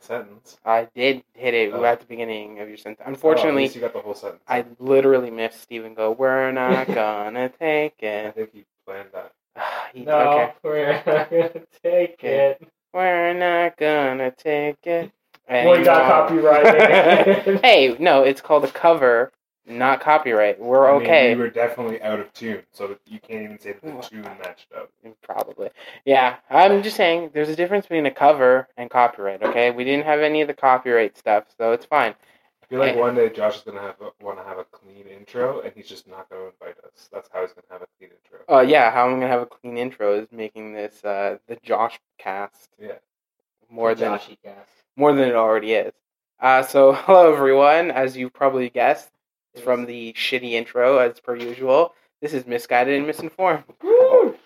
sentence. I did hit it Oh. at the beginning of your sentence. Oh, at Unfortunately, least you got the whole sentence. I literally missed Stephen go, we're not gonna take I it. think you planned that. He- No, Okay. we're not gonna take Okay. it. We're not gonna take it. um, Well, you got copyrighted. hey, no, it's called a cover, not copyright. We're I mean, okay. you were definitely out of tune, so you can't even say that the tune matched up. Probably. Yeah, I'm just saying there's a difference between a cover and copyright, okay? We didn't have any of the copyright stuff, so it's fine. I feel like Yeah. one day Josh is gonna have want to have a clean intro, and he's just not gonna invite us. That's how he's gonna have a clean intro. Uh, yeah, how I'm going to have a clean intro is making this uh, the Josh cast Yeah. more than Joshy cast. more than it already is. Uh, so hello everyone, as you probably guessed from the shitty intro as per usual, this is misguided and misinformed. Oh. Woo!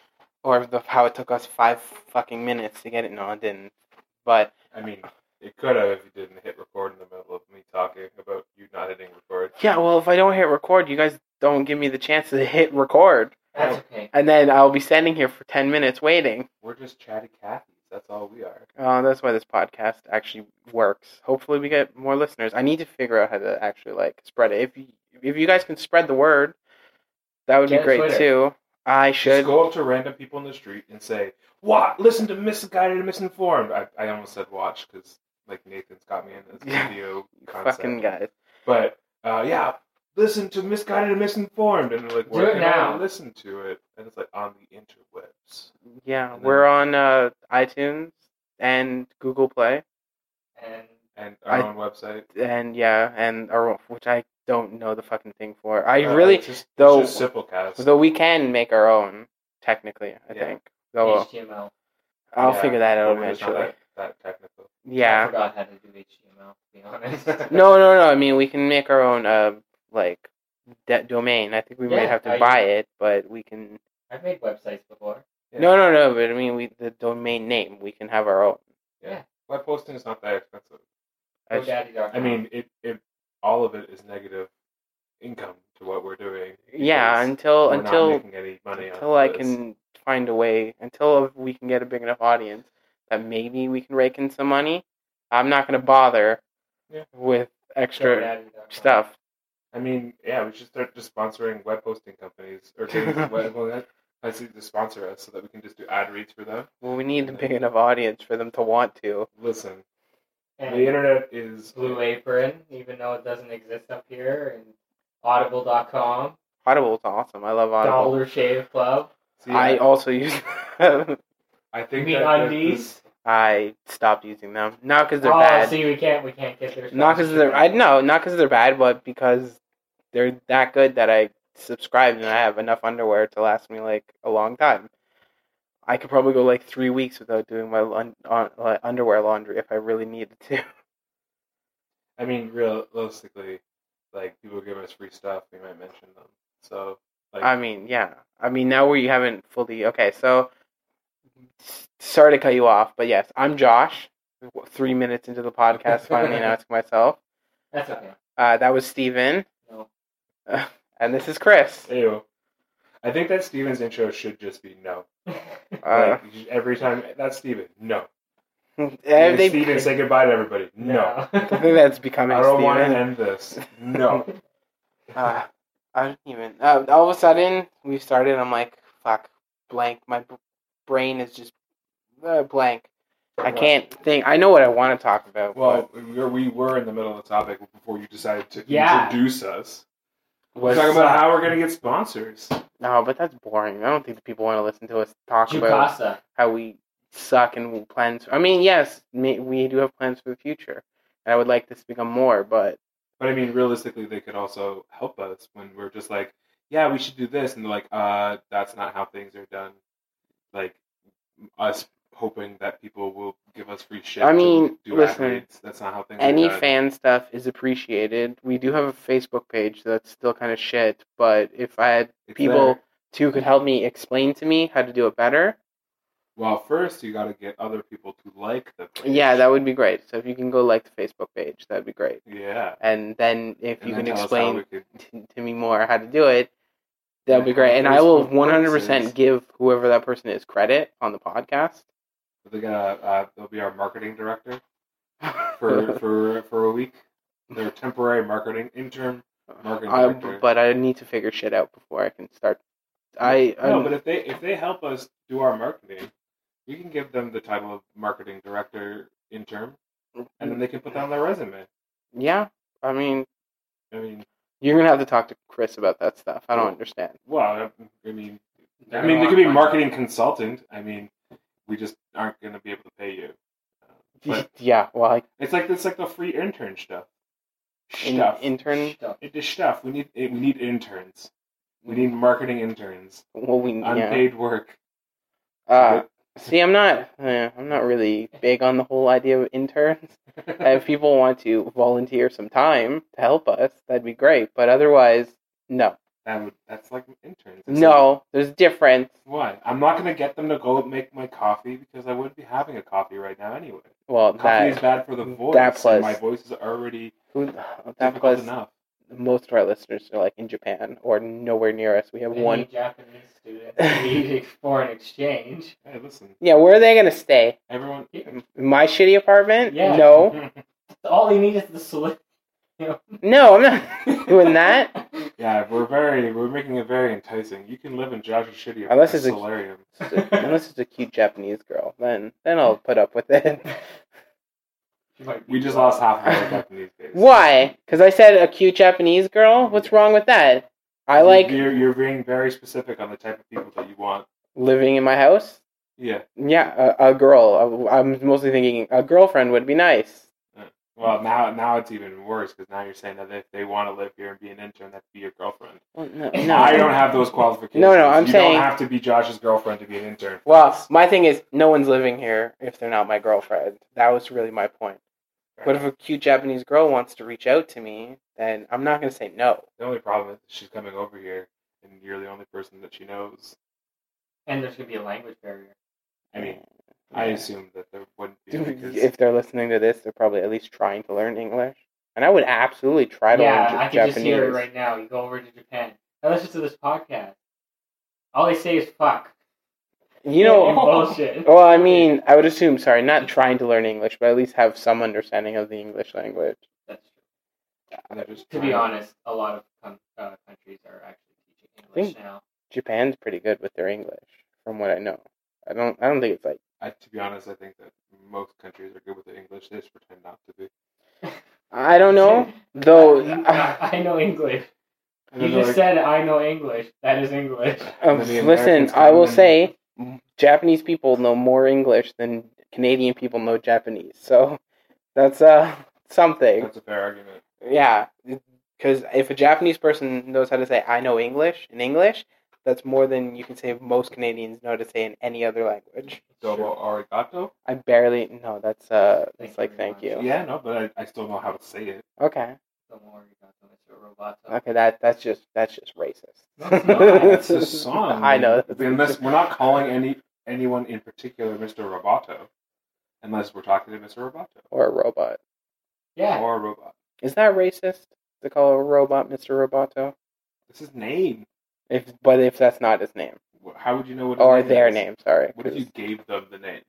or the, how it took us five fucking minutes to get it. No, it didn't. But I mean, it could have if you didn't hit record in the middle of me talking about you not hitting record. yeah, well, if I don't hit record, you guys don't give me the chance to hit record, That's okay. and then I'll be standing here for ten minutes waiting. We're just chatty Cathy's. That's all we are. Uh, that's why this podcast actually works. Hopefully, we get more listeners. I need to figure out how to actually like spread it. If you, if you guys can spread the word, that would Get be a great Twitter. too. I Just should. go up to random people in the street and say, "What? Listen to Misguided and Misinformed." I, I almost said "watch" because like Nathan's got me in this Yeah. video concept. Fucking guys. But uh, yeah, listen to Misguided and Misinformed, and like, Do where it can now. I listen to it? And it's like on the interwebs. Yeah, And then- we're on uh, iTunes and Google Play. And and our I- own website. and yeah, and or which I don't know the fucking thing for. I Uh, really it's just, it's though- just Simplecast. though we can make our own technically. I Yeah. think so. HTML. I'll Yeah, figure that but out we're just not eventually. That, that technical. I Yeah. forgot how to do HTML. To be honest. No, no, no. I mean, we can make our own uh like de- domain. I think we might Yeah, have to I- buy it, but we can. I've made websites before. Yeah. No, no, no. But I mean, we the domain name we can have our own. Web posting is not that expensive. I just- GoDaddy.com. I mean, it, it all of it is negative income to what we're doing. yeah, because until we're not until making any money until off I of this. can find a way, until we can get a big enough audience that maybe we can rake in some money, I'm not going to bother Yeah. with extra GoDaddy.com. stuff. I mean, yeah, we should start just sponsoring web posting companies or getting some web well, I see to sponsor us so that we can just do ad reads for them. Well, we need a big enough audience for them to want to. Listen, the And internet is Blue Apron, even though it doesn't exist up here, and Audible.com, Audible's awesome. I love Audible. Dollar Shave Club. See, I also use them. I You think mean that undies? I stopped using them not because they're oh, bad, see, we can't, we can't get their. not because they're I no, not because they're bad, but because they're that good that I subscribed and I have enough underwear to last me like a long time. I could probably go like three weeks without doing my lun- on, uh, underwear laundry if I really needed to. I mean, realistically, like people give us free stuff, we might mention them. So, like, I mean, yeah. I mean, now we haven't fully. Okay, so s- sorry to cut you off, but yes, I'm Josh. Three minutes into the podcast, finally announcing myself. That's okay. Uh, that was Steven. No. and this is Chris. Ew. I think that Steven's intro should just be no. Uh, like, you should- every time, that's Steven, no. and Hey, they- Steven, say goodbye to everybody. No. I think that's becoming. I don't want to Steven. end this. No. uh, I didn't even. Uh, all of a sudden, we started. I'm like, fuck, blank. My b- brain is just uh, blank. I can't think. I know what I want to talk about. Well, we were, we were in the middle of the topic before you decided to Yeah. introduce us. but- We're talking about how we're going to get sponsors. no, but that's boring. I don't think the people want to listen to us talk about Jukasa. how we suck and we plans. I mean, yes, ma- we do have plans for the future, and I would like this to become more. But But I mean, realistically, they could also help us when we're just like, yeah, we should do this. And they're like, uh, that's not how things are done. Like, us hoping that people will give us free shit. I to mean, do listen, ad reads. That's not how things any are done. fan stuff is appreciated. We do have a Facebook page that's still kind of shit. But if I had It's people there. two could help me explain to me how to do it better. Well, first, you got to get other people to like the page. Yeah, that would be great. So if you can go like the Facebook page, that'd be great. Yeah. And then if And you then can tell us how we explain could- t- to me more how to do it, that'd be And great. how And I will Facebook 100% works. give whoever that person is credit on the podcast. They're gonna, uh, they'll be our marketing director. for for for a week. They're temporary marketing intern. Marketing I- director. Um, but I need to figure shit out before I can start. I um, No, I'm- but if they if they help us do our marketing, we can give them the title of marketing director intern, and then they can put that on their resume. yeah, I mean, I mean, you're gonna have to talk to Chris about that stuff. I don't Cool. understand. well, I I mean, I They're mean, gonna they could be want- marketing consultant. I mean, we just aren't going to be able to pay you. But- yeah, well, like It's like it's like the free intern stuff. in, Stuff. intern. Stuff. It is stuff. We need we need interns. We need marketing interns. Well, we yeah. Unpaid work. Uh, see, I'm not. eh, I'm not really big on the whole idea of interns. if people want to volunteer some time to help us, that'd be great. But otherwise, no, that would, that's like interns. It's like, no. There's a difference. why? I'm not gonna get them to go make my coffee because I wouldn't be having a coffee right now anyway. Well, Coffee that is bad for the voice. that and plus- my voice is already who, that difficult was enough. most of our listeners are like in Japan or nowhere near us. We have Any one. Japanese student who need foreign exchange. Hey, listen, Yeah, where are they gonna stay? everyone. In my shitty apartment? Yeah. No, All they need is the solution. Mm-hmm. no, I'm not doing that. yeah, we're very we're making it very enticing. You can live in Josh's shitty Unless it's a- solarium. Unless it's a cute Japanese girl, then then I'll put up with it. We just lost half of our Japanese base. Why? Because I said a cute Japanese girl. What's wrong with that? I like You're, you're being very specific on the type of people that you want. living in my house. Yeah. Yeah, a, a girl. I, I'm mostly thinking a girlfriend would be nice. Well, now now it's even worse because now you're saying that if they want to live here and be an intern, that'd be your girlfriend. Well, no, I no. I don't have those qualifications. No, no, I'm you saying- don't have to be Josh's girlfriend to be an intern. Well, my thing is, no one's living here if they're not my girlfriend. That was really my point. But if a cute Japanese girl wants to reach out to me, then I'm not going to say no. The only problem is she's coming over here, and you're the only person that she knows. And there's gonna be a language barrier. I mean, I assume that there wouldn't be because if they're listening to this, they're probably at least trying to learn English. And I would absolutely try to yeah, learn Ja- I can Japanese. just hear it right now. You go over to Japan. I listen to this podcast. All they say is fuck. You know, And bullshit. well, I mean, I would assume, sorry, not trying to learn English, but at least have some understanding of the English language. That's true. they're just To be trying- honest, a lot of com- uh, countries are actually teaching Think- English now. Japan's pretty good with their English, from what I know. I don't, I don't think it's like. I, to be honest, I think that most countries are good with the English. They just pretend not to be. I don't know, though. I, I know English. And You then they're just like- said I know English. That is English. and Um, then the listen, Americans I will come in- say "Mm." Japanese people know more English than Canadian people know Japanese. So that's uh something. that's a fair argument. Yeah, because if a Japanese person knows how to say "I know English" in English, that's more than you can say most Canadians know to say in any other language. Dobo arigato. I barely no. That's uh, Thank it's like you very thank much. you. Yeah, no, but I, I still know how to say it. Okay, Don't worry about them. It's a roboto. okay. That that's just that's just No, it's racist. not. That's a song. I know. Unless we're not calling any anyone in particular Mr. Roboto, unless we're talking to Mr. Roboto Or a robot. Yeah. or a robot. Is that racist to call a robot Mr. Roboto? It's his name. If but if that's not his name Wh- How would you know what? His or name their is? name, sorry. What if you gave them the name?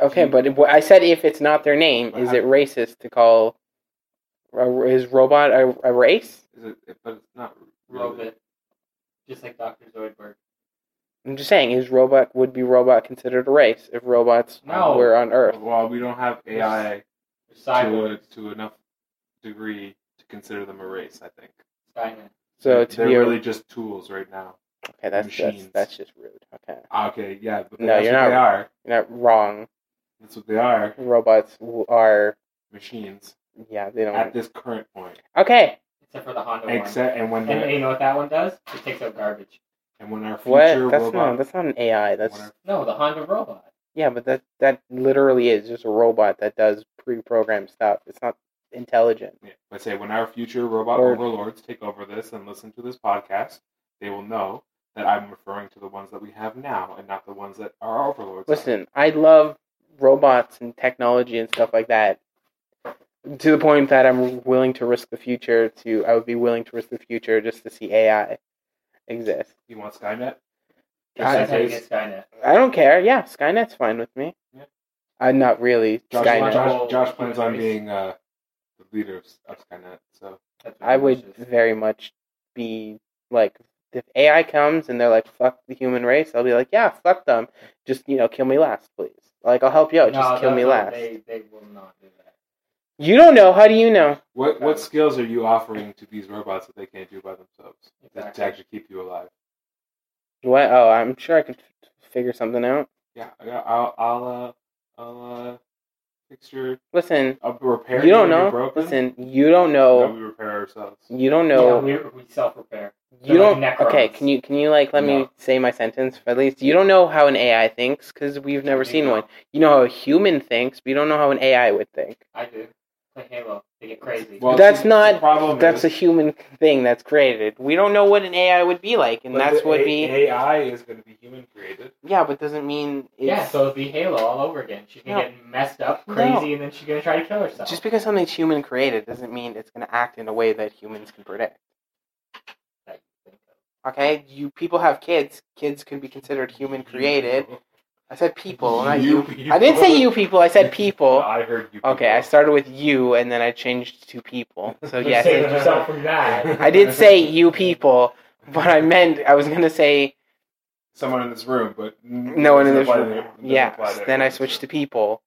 okay, you- but if, I said if it's not their name, is it racist to call a, is robot a, a race? Is it? it- But it's not really. Robot. Just like Dr. Zoidberg. I'm just saying, is robot would be robot considered a race if robots No. were on Earth? Well, we don't have AI to Cyborg. a, to enough degree to consider them a race. I think. Skynet. So They're- to they're be a, really just tools right now. okay, that's just machines. that's just rude. Okay, Okay, yeah, but No, that's you're what not- They are. you're not wrong. That's what they are. Robots w- are Machines yeah, they at don't. this current point. Okay, Except for the Honda Except and when one. And they're- you know what that one does? It takes out garbage. and when our future what? That's not robot that's not an AI. That's when our No, the Honda robot. Yeah, but that that literally is just a robot that does pre-programmed stuff. It's not intelligent. Yeah. Let's say when our future robot Or- overlords take over this and listen to this podcast, they will know that I'm referring to the ones that we have now and not the ones that our overlords. are. Listen, I love robots and technology and stuff like that. To the point that I'm willing to risk the future to I would be willing to risk the future just to see AI exist. you want Skynet? I- That's how you Guys. get Skynet. I don't care. Yeah, Skynet's fine with me. Yeah. I'm not really Josh, Skynet. Josh, Josh plans on being uh, the leader of, of Skynet. So That's what I would English is. very much be like, if AI comes and they're like, "Fuck the human race," I'll be like, "Yeah, fuck them. Just you know, kill me last, please. Like, I'll help you out. Just No, kill no, me no, last." They, they will not do that. You don't know. How do you know? what what skills are you offering to these robots that they can't do by themselves to- to Exactly. actually keep you alive? What? Oh, I'm sure I could f- figure something out. Yeah, I- I'll I'll uh, I'll uh, fix your Listen, I'll repair you don't when you're know. broken. Listen, you don't No, know. we repair ourselves. You don't Yeah, know. we, we self repair. You They're don't. like Okay, Necrons. can you can you like let me No. say my sentence for at least? You don't know how an AI thinks because we've never seen one. You know how a human thinks, but you don't know how an AI would think. I do. Play Halo. They get crazy. Well, That's see, the not- problem That's a is, human thing that's created. We don't know what an AI would be like, and but that's the what A- we. AI is going to be human created. yeah, but doesn't mean it's, yeah, so it'd be Halo all over again. She's gonna No. get messed up, No. crazy, and then she's gonna try to kill herself. just because something's human created doesn't mean it's going to act in a way that humans can predict. Okay, you people have kids. Kids can be considered human created. I said people, not you. I didn't say you people. I said No, people. I heard you. Okay, I started with you, and then I changed to people. So You yes, saved it- yourself from that. I did say you people, but I meant I was going to say someone in this room, but no one in this room. Yes. Then I switched to people.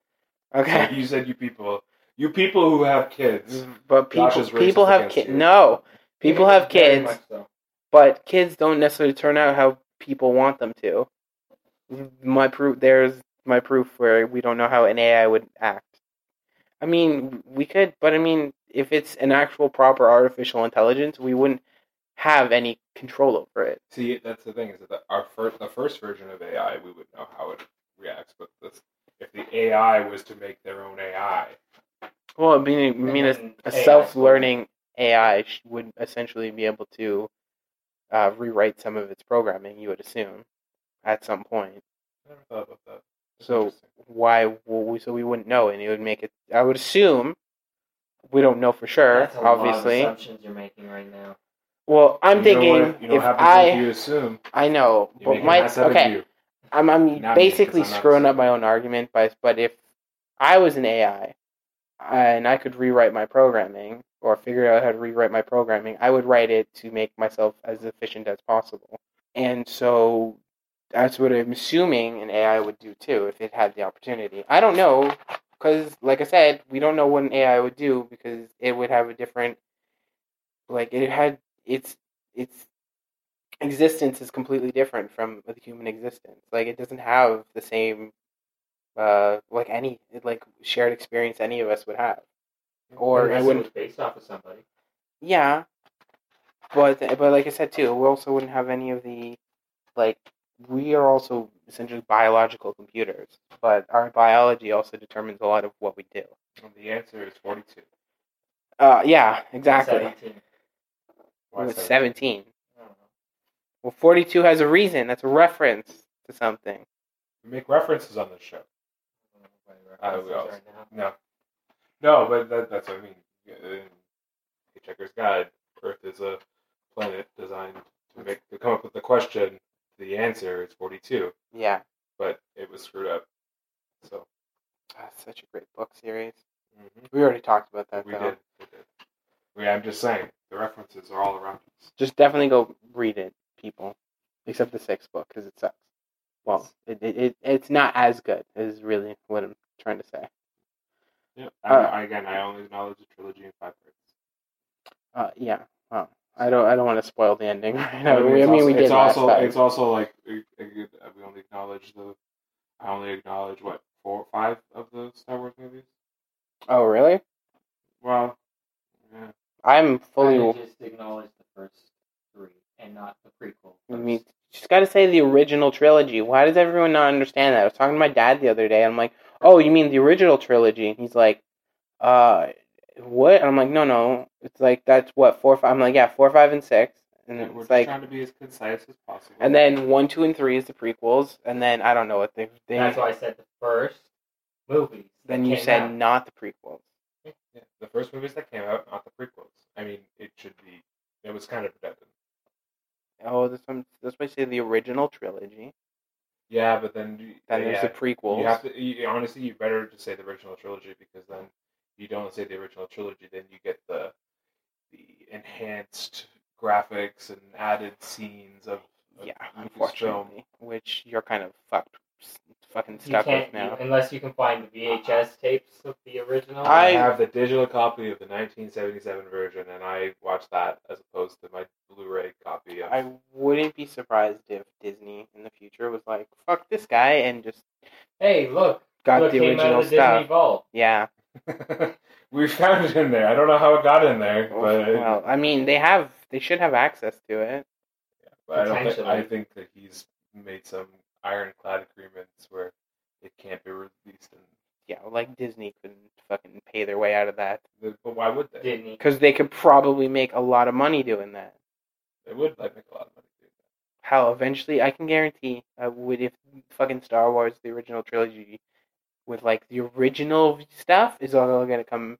Okay. You said you people, you people who have Mm-hmm. kids. But Josh people is racist people have against kids. you. No, people have Very kids, much so. but kids don't necessarily turn out how people want them to. My proof there's my proof where we don't know how an AI would act. I mean, we could, but I mean, if it's an actual proper artificial intelligence, we wouldn't have any control over it. See, that's the thing is that our first, the first version of AI, we would know how it reacts, but this, if the AI was to make their own AI, Well, I mean, I And mean, a, then a AI. self-learning AI sh- would essentially be able to uh, rewrite some of its programming. You would assume at some point. I never thought about that. That's So- interesting. why well, we, so we wouldn't know and it would make it i would assume we don't know for sure That's a lot of obviously assumptions you're making right now. well You i'm know thinking what- you know if what happens i if you assume, i know you but make a my mess out of okay you. i'm, I'm Not me, basically 'cause I'm not screwing up assuming. my own argument but but if i was an ai and i could rewrite my programming or figure out how to rewrite my programming i would write it to make myself as efficient as possible and so that's what I'm assuming an AI would do too if it had the opportunity. I don't know because, like I said, we don't know what an AI would do because it would have a different, like it had its its existence is completely different from the human existence. Like it doesn't have the same, uh, like any like shared experience any of us would have. Or Unless it wouldn't- was based off of somebody. Yeah, but but like I said too, we also wouldn't have any of the like we are also essentially biological computers, but our biology also determines a lot of what we do. And the answer is forty-two. Uh, yeah, exactly. 17. Why Well, it's seven? seventeen. I don't know. Well, forty-two has a reason. That's a reference to something. We make references on this show. I don't know what my I references will. are now. No, no, but that, that's what I mean. In Hitchhiker's Guide, Earth is a planet designed to make to come up with the question. The answer is forty-two, Yeah, but it was screwed up. So that's such a great book series. mhm, We already talked about that. we, though. did, we did. We- I'm just saying the references are all around us. Just definitely go read it, people. Except the sixth book because it sucks. Well, it, it, it it's not as good. Is really what I'm trying to say. Yeah. Uh, I, again, I only acknowledge the trilogy in five parts. Uh, yeah. Well, I don't. I don't want to spoil the ending right now. But I mean, it's also, we did it's last also time. it's also like a- a good- uh, we only acknowledge the I only acknowledge what four five of the Star Wars movies. oh, really? Well, yeah. I'm Try to fully. just acknowledge the first three and not the prequel. I first. mean, she's got to say the original trilogy. Why does everyone not understand that? I was talking to my dad the other day. And I'm like, oh, you mean the original trilogy? And he's like, uh, what? And I'm like, no, no. It's like that's what four, five. I'm like, yeah, four, five, and six. And Yeah, we're it's just like, trying to be as concise as possible. and then one, two, and three is the prequels. And then I don't know what they. they That's why I said the first movie. then you said not the prequels. Yeah, the first movies that came out, not the prequels. I mean, it should be. It was kind of redundant. Oh, that's what, I'm- that's why I say the original trilogy. Yeah, but then you- Then yeah, there's a prequel. you have to you, honestly. You better just say the original trilogy because then you don't say the original trilogy, then you get the the enhanced graphics and added scenes of, of yeah, Lucasfilm. unfortunately, which you're kind of fucked, fucking You stuck with can't now. unless you can find the VHS tapes of the original. I, I- have the digital copy of the 1977 version, and I watch that as opposed to my Blu-ray copy. Of, I wouldn't be surprised if Disney in the future was like, "Fuck this guy," and just hey, look, got look the came out original of the Disney stuff. Vault. Yeah. we found it in there. I don't know how it got in there, Oh, but, Well, I mean, they have, they should have access to it. but I don't think potentially. I think that he's made some ironclad agreements where it can't be released. And Yeah, like Disney couldn't fucking pay their way out of that but why would they? Disney. because they could probably make a lot of money doing that. They would like make a lot of money doing that. How eventually, I can guarantee, I would if fucking Star Wars, the original trilogy, with like the original stuff, is all gonna come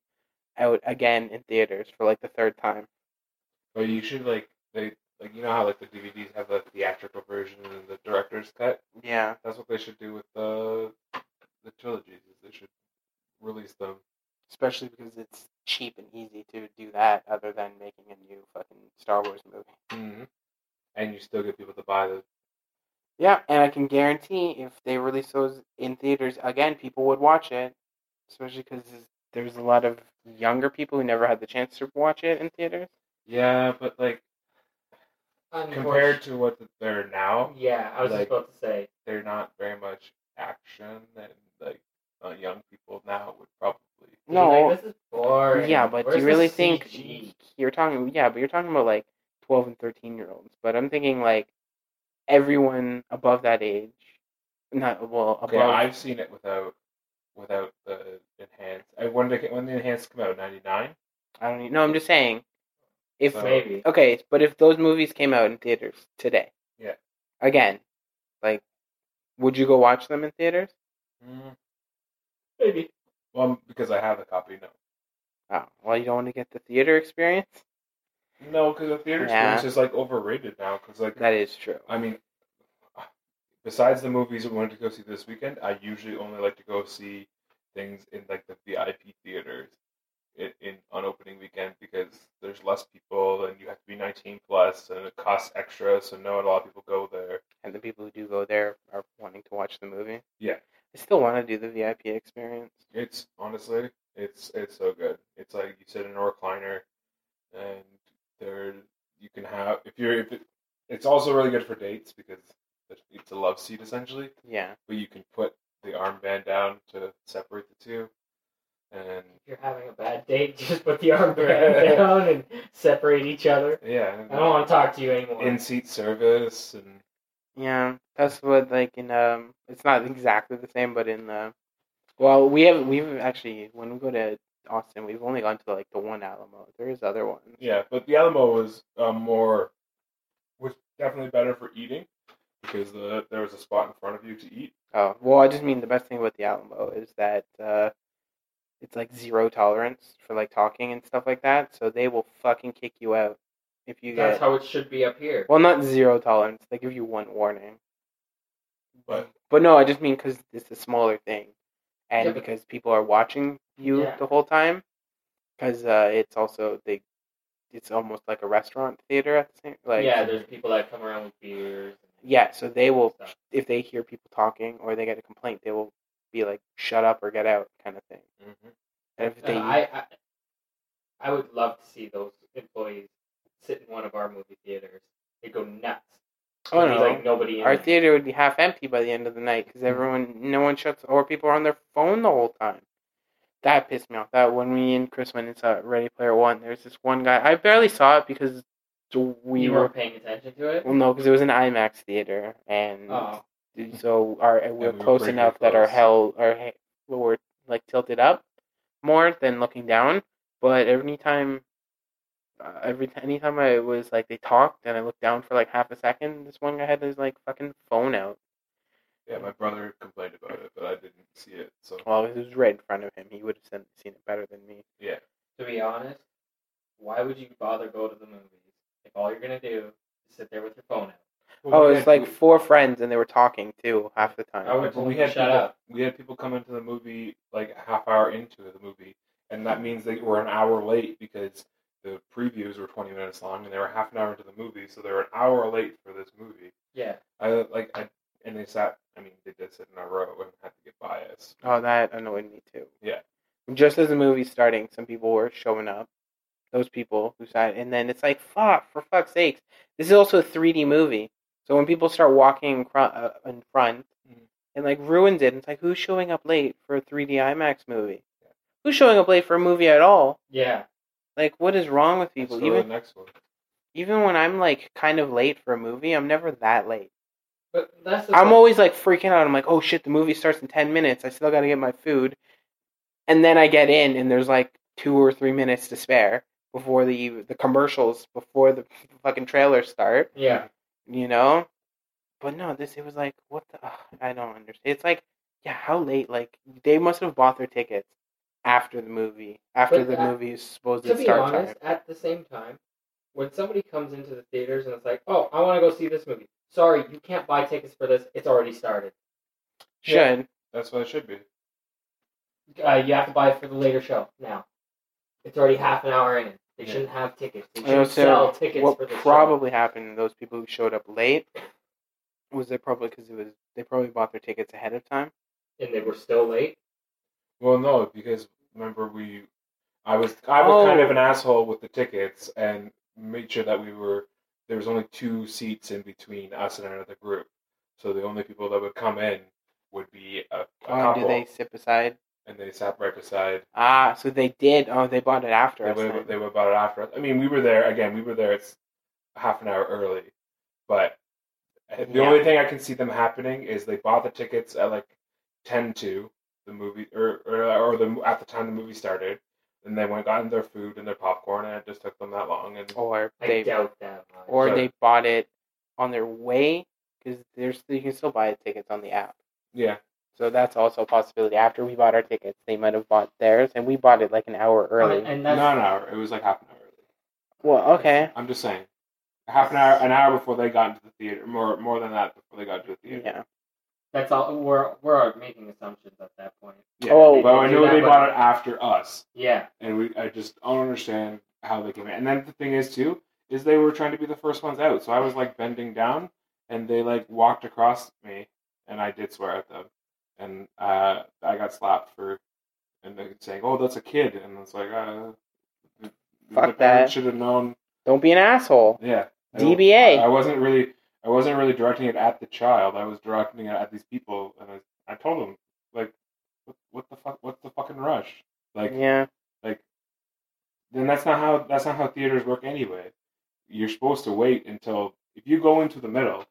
out again in theaters for like the third time. But you should like they like you know how like the DVDs have the theatrical version and the director's cut. Yeah. That's what they should do with the the trilogies. Is they should release them especially because it's cheap and easy to do that other than making a new fucking Star Wars movie. Mm-hmm. And you still get people to buy the. Yeah, and I can guarantee if they release those in theaters again, people would watch it, especially because there's a lot of younger people who never had the chance to watch it in theaters. Yeah, but like compared Unfortunately- to what they're now, yeah, I was like- just about to say. they're not very much action, and like uh, young people now would probably. He's No. like, this is boring. Yeah, but do Where's you really the think CG? you're talking? Yeah, but you're talking about like twelve and thirteen year olds. But I'm thinking like everyone above that age, not well above. Okay, I've seen it without without the enhanced. I when did it- when the enhanced come out ninety nine. I don't even, no. I'm just saying, if So- Maybe. Okay, but if those movies came out in theaters today, Yeah. again, like, would you go watch them in theaters? Maybe. Mm, Well, because I have the copy. No, Oh, well, you don't want to get the theater experience. no, because the theater Yeah. experience is like overrated now. Because like That is true. I mean, besides the movies I wanted to go see this weekend, I usually only like to go see things in like the VIP theaters in, in on opening weekend because there's less people and you have to be 19 plus and it costs extra, so not a lot of people go there. And the people who do go there are wanting to watch the movie. Yeah. I still want to do the VIP experience. It's honestly, it's it's so good. It's like you sit in a recliner, and there you can have if you're if it, it's also really good for dates because it's a love seat essentially. Yeah. but you can put the armband down to separate the two. And If you're having a bad date, just put the armband down and separate each other. yeah, I don't want to talk to you anymore. in seat service and Yeah, that's what like in um, it's not exactly the same, but in uh, well, we have we've actually when we go to Austin, we've only gone to like the one Alamo. There is other ones. yeah, but the Alamo was uh, more was definitely better for eating because the, there was a spot in front of you to eat. Oh well, I just mean the best thing about the Alamo is that uh, it's like zero tolerance for like talking and stuff like that. So they will fucking kick you out if you That's get how it should be up here. well, not zero tolerance. They give you one warning. But But no, I just mean because it's a smaller thing, and Yeah, but- because people are watching you Yeah. the whole time. Because uh, it's also they, it's almost like a restaurant theater at the same like yeah, there's people that come around with beers. and Yeah, so they will stuff. if they hear people talking or they get a complaint, they will be like shut up or get out kind of thing. Mm-hmm. And if And they I, I, I would love to see those employees sit in one of our movie theaters. They go nuts. Oh There'd be, no! like nobody in Our there. theater would be half empty by the end of the night because everyone, no one shuts, or people are on their phone the whole time. That pissed me off. That when me and Chris went and saw Ready Player One, there was this one guy. I barely saw it because we you were weren't paying attention to it. well, no, because it was an IMAX theater, and Oh, so our we we we're were close pretty enough that our close. hell our he- we were like tilted up more than looking down. But every time, uh, every t- anytime I was like they talked and I looked down for like half a second, this one guy had his like fucking phone out. yeah, my brother complained about it, but I didn't see it. So Well, it was right in front of him. He would have seen, seen it better than me. yeah, to be honest, why would you bother go to the movies if all you're gonna do is sit there with your phone out? Oh, it was like four friends, and they were talking too half the time. I would But we had shut people, up. we had people come into the movie like a half hour into the movie, and that means they were an hour late because the previews were twenty minutes long, and they were half an hour into the movie, so they were an hour late for this movie. Yeah. I like, I, and they sat. I mean, they did sit in a row and had to get biased. Oh, that annoyed me too. Yeah. Just as the movie's starting, some people were showing up. Those people who sat, and then it's like, fuck, for fuck's sakes. This is also a 3D movie. So when people start walking in front, uh, in front Mm-hmm. Mhm. and like ruins it, it's like, who's showing up late for a 3D IMAX movie? Who's showing up late for a movie at all? Yeah. Like, what is wrong with people? Let's go to Even the next one. even when I'm like kind of late for a movie, I'm never that late. But that's the I'm thing. always like freaking out. I'm like, oh shit, the movie starts in 10 minutes. I still got to get my food. And then I get in, and there's like two or three minutes to spare before the the commercials, before the fucking trailers start, Yeah. you know? But no, this, it was like, what the? ugh, I don't understand. It's like, yeah, how late? Like, they must have bought their tickets after the movie, after But the I- movie is supposed To to be start time. honest, at the same time, when somebody comes into the theaters and it's like, "Oh, I want to go see this movie." Sorry, you can't buy tickets for this. It's already started. Should. yeah. That's what it should be. Uh, you have to buy it for the later show now. It's already half an hour in. They Yeah. shouldn't have tickets. They I shouldn't would say sell tickets what for the show. probably happened to those people who showed up late was they probably because it was they probably bought their tickets ahead of time. And they were still late. Well, no, because remember we, I was I was kind Oh. of an asshole with the tickets and made sure that we were there was only two seats in between us and another group, so the only people that would come in would be a, a Oh, couple, do they sit beside? and they sat right beside. Ah, so they did. Oh, they bought it after They us. would then. they would bought it after us. I mean, we were there again. We were there. It's half an hour early, but the Yeah. only thing I can see them happening is they bought the tickets at like ten to the movie or or, or the at the time the movie started, and they went gotten their food and their popcorn, and it just took them that long. And Or I they doubt that. Much. or So- they bought it on their way because there's you can still buy tickets on the app. yeah, So that's also a possibility. After we bought our tickets, they might have bought theirs, and we bought it like an hour early. and not that's an hour. It was like half an hour. early. well, okay, I'm just saying, half an hour, an hour before they got into the theater. More more than that before they got into the theater. yeah. that's all. We're we're making assumptions at that point. Yeah. Oh. but I They know do they that, bought it after us. Yeah. and we I just don't understand how they came in. And then the thing is too is they were trying to be the first ones out, so I was like bending down, and they like walked across me, and I did swear at them, and uh, I got slapped for, and they saying, "Oh, that's a kid," and it's like, uh, the- the parents Fuck that. should have known. Don't be an asshole. Yeah, I- DBA. I, I wasn't really, I wasn't really directing it at the child. I was directing it at these people, and I, I told them like, what, what the fuck, what's the fucking rush? Like, Yeah. like then that's not how that's not how theaters work anyway you're supposed to wait until if you go into the middle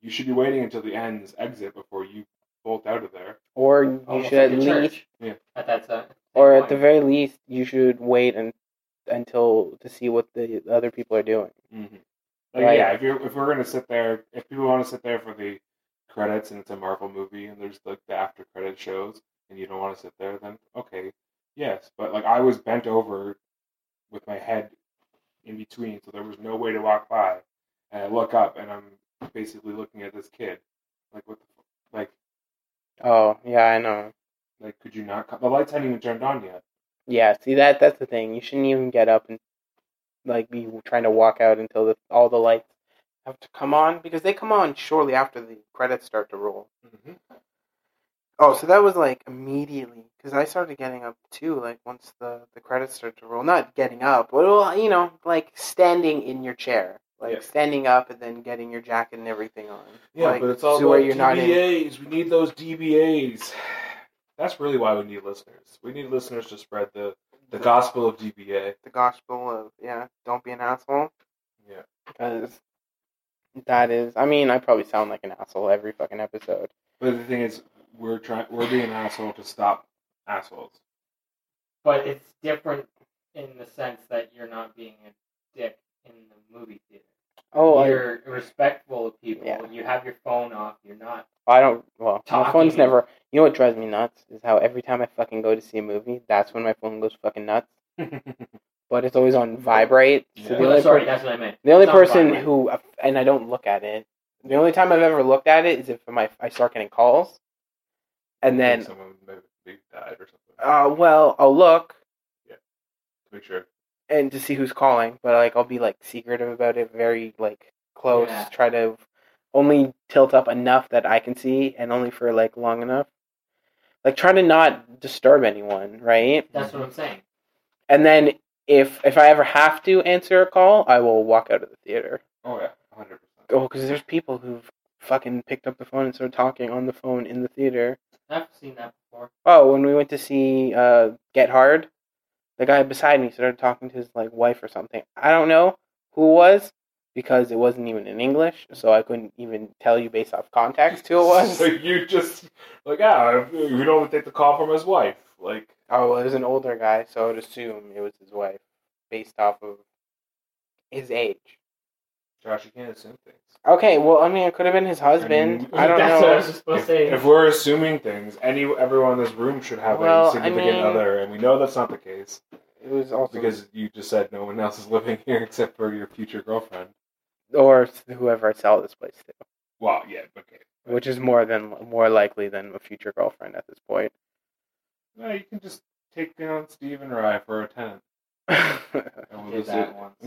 you should be waiting until the end's exit before you bolt out of there Or you Almost should at like a least. church Yeah. At that time. or at the very least, you should wait un until to see what the other people are doing. mm-hmm. like Right. yeah if you're if we're gonna sit there if people want to sit there for the credits and it's a marvel movie and there's like the after credit shows and you don't want to sit there then okay yes but like i was bent over with my head in between so there was no way to walk by and i look up and i'm basically looking at this kid like what the, fu- like Oh yeah, I know. Like, could you not? co- The lights hadn't even turned on yet. Yeah, see that that's the thing. You shouldn't even get up and like be trying to walk out until the, all the lights have to come on because they come on shortly after the credits start to roll. Mm-hmm. Oh, so that was like immediately because I started getting up too. Like once the the credits started to roll, not getting up, but well, you know, like standing in your chair, like Yeah. standing up and then getting your jacket and everything on. Yeah, Like, but it's all so where about you're not in- DBAs. We need those DBAs. That's really why we need listeners. We need listeners to spread the the gospel of DBA. the gospel of yeah, don't be an asshole. Yeah. Because that is, I mean, I probably sound like an asshole every fucking episode. But the thing is, we're trying. We're being an asshole to stop assholes. But it's different in the sense that you're not being a dick in the movie theater. Oh, I, you're respectful of people. Yeah. You have your phone off. You're not. I don't. Well, my phone's Talking. never. You know what drives me nuts is how every time I fucking go to see a movie, that's when my phone goes fucking nuts. But it's always on vibrate. So Yeah. the Well, only, sorry, per- that's what I meant. the only It's on person vibrate. who and I don't look at it. The only time I've ever looked at it is if my I start getting calls, and Maybe then someone maybe maybe died or something uh, well I'll look to make sure. and to see who's calling, but like I'll be like secretive about it, very like close, Yeah. try to only tilt up enough that I can see, and only for like long enough, like trying to not disturb anyone, right? That's what I'm saying. And then if if I ever have to answer a call, I will walk out of the theater. Oh yeah, hundred percent. Oh, because there's people who've fucking picked up the phone and started talking on the phone in the theater. I've seen that before. Oh, when we went to see uh, Get Hard, the guy beside me started talking to his like wife or something. I don't know who it was because it wasn't even in English, so I couldn't even tell you based off context who it was. So you just like ah, we don't take the call from his wife. Like oh, well, it was an older guy, so I would assume it was his wife based off of his age. Josh, you can't assume things. Okay, well, I mean, it could have been his husband. Mm, I don't That's know. what I was just supposed to If, say. if we're assuming things, any everyone in this room should have Well, I a significant mean- other, and we know that's not the case It was also because you just said no one else is living here except for your future girlfriend. or whoever I sell this place to. Well, yeah, okay. which is more than more likely than a future girlfriend at this point. No, you can just take down Steve and Rye for a tenant. I And just- Did that once.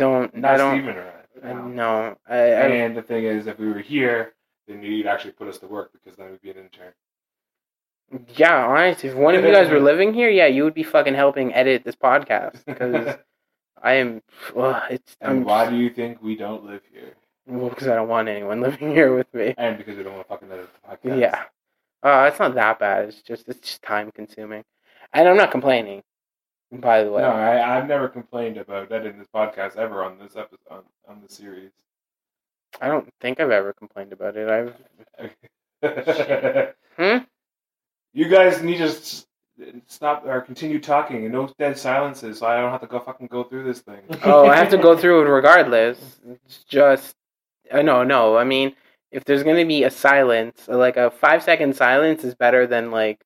don't. Not I don't. Steve and Rye. I- No. I, I, And the thing is, if we were here, then you'd actually put us to work because then we'd be an intern. yeah, honestly, if one of you guys were living here, yeah, you would be fucking helping edit this podcast because I am. Well, it's. and I'm, why do you think we don't live here? Well, because I don't want anyone living here with me. And because we don't want to fucking edit the podcast. Yeah. Uh, it's not that bad. It's just it's just time consuming, and I'm not complaining. By the way, No, I, I've never complained about editing this podcast ever on this episode on, on the series. I don't think I've ever complained about it. I've Hmm? You guys need to s- stop or continue talking and no dead silences, so I don't have to go fucking go through this thing. oh, I have to go through it regardless. It's just, uh, no, no. I mean, if there's gonna be a silence, like a five second silence is better than like,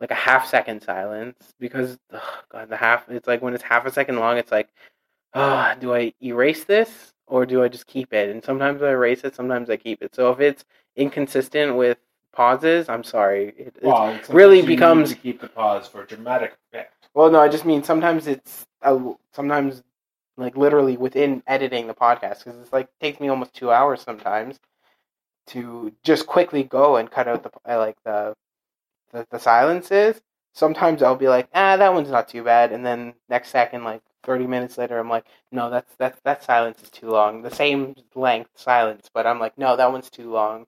like a half second silence because, ugh, God, the half. It's like when it's half a second long, it's like, ah, do I erase this or do I just keep it? And sometimes I erase it, sometimes I keep it. So if it's inconsistent with pauses, I'm sorry. It, it's Well, it's really you need becomes- to keep the pause for dramatic effect. Well, no, I just mean sometimes it's uh, sometimes like literally within editing the podcast because it's like takes me almost two hours sometimes to just quickly go and cut out the uh, like the, the the silences. Sometimes I'll be like, ah, that one's not too bad, and then next second, like thirty minutes later, I'm like, no, that's that that silence is too long. The same length silence, but I'm like, no, that one's too long.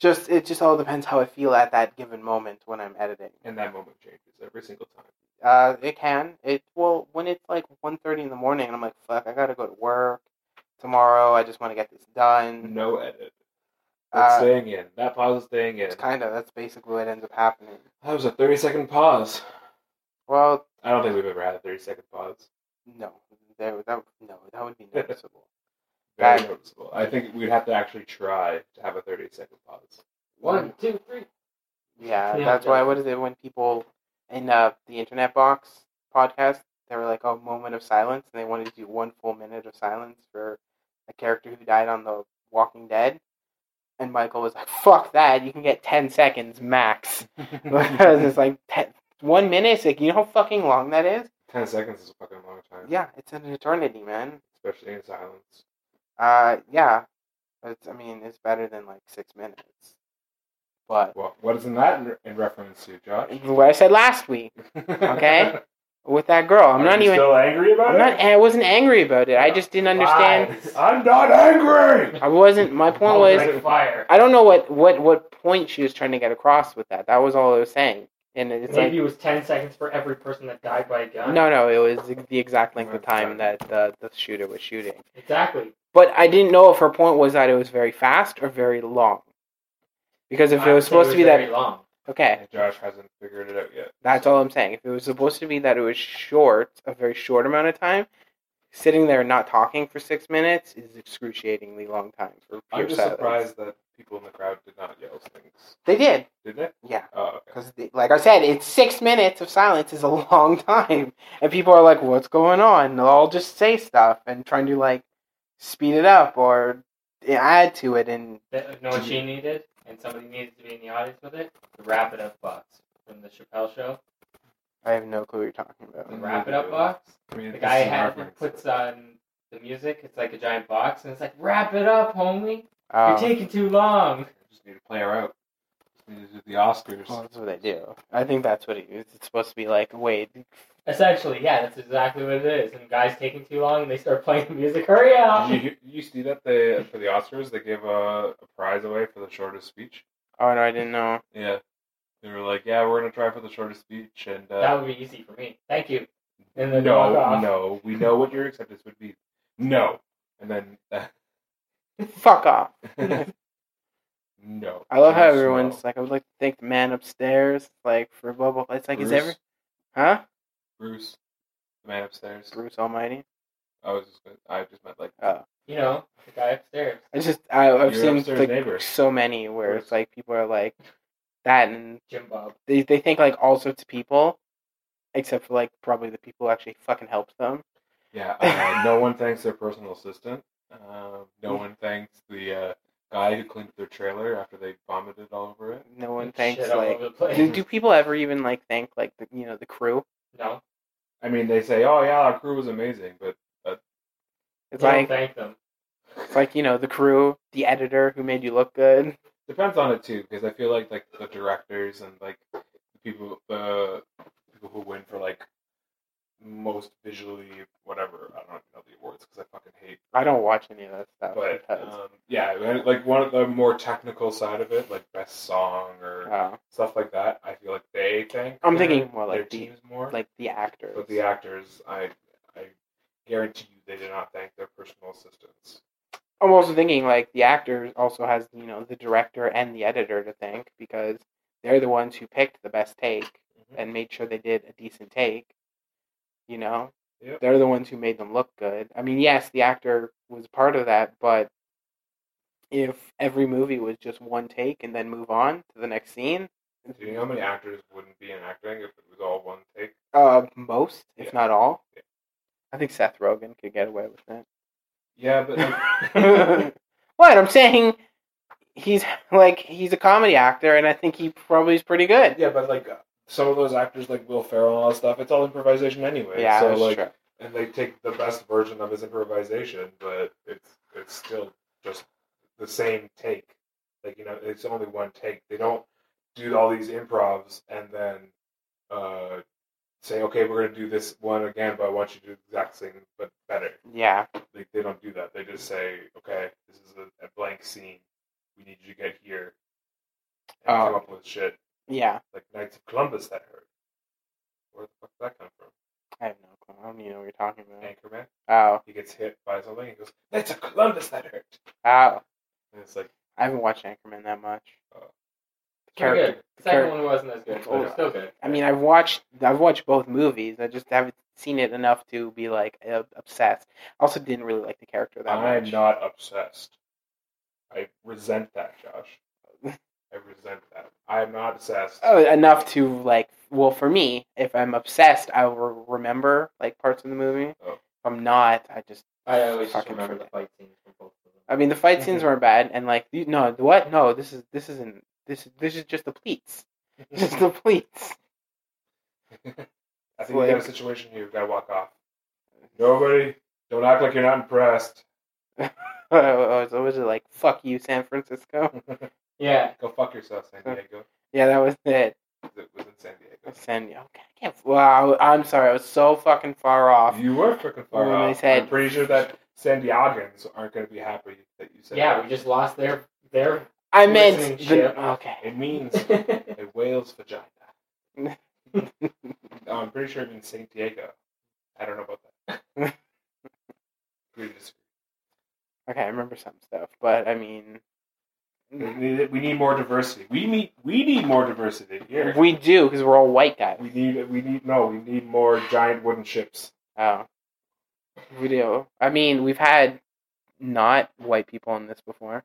Just it just all depends how I feel at that given moment when I'm editing. And that moment changes every single time. Uh, it can. It well when it's like 1.30 in the morning, and I'm like, fuck, I gotta go to work tomorrow. I just want to get this done. No edit. Mm, That's Uh, staying in. That pause is staying in. It's kind of that's basically what ends up happening. That was a 30 second pause. Well, I don't think we've ever had a 30 second pause. no, there that no, that would be noticeable. Very That- noticeable. I think we'd have to actually try to have a 30 second pause. One, two, three. Yeah, Yeah, that's why. What is it when people in uh, the Internet Box podcast they were like, oh, moment of silence, and they wanted to do one full minute of silence for a character who died on The Walking Dead. And Michael was like, "Fuck that! You can get ten seconds max." Because it's like te- one minute. It's like you know how fucking long that is. 10 seconds is a fucking long time. Yeah, it's an eternity, man. Especially in silence. Uh, yeah. It's, I mean, it's better than like six minutes. But Well, what is in that in, in reference to, Josh? what I said last week Okay. with that girl, I'm Are not you even. still angry about I'm it? not. I wasn't angry about it. I just didn't understand. Lies. I'm not angry! I wasn't. My point Balls was, Alright. like fire. I don't know what what what point she was trying to get across with that. That was all I was saying. And it's Maybe like, it was ten seconds for every person that died by a gun. no, no, it was the exact length of time that the the shooter was shooting. Exactly. But I didn't know if her point was that it was very fast or very long. Because if I it would was say supposed to be very that long. okay, And Josh hasn't figured it out yet. that's all I'm saying. If it was supposed to be that it was short, a very short amount of time, sitting there not talking for six minutes is excruciatingly long time for pure I'm just silence. surprised that people in the crowd did not yell things. They did, Did they? yeah. Oh, okay. Because, like I said, it's six minutes of silence is a long time, and people are like, "What's going on?" They'll all just say stuff and trying to like speed it up or add to it and That, you know what she needed, and somebody needed to be in the audience with it. The wrap it up box from the Chappelle show. I have no clue what you're talking The about. wrap it up box. I mean, The this guy is an had reference. puts on the music. It's like a giant box, and it's like wrap it up, homie. You're Um, taking too long. I just need to play her out. Just need to do the Oscars. well, that's what they do. I think that's what it is. It's supposed to be like, wait, Essentially, yeah, that's exactly what it is. And guys taking too long, and they start playing the music. Hurry up! Did you, did you see that they for the Oscars they gave a, a prize away for the shortest speech? oh no, I didn't know. Yeah, they were like, yeah, we're gonna try for the shortest speech, and uh, That would be easy for me. Thank you. And then walk no, off. no, we know what your acceptance would be. No, and then Fuck off. no. I love how Just everyone's no. like, I would like to thank the man upstairs, like for blah blah. blah. It's like, is Bruce. every huh? Bruce, the man upstairs. Bruce Almighty. I was just gonna, I just meant like Oh, You know, the guy upstairs. I just I, I've Your seen upstairs like neighbor. so many where it's Bruce. like people are like that, and Jim Bob. they they think like all sorts of people, except for like probably the people who actually fucking helped them. yeah. Uh, no one thanks their personal assistant. Um, no one thanks the uh, guy who cleaned their trailer after they vomited all over it. No one Shit thanks all like. over the place. Do, do people ever even like thank like the, you know the crew? No, I mean, they say, "Oh yeah, our crew was amazing," but It's you don't like thank them. it's like you know the crew, the editor who made you look good. depends on it too because i feel like like the directors and like the people the people who win for like most visually whatever i don't know the awards because i fucking hate I don't watch any of that stuff but because um, yeah and, like one of the more technical side of it like best song or uh, stuff like that i feel like they thank I'm their- thinking more their like the teams more like the actors. but the actors i i guarantee you they did not thank their personal assistants I'm also thinking like the actor also has you know the director and the editor to thank because they're the ones who picked the best take and made sure they did a decent take. You know, Yep. they're the ones who made them look good. I mean, yes, the actor was part of that, but if every movie was just one take and then move on to the next scene, do you know how many actors wouldn't be in acting if it was all one take uh, most if Yeah. not all, Yeah. I think Seth Rogen could get away with that. yeah but like, what I'm saying, he's like he's a comedy actor, and I think he probably is pretty good. Yeah, but like some of those actors, like Will Ferrell and all that stuff, it's all improvisation anyway. Yeah, so that's like, true. and they take the best version of his improvisation, but it's it's still just the same take. Like you know, it's only one take. They don't do all these improvs and then uh, say, okay, we're gonna do this one again, but I want you to do the exact same but better. Yeah, Like they don't do that. They just say, okay, this is a, a blank scene. We need you to get here and Oh. come up with shit yeah. like Knights of Columbus that hurt. Where the fuck did that come from? I have no clue. I don't even know what you're talking about. Anchorman. Oh, He gets hit by something. He goes, Knights of Columbus that hurt. oh. And it's like, I haven't watched Anchorman that much. Oh. The Pretty character. good. Second char- one wasn't as good, but it was still good. I mean, I've watched I've watched both movies. I just haven't seen it enough to be like ob- obsessed. I also didn't really like the character that I'm much. not obsessed. I resent that, Josh. I resent that. I'm not obsessed. Oh, enough to like. Well, for me, if I'm obsessed, I will remember like parts of the movie. Oh. If I'm not, I just. I always just fucking remember the forget. fight scenes from both of them. I mean, the fight scenes weren't bad, and like, you, no, the what? No, this is this isn't this. This is just the pleats. This is the pleats. I think you got a situation here. You've got to walk off. Nobody, don't act like you're not impressed. Oh, so was it like fuck you, San Francisco? Yeah, Go fuck yourself, San Diego. Yeah, that was it. It was in San Diego. San okay, I can't. Wow, I'm sorry, I was so fucking far off. You were freaking far When I off. said- I'm pretty sure that San Diegans aren't going to be happy that you said yeah, that. we just lost their their. I You're meant listening the, shit. okay. It means a whale's vagina. No, I'm pretty sure it means San Diego. I don't know about that. we, just, Okay, I remember some stuff, but I mean, we, need, we need more diversity. We need we need more diversity here. we do because we're all white guys. We need we need no. We need more giant wooden ships. Oh, we do. I mean, we've had not white people in this before.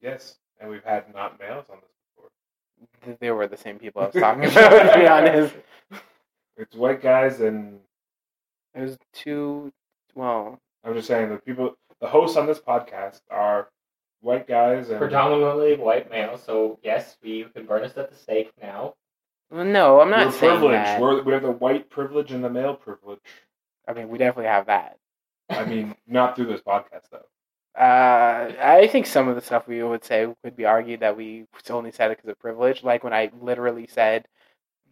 Yes, and we've had not males on this before. Th- They were the same people I was talking about. to be honest, It's white guys and it was two. Well, I'm just saying the people, the hosts on this podcast are white guys and Predominantly white male, so yes, we, you can burn us at the stake now. Well, no, I'm not we're saying privileged. that. We're, we have the white privilege and the male privilege. I mean, we definitely have that. I mean, not through this podcast though. Uh, I think some of the stuff we would say could be argued that we only said it because of privilege. Like when I literally said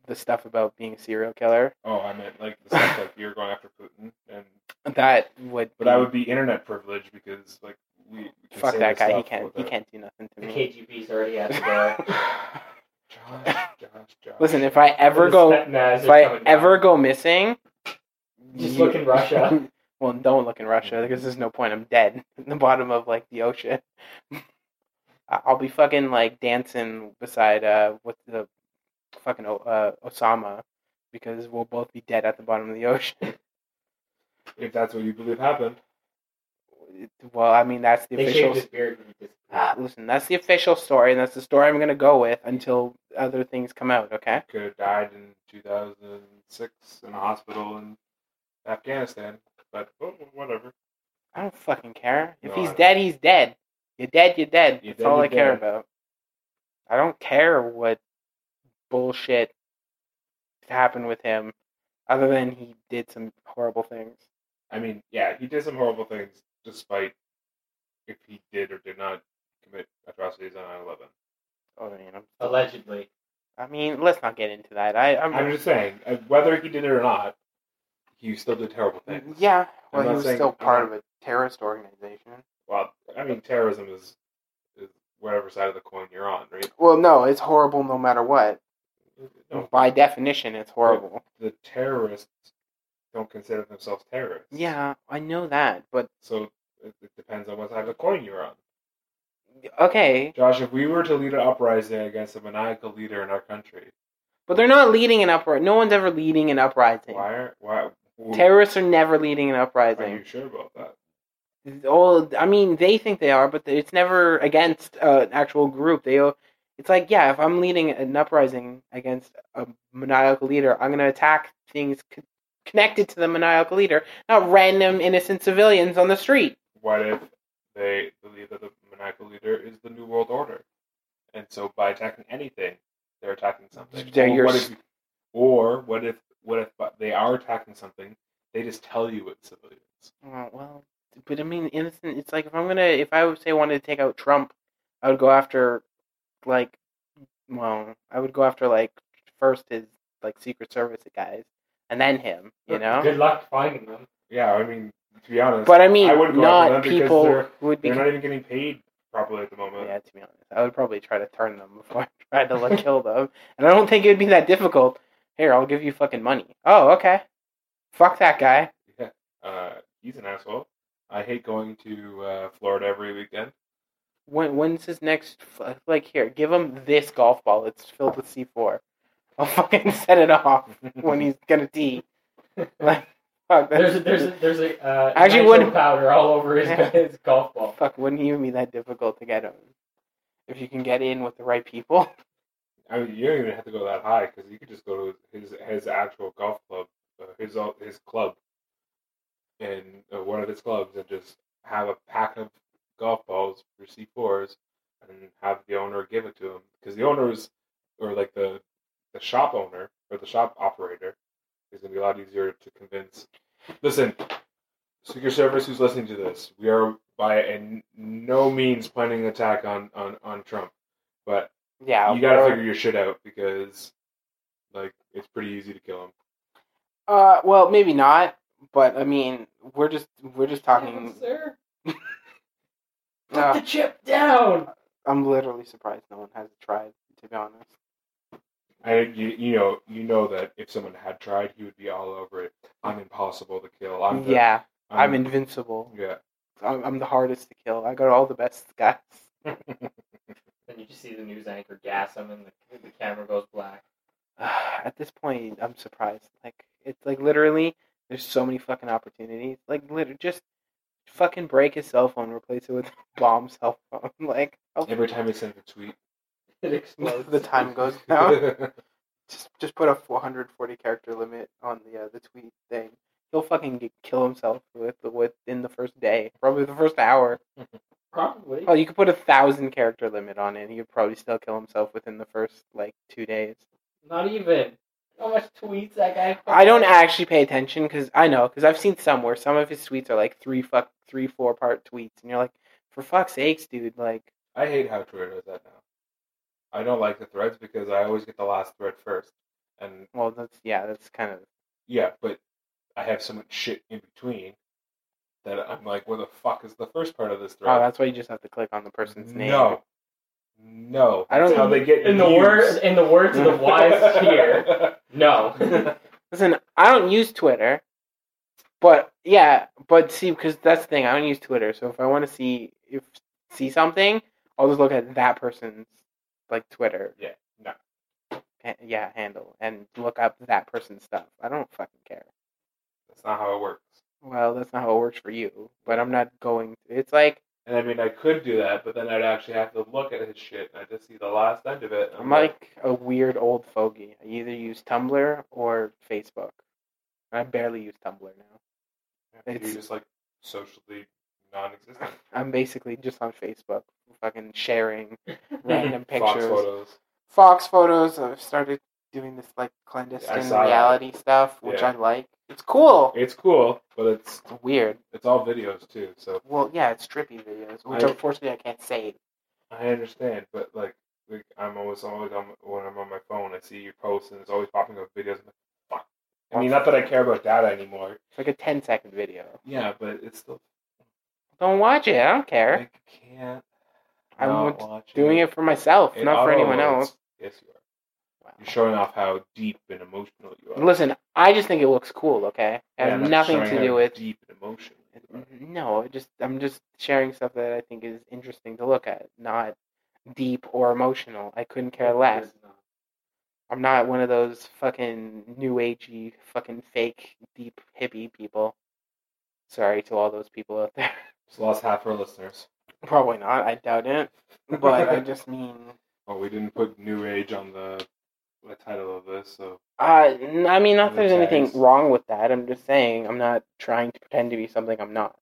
the stuff about being a serial killer, Oh, I meant like the stuff like you're going after Putin, and that would. but be- I would be internet privilege because like we, we can fuck say this that guy. He stuff can't. He without- can't do nothing to The me. KGB's already at the door. Josh, Josh, Josh. Listen, if I ever The go, Spetsnaz if are I coming down. ever go missing, Just look in Russia. well, don't look in Russia because there's no point. I'm dead in the bottom of like the ocean. I- I'll be fucking like dancing beside uh with the fucking O- uh, Osama because we'll both be dead at the bottom of the ocean. if that's what you believe happened, Well, I mean that's the they official. shaved his beard when he Ah, disappeared. listen, that's the official story, and that's the story I'm gonna go with until other things come out. Okay. could have died in 2006 in a hospital in Afghanistan. But oh, whatever. I don't fucking care. If No, he's I- dead, he's dead. You're dead, you're dead. You're That's dead, all you're I care dead. about. I don't care what bullshit happened with him other than he did some horrible things. I mean, yeah, he did some horrible things, despite if he did or did not commit atrocities on 9/11. Oh, I mean, I'm- Allegedly. I mean, let's not get into that. I, I'm, I'm just saying, uh, whether he did it or not, he still did terrible things. mm, yeah. I'm Well, he not was saying- still I'm part not- of a terrorist organization. Well, I mean, terrorism is, is whatever side of the coin you're on, right? Well, no, it's horrible no matter what. No, By definition, it's horrible. the terrorists don't consider themselves terrorists. Yeah, I know that, but So it, it depends on what side of the coin you're on. okay. Josh, if we were to lead an uprising against a maniacal leader in our country, But they're not leading an uprising. No one's ever leading an uprising. why? are- Why? who- Terrorists are never leading an Are you uprising. sure about that? All I mean, they think they are, but it's never against uh, an actual group. They, it's like yeah, if I'm leading an uprising against a maniacal leader, I'm gonna attack things co- connected to the maniacal leader, not random innocent civilians on the street. What if they believe that the maniacal leader is the New World Order, and so by attacking anything, they're attacking something. They're or, your what s- if, or what if? What if bu- they are attacking something? They just tell you it's civilians. Oh, well, but I mean, innocent. It's like if I'm gonna, if I would say wanted to take out Trump, I would go after, like, well, I would go after like first his like Secret Service guys, and then him. You know. Good luck finding them. Yeah, I mean, to be honest, But I mean, I wouldn't go after not them because people they're- who would be. they're not even getting paid properly at the moment. yeah, to be honest, I would probably try to turn them before I tried to like kill them, and I don't think it would be that difficult. Here, I'll give you fucking money. Oh, okay. Fuck that guy. Uh, he's an asshole. I hate going to uh, Florida every weekend. When when's his next? f- Like here, give him this golf ball. It's filled with C four. I'll fucking set it off when he's gonna tee. Like, fuck. That's, There's a, there's a, there's a uh, Actually, nitro wouldn't- powder all over his, Yeah. his golf ball. fuck. Wouldn't even be that difficult to get him if you can get in with the right people. I mean, you don't even have to go that high because you could just go to his his actual golf club, uh, his o- his club, and uh, one of his clubs, and just have a pack of golf balls for C fours, and have the owner give it to him because the owners or like the the shop owner or the shop operator is going to be a lot easier to convince. Listen, Secret Service, who's listening to this, we are by and no means planning an attack on on on Trump, but Yeah, you gotta we're- figure your shit out because, like, it's pretty easy to kill him. Uh, well, maybe not, but I mean, we're just we're just talking. Damn, sir. Put Uh, the chip down. I'm literally surprised no one has tried. To be honest, And you, you know, you know that if someone had tried, he would be all over it. I'm impossible to kill. I'm the, yeah, I'm, I'm invincible. Yeah, I'm, I'm the hardest to kill. I got all the best guys. Then you just see the news anchor gas him, and the, the camera goes black. At this point, I'm surprised. Like it's like literally, there's so many fucking opportunities. Like literally, just fucking break his cell phone, replace it with a bomb cell phone. Like oh, every time he sends a tweet, It explodes. the time goes down. just just put a 440 character limit on the uh, the tweet thing. He'll fucking get, kill himself with the within the first day, probably the first hour. Probably. Oh, you could put a thousand character limit on it. and He would probably still kill himself within the first like two days. Not even. How much tweets that guy? I don't actually pay attention because I know because I've seen some where some of his tweets are like three fuck three four part tweets, and you're like, for fuck's sakes, dude! Like, I hate how Twitter does that now. I don't like the threads because I always get the last thread first, and well, that's yeah, that's kind of yeah, but I have so much shit in between that I'm like, where the fuck is the first part of this thread? oh, that's why you just have to click on the person's name. No, no. I don't- That's how they get In the views. words, in the words of the wise here, no. Listen, I don't use Twitter, but yeah, but see, because that's the thing, I don't use Twitter. So if I want to see if see something, I'll just look at that person's like Twitter, Yeah, no. ha- yeah, handle, and look up that person's stuff. I don't fucking care. That's not how it works. Well, that's not how it works for you, but I'm not going. It's like And I mean, I could do that, but then I'd actually have to look at his shit, and I just see the last end of it. and I'm like a weird old fogey. I either use Tumblr or Facebook. I barely use Tumblr now. you're it's- just like socially non-existent. I'm basically just on Facebook, fucking sharing random Fox pictures. photos. Fox photos. I've started doing this like I clandestine saw that. reality stuff, which Yeah. I like. It's cool. It's cool, but it's It's weird. it's all videos too. So Well, yeah, it's trippy videos, which I- unfortunately I can't save. I understand, but like, like I'm always always on when I'm on my phone, I see your posts, and it's always popping up videos. I'm like, fuck. I mean, not that I care about data anymore. It's like a 10 second video. Yeah, but it's still Don't watch it. I don't care. I can't. I'm not w- watch doing it for myself, It not for anyone auto-loads. else. Yes, you are. Wow. You're showing off how deep and emotional you are. Listen, I just think it looks cool. Okay, it Yeah, has that's nothing showing to how do with. deep and emotional. you are. No, it just I'm just sharing stuff that I think is interesting to look at, not deep or emotional. I couldn't care less. I'm not one of those fucking new agey, fucking fake, deep hippie people. Sorry to all those people out there. Just lost half our listeners. Probably not. I doubt it. But I just mean, Oh, we didn't put New Age on the, the title of this, so uh, n- I mean, not that there's anything Nice. wrong with that. I'm just saying, I'm not trying to pretend to be something I'm not.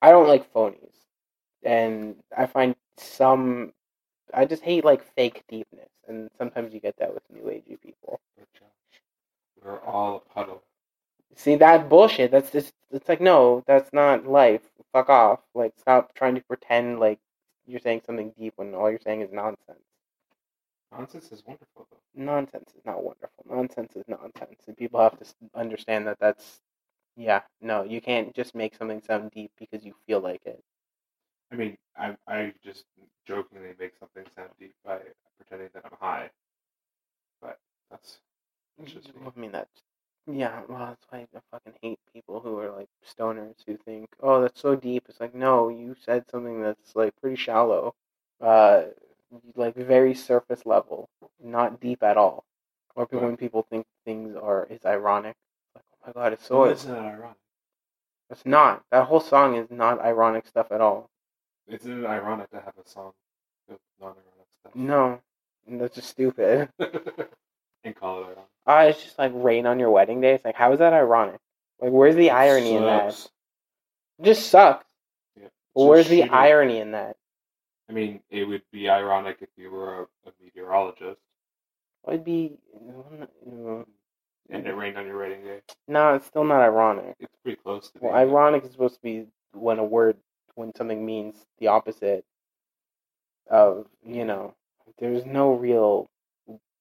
I don't like phonies, and I find some. I just hate like fake deepness, and sometimes you get that with new agey people. uh, we're all a puddle. See that bullshit. That's just. It's like no, that's not life. Fuck off. Like stop trying to pretend like you're saying something deep when all you're saying is nonsense. Nonsense is wonderful, though. Nonsense is not wonderful. Nonsense is nonsense, and people have to s- understand that. That's yeah. No, you can't just make something sound deep because you feel like it. I mean, I I just jokingly make something sound deep by pretending that I'm high, but that's that's just me. Mm, I mean that's yeah. Well, that's why I fucking hate people who are like stoners who think, oh, that's so deep. It's like no, you said something that's like pretty shallow, uh, like very surface level, not deep at all. Or people, Right. when people think things are is ironic, like oh my god, it's so it's not ironic. it's not. That whole song is not ironic stuff at all. Isn't it ironic to have a song with non-ironic No, that's just stupid. stuff and call it ironic? Ah, it's just like rain on your wedding day. It's like how is that ironic? Like where's the irony in that? Sucks. It just sucks. Yeah. Well, So where's the shooting- irony in that? I mean, it would be ironic if you were a, a meteorologist It'd be no, and it rained on your wedding day. it's still not ironic. It's pretty close to. Well, being it. ironic is supposed to be when a word, when something means the opposite of you know. There's no real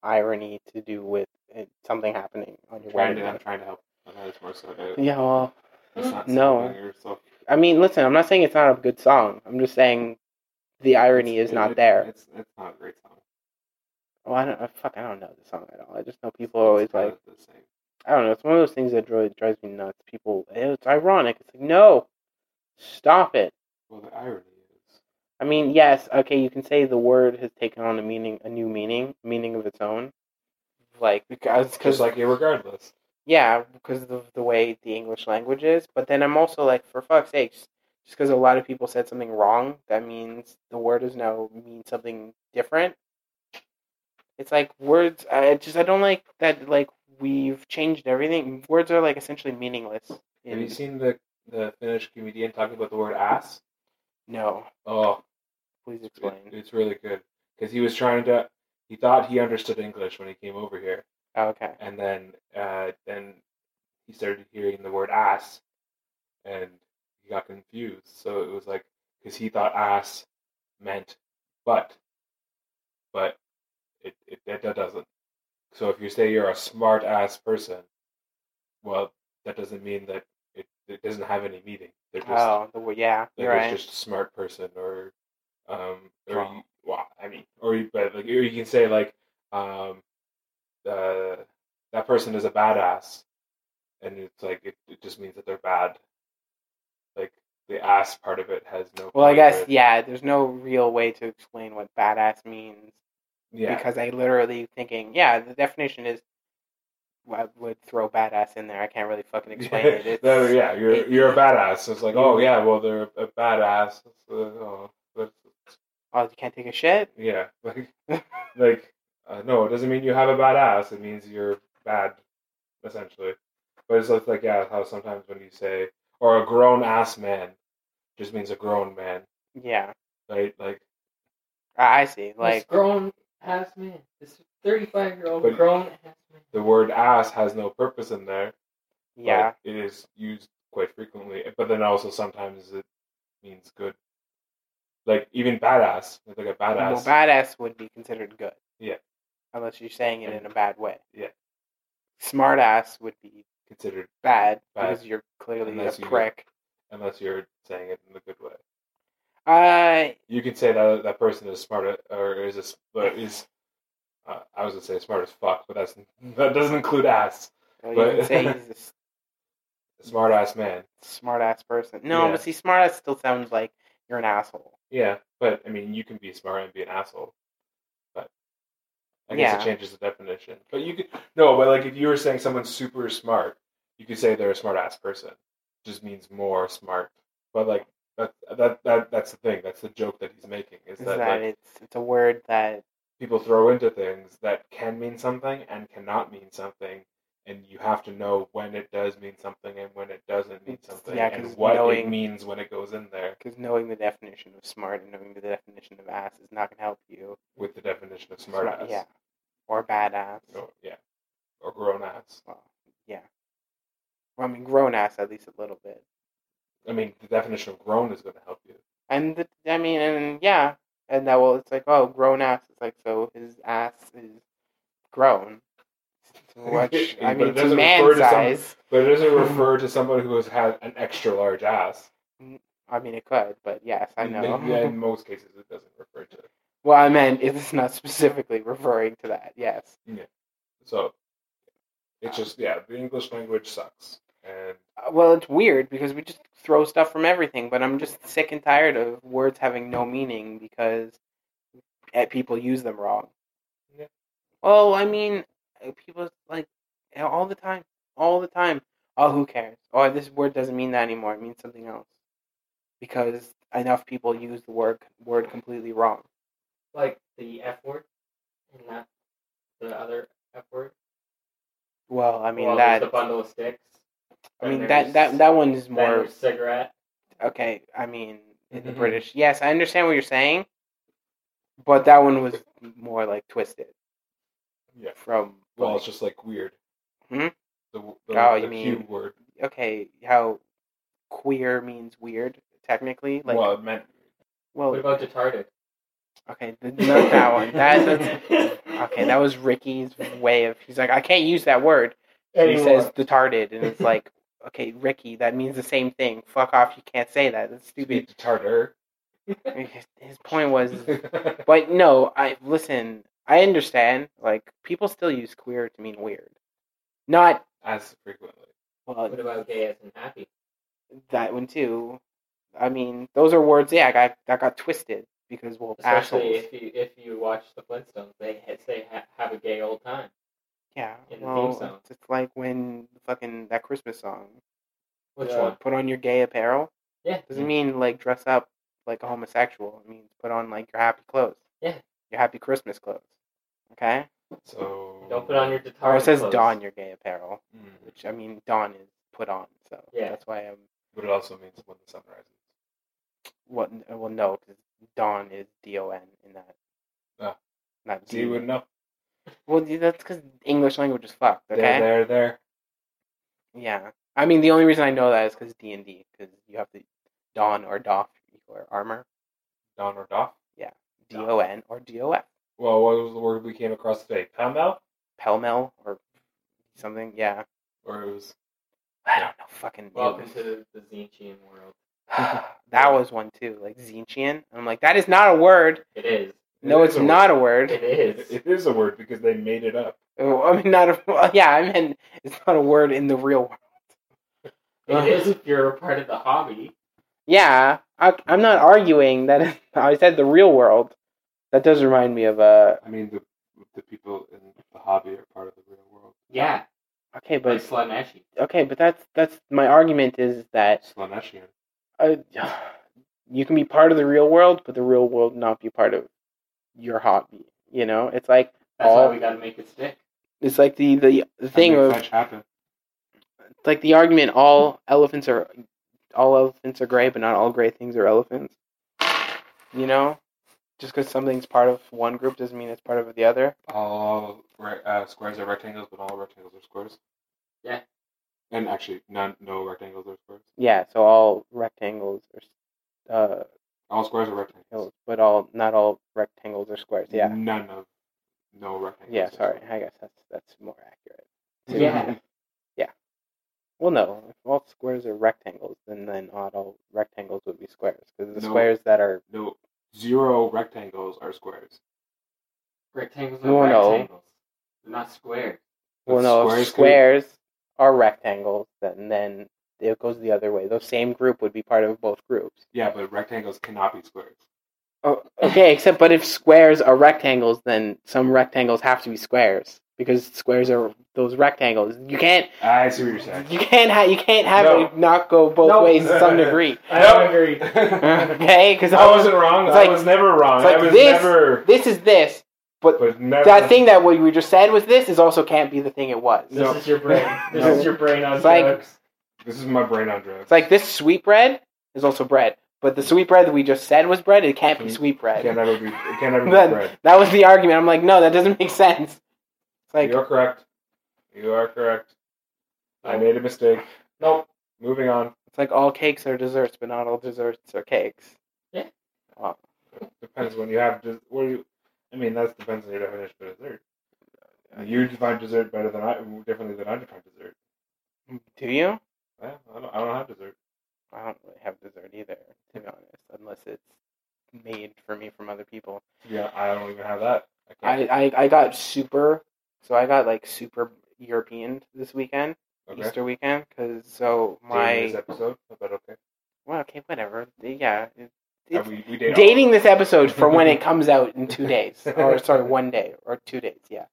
irony to do with it, something happening on your trying wedding to, I'm day. trying to help. I know it's more so. uh, Yeah, well, It's not Mm, No. something you're so- I mean, listen, I'm not saying it's not a good song. I'm just saying the irony it's- is it- not it- there. It's it's not a great song. Well, I don't, I fuck, I don't know the song at all. I just know people are always It's kind like, of the same. I don't know. It's one of those things that really drives me nuts. People, it's ironic. It's like, no, stop it. Well, the irony is I mean, yes, okay, you can say the word has taken on a meaning, a new meaning, meaning of its own. Like because, because like irregardless. yeah, because of the way the English language is. But then I'm also like, for fuck's sake, just because a lot of people said something wrong, that means the word is now mean something different. It's like words. I just I don't like that. Like we've changed everything. Words are like essentially meaningless. Have in- you seen the the Finnish comedian talking about the word ass? No, Oh, please It- explain. it's really good because he was trying to. He thought he understood English when he came over here, Oh, Okay. and then uh, then he started hearing the word ass, and he got confused. So it was like because he thought ass meant butt, but it, it that, that doesn't. So if you say you're a smart ass person, well, that doesn't mean that it, it doesn't have any meaning. They're just Oh, the, wo- yeah, like you're right. it's just a smart person or um or Wow. you, well, I mean or you but like or you can say like um uh that person is a badass and it's like it, it just means that they're bad. Like the ass part of it has no Well, I part guess of it. yeah. There's no real way to explain what badass means yeah. because I literally thinking yeah. The definition is well, I would throw badass in there. I can't really fucking explain it. It's, No, yeah, you're it- you're a badass. It's like, You- oh yeah, well they're a badass. It's, uh, oh, but Oh, you can't take a shit. yeah, like like uh, no, it doesn't mean you have a bad ass. It means you're bad, essentially. But it's like, like yeah, how sometimes when you say or a grown ass man, just means a grown man, Yeah, right? Like, I I see. Like Like grown ass man, this thirty-five year old But- grown ass man. the word ass has no purpose in there. but yeah, it is used quite frequently. But then also sometimes it means good. Like even badass, like a badass. well, badass would be considered good. Yeah. unless you're saying it in a bad way. Yeah. smart ass would be considered bad, Bad. because you're clearly Unless a you- prick. unless you're saying it in a good way. Uh, you can say that that person is smart a- or is a, s- but is uh, I was gonna say smart as fuck, but that's that doesn't include ass. well, But- you can say he's a s- Smart ass man. smart ass person. No, Yeah. but see, smart ass still sounds like you're an asshole. Yeah, but I mean, you can be smart and be an asshole. But I guess Yeah. it changes the definition. But you could no, but like if you were saying someone's super smart, you could say they're a smart ass person. Just means more smart. But like that that that that's the thing. That's the joke that he's making. Is Is that, that, like, it's it's a word that people throw into things that can mean something and cannot mean something and you have to know when it does mean something and when it doesn't mean It's- something yeah, 'cause and what it knowing- means when it goes in there because knowing the definition of smart and knowing the definition of ass is not gonna help you. with the definition of smart ass yeah, or badass. or, yeah or grown ass Well, yeah. Well, I mean, grown ass at least a little bit, i mean the definition of grown is going to help you and the, I mean, and yeah, and that well, it's like oh, grown ass. It's like so his ass is grown. Which, But I it mean, to doesn't man refer to some- size. but it doesn't refer to someone who has had an extra large ass I mean, it could, but yes, I know. in, in most cases it doesn't refer to Well, I meant it is not specifically referring to that. Yes. so it's just yeah the english language sucks and Uh, Well, it's weird because we just throw stuff from everything, but I'm just sick and tired of words having no meaning because eh, people use them wrong. Yeah. Well, I mean, eh, people like eh, all the time, all the time. Oh, who cares? Oh, this word doesn't mean that anymore. It means something else because enough people use the word word completely wrong. Like the F word, and not the other F word. Well, I mean well, there's that. the bundle of sticks. I Then mean there's- that that that one is then more there's cigarette. okay. I mean in the Mhm. British. Yes, I understand what you're saying, but that one was more like twisted yeah from. Well, like, it's just like weird. Hmm? The, w- the, Oh, the you mean- Q word. okay, how queer means weird technically. Like well, well, it meant What about retarded? okay, th- not that one. That that's, okay. That was Ricky's way of. He's like, I can't use that word. And he says retarded, and it's like, okay, Ricky, that means the same thing. Fuck off. You can't say that. That's stupid. speak to Tartar. His his point was But no, I listen. I understand. Like people still use queer to mean weird. Not As frequently. well, What about gay as in happy? that one too. I mean, those are words. Yeah, I got that got twisted because well, Especially assholes. if you if you watch the Flintstones, they ha- say ha- have a gay old time. Yeah, in the theme song. well, it's just like when fucking that Christmas song. Which uh, one? Put on your gay apparel. Oh. Yeah. Doesn't mean like dress up like a homosexual. It means put on like your happy clothes. Yeah. Your happy Christmas clothes. Okay. So. Don't put on your retarded. Or Oh, it says clothes. don your gay apparel, Mm. which I mean don is put on. So Yeah. that's why I'm But it also means when the sun rises. What? uh, Well, no, because Don is D O N in that. Oh. Not So you D. would know. Well, dude, that's because English language is fucked. Okay. There, there, there. Yeah. I mean, the only reason I know that is because D and D, because you have to Don or Doff or armor, Don or Doff. D O N or D O F, Well, what was the word we came across today? Pall Mall? pell mell or something. Yeah. Or it was. I don't know. Fucking. Welcome to the, the Zinchian world. that was one too. Like Zinchian. I'm like, that is not a word. It is. No, It it's is a not word. a word. It is. It is a word because they made it up. Oh, I mean, not a. well, yeah, I mean, it's not a word in the real world. It is if you're a part of the hobby. Yeah, I, I'm not arguing that. I said the real world. That does remind me of uh, a. I mean, the the people in the hobby are part of the real world. Yeah, Okay, but but it's Slaneshi. okay, but that's that's my argument is that Slaneshian. uh, you can be part of the real world, but the real world not be part of your hobby. You know, it's like That's all why we gotta make it stick. it's like the the, the I thing make of French happen. it's like the argument all elephants are all elephants are gray, but not all gray things are elephants. You know, just because something's part of one group doesn't mean it's part of the other. All re- uh, squares are rectangles, but all rectangles are squares. Yeah. And actually, none, no rectangles are squares. Yeah, so all rectangles are uh, All squares are rectangles. hills, but all not all rectangles are squares. Oh, Yeah, None of no rectangles. yeah. are Sorry, squares. I guess that's that's more accurate. Yeah. Well, no, if all squares are rectangles, then then not all rectangles would be squares because the No. squares that are No. Zero rectangles are squares. Rectangles are No, no. rectangles. They're not square. But well, no, squares if could- squares are rectangles, then then it goes the other way. Those same group would be part of both groups. Yeah, but rectangles cannot be squares. Oh, okay, except but if squares are rectangles, then some rectangles have to be squares because squares are those rectangles. You can't I see what you're saying. you can't ha- you can't have No. it not go both No. ways to some degree. I don't agree. okay, because I wasn't wrong. It's I like- was never wrong. it's like I was this- never. this is this. But never. That thing that what we just said was this is also can't be the thing it was. This No. is your brain. This No. is your brain on It's like- drugs. This is my brain on drugs. It's like this sweetbread is also bread, but the sweetbread that we just said was bread. It can't be Mm. sweetbread. Can't ever be. It can't ever be Then- bread. That was the argument. I'm like, no, that doesn't make sense. It's like You're correct. You are correct. I made a mistake. Nope. Moving on. it's like all cakes are desserts, but not all desserts are cakes. Depends when you have. Des- what do you? I mean, that depends on your definition of dessert. You define dessert better than I, differently than I define dessert. Do you? Yeah, I don't, I don't have dessert. I don't really have dessert either, to be honest, unless it's made for me from other people. Yeah, I don't even have that. I, I, I got super, so I got like super European this weekend, okay. Easter weekend, because so Dating my this episode, but okay. well, okay, whatever, yeah, it, Uh, it's we, we date all- dating this episode for when it comes out in two days, or sorry, one day or two days, yeah.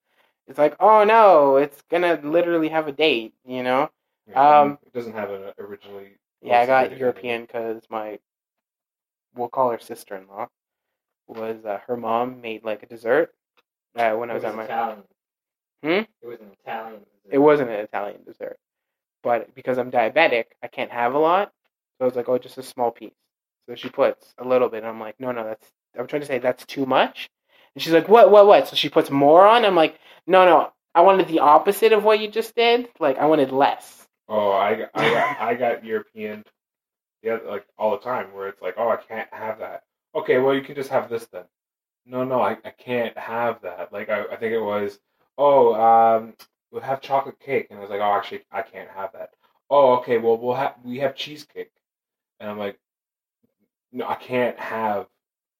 It's like, oh no, it's gonna literally have a date, you know? Yeah, um, it doesn't have an originally. Yeah, I got Well, European because my, we'll call her sister-in-law, was uh, her mom made like a dessert uh, when I was it was at my Italian. Hmm? It was an Italian. it wasn't an Italian dessert. But because I'm diabetic, I can't have a lot. So I was like, oh, just a small piece. So she puts a little bit. And I'm like, no, no, that's, I'm trying to say that's too much. And she's like, what, what, what? So she puts more on. I'm like, no, no, I wanted the opposite of what you just did. Like, I wanted less. Oh, I got, I got, I got European. Yeah, like all the time, where it's like, oh, I can't have that. Okay, well, you can just have this then. No, no, I, I can't have that. Like, I, I think it was, oh, um, we'll have chocolate cake, and I was like, oh, actually, I can't have that. Oh, okay, well, we'll have we have cheesecake, and I'm like, no, I can't have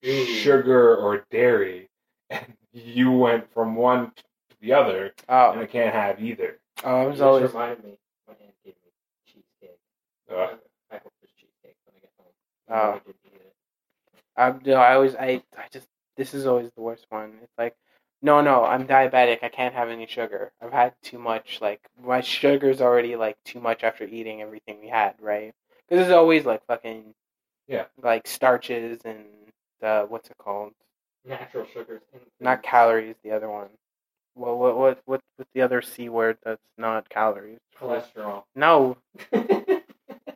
Ooh. sugar or dairy. And you went from one to the other, and I Oh, can't have either. oh I You was just always, reminded me. My aunt gave me cheesecake. Ugh. I hope there's cheesecake when I get home. Oh. I didn't eat it. I, no, I always, I, I just, this is always the worst one. It's like, no, no, I'm diabetic. I can't have any sugar. I've had too much. Like, my sugar's already, like, too much after eating everything we had, right? Because it's always, like, fucking, Yeah. like, starches and, uh, what's it called? Natural sugars. In Not calories, the other one. Well, what, what, what, what's the other C word that's not calories? cholesterol. No, Cholesterol.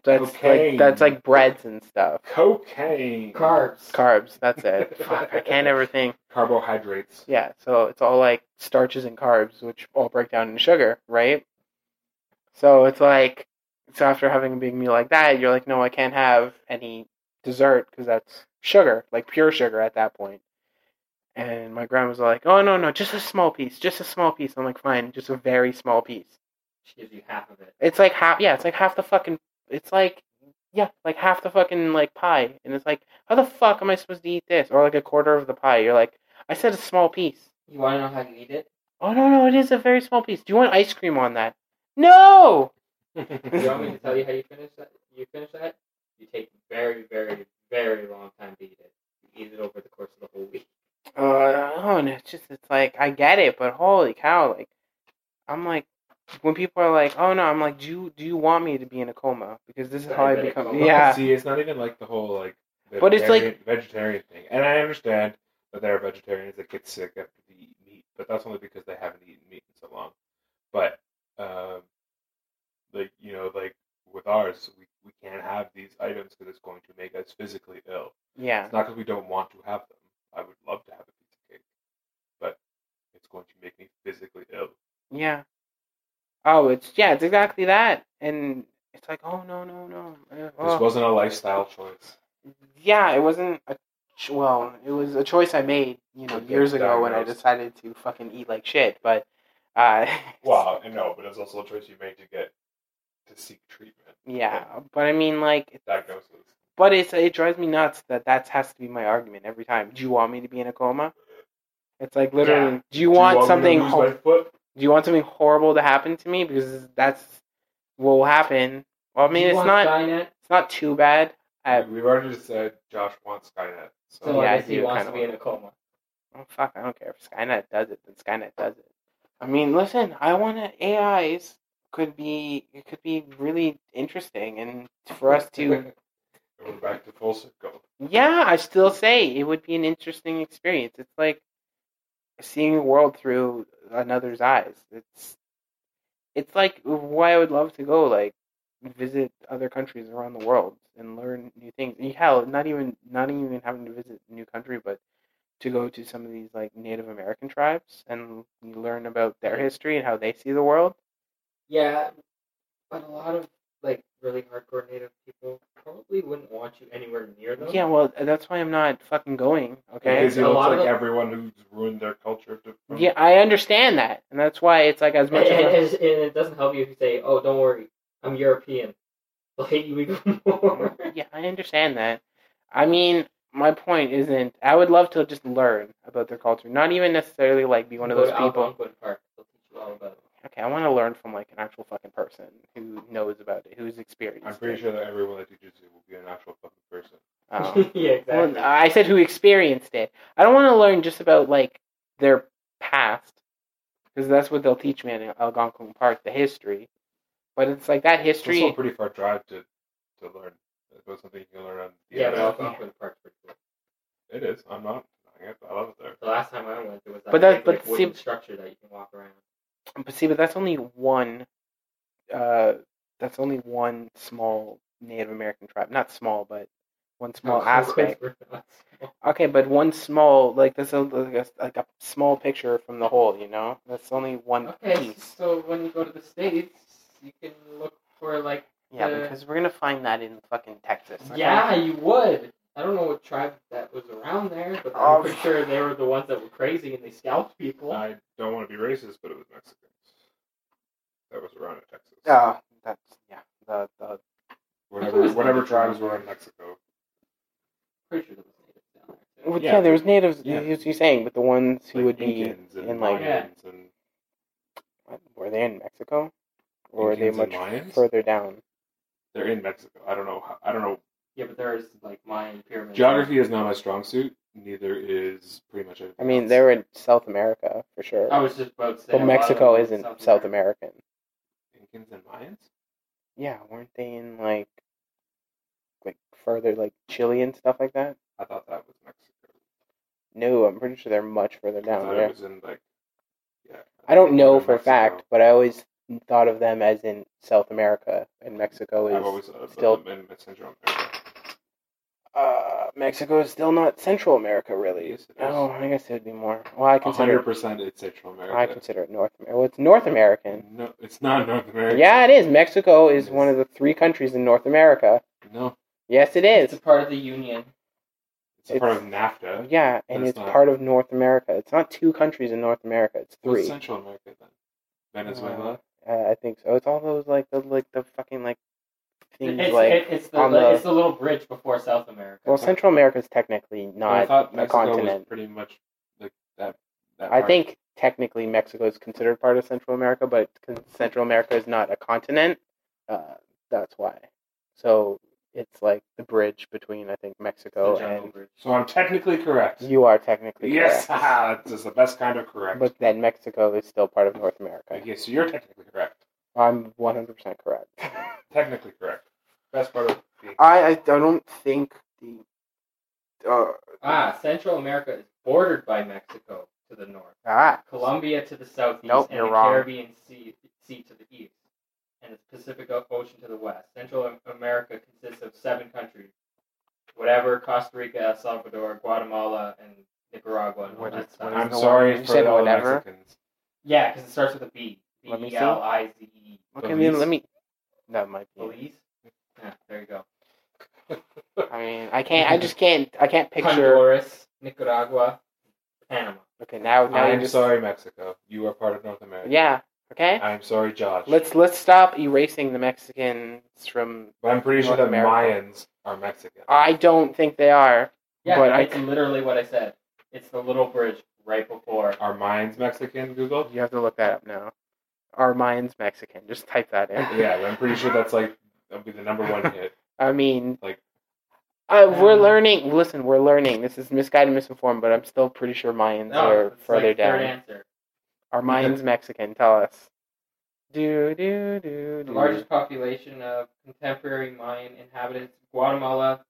That's Cocaine. like that's like breads and stuff. Cocaine, Carbs. Carbs. That's it. Fuck, I can't ever think. carbohydrates. Yeah. So it's all like starches and carbs, which all break down into sugar, right? So it's like so after having a big meal like that, you're like, no, I can't have any dessert because that's sugar, like pure sugar at that point. And my grandma's like, oh no no, just a small piece, just a small piece. I'm like, fine, just a very small piece. She gives you half of it. It's like half. Yeah, it's like half the fucking. It's like yeah, like half the fucking like pie, and it's like how the fuck am I supposed to eat this? Or like a quarter of the pie. You're like, I said a small piece. You want to know how you eat it? Oh no, no, it is a very small piece. Do you want ice cream on that? No. You want me to tell you how you finish that? You finish that? You take very, very, very long time to eat it. You eat it over the course of the whole week. Uh, oh, and it's just it's like I get it, but holy cow, like I'm like. When people are like, "Oh no," I'm like, "Do you do you want me to be in a coma? Because this is how I Diabetic become." coma. Yeah, See, it's not even like the whole like. the But it's vegetarian- vegetarian thing, and I understand that there are vegetarians that get sick after they eat meat, but that's only because they haven't eaten meat in so long. But, um, like you know, like with ours, we, we can't have these items because it's going to make us physically ill. yeah. It's not because we don't want to have them. I would love to have a piece of cake, but it's going to make me physically ill. Yeah. Oh, it's yeah, it's exactly that, and it's like, oh no, no, no. Uh, This oh. wasn't a lifestyle choice. yeah, it wasn't a ch- well, it was a choice I made, you know, Okay, years ago when I diagnosed. decided to fucking eat like shit. But, uh, Wow, I know, but it's also a choice you made to get to seek treatment, yeah. But I mean, like, diagnosis. but it's it drives me nuts that that has to be my argument every time. Do you want me to be in a coma? It's like literally, do you want, something? Me to ho- lose my foot? do you want something horrible to happen to me? Because that's what will happen. Well, I mean, you it's want not. Skynet, it's not too bad. I, We've already said Josh wants Skynet. So so Yeah, I I guess he do wants kinda to be in a coma. oh, fuck, I don't care if Skynet does it. Then Skynet does it. I mean, listen, I want to AIs could be it could be really interesting, and for us to we're back to full circle. yeah, I still say it would be an interesting experience. It's like seeing the world through another's eyes. It's it's like why I would love to go like visit other countries around the world and learn new things. And Hell, not even not even having to visit a new country, but to go to some of these like Native American tribes and you learn about their history and how they see the world. Yeah, but a lot of like really hardcore Native people probably wouldn't want you anywhere near them. Yeah, well, that's why I'm not fucking going. Okay. Because he A looks lot like of the- everyone who's ruined their culture. To, from- Yeah, I understand that, and that's why it's like as and, much as I- and- and it doesn't help you if you say, "Oh, don't worry, I'm European." They'll hate you even more. yeah, I understand that. I mean, my point isn't. I would love to just learn about their culture, not even necessarily like be one of Go those to people. Algonquin Park. They'll teach you all about it. Okay, I want to learn from like an actual fucking person who knows about it, who's experienced. I'm pretty it. sure that everyone that teaches you will be an actual fucking person. Oh. yeah, exactly. Well, I said who experienced it. I don't want to learn just about like their past, because that's what they'll teach me in Algonquin Park, the history. But it's like that It's also a history. pretty far drive to, to learn. About something you can learn on the yeah, but internet. Algonquin Park's pretty cool. It is. I'm not denying it. I love it there. The last time I went, there was that, But that- big, but like, wooden see- structure that you can walk around. But see, but that's only one. Uh, that's only one small Native American tribe. Not small, but Oh, one small aspect. Algonquin Park. Okay, but one small like that's a, like a like a small picture from the whole. You know, that's only one Okay, piece. so when you go to the states, you can look for like. Yeah, the- because we're gonna find that in fucking Texas. okay? Yeah, you would. I don't know what tribe that was around there, but I'm Oh. pretty sure they were the ones that were crazy and they scalped people. I don't want to be racist, but it was Mexicans. That was around in Texas. Uh, that's yeah. The the Whatever, whatever tribes were in Mexico. pretty sure there was natives down there. well, Yeah. yeah, there was natives. Yeah. You you saying, but the ones who Like would be Incans and in, like- Mayans and what, were they in Mexico, or were they Incans and much Mayans? further down? They're in Mexico. I don't know. how- I don't know. Yeah, but there's like Mayan pyramids. Geography is not my strong suit. Neither is pretty much anything. I mean, else. they were in South America for sure. Oh, I was just about to say. a But lot of Mexico them in isn't South American. Incans and Mayans. Yeah, weren't they in like like further like Chile and stuff like that? I thought that was Mexico. No, I'm pretty sure they're much further I down. thought Yeah. it was in like. Yeah. I don't know in for a Mexico. fact, but I always thought of them as in South America and Mexico is I've always thought about still- them in Central America. uh, Mexico is still not Central America really. Yes, it is. Oh, I guess it would be more. Well, I consider hundred percent, it's Central America. I consider it North America. Well, it's North American. No, it's not North America. Yeah, it is. Mexico is Yes. one of the three countries in North America. No, Yes, it It's is. a part of the union. it's a part It's- of NAFTA. Yeah, and That's it's not- part of North America. It's not two countries in North America. It's What's three. Central America then? Venezuela. Uh, I think so. It's all those like the like the fucking like things It's, like. it- it's, the, on the- it's the little bridge before South America. well, Central America is technically But I not thought a Mexico was continent. pretty much like that. that I part. think technically Mexico is considered part of Central America, but con- Central America is not a continent. Uh, that's why. So it's like the bridge between I think Mexico the jungle and bridge. so. I'm technically correct. you are technically yes, correct. haha, this is the best kind of correct. but then Mexico is still part of North America. okay, so you're technically correct. I'm 100 percent correct. Technically correct. Best part of being I I don't think the uh, Ah, Central America is bordered by Mexico to the north, ah Colombia to the southeast, Nope, and you're the wrong. Caribbean sea, sea to the east, and the Pacific O- Ocean to the west. Central Am- America consists of seven countries: whatever Costa Rica, El Salvador, Guatemala, and Nicaragua. And all What that is- stuff. what is- I'm the sorry one- you for said all the whatever? Mexicans. Yeah, because it starts with a B. B Let me E see. L I Z E. okay, then let me. That might be. Belize. Yeah, there you go. I mean, I can't. I just can't. I can't picture. Honduras, Nicaragua, Panama. Okay, now now you're I'm just sorry, Mexico. You are part of North America. Yeah. Okay. I'm sorry, Josh. Let's let's stop erasing the Mexicans from. but I'm pretty sure North the America. Uh, Mayans are Mexican. I don't think they are. Yeah, But I- it's literally what I said. It's the little bridge right before. Are Mayans Mexican, Google? You have to look that up now. Are Mayans Mexican? Just type that in. Yeah, but I'm pretty sure that's like that'll be the number one hit. I mean, Like- uh, we're Um, learning. Listen, we're learning. This is misguided, misinformed, but I'm still pretty sure Mayans No, are it's further like down. Third answer. Are Mayans Mexican? Tell us. Do do do The do. largest population of contemporary Mayan inhabitants: Guatemala,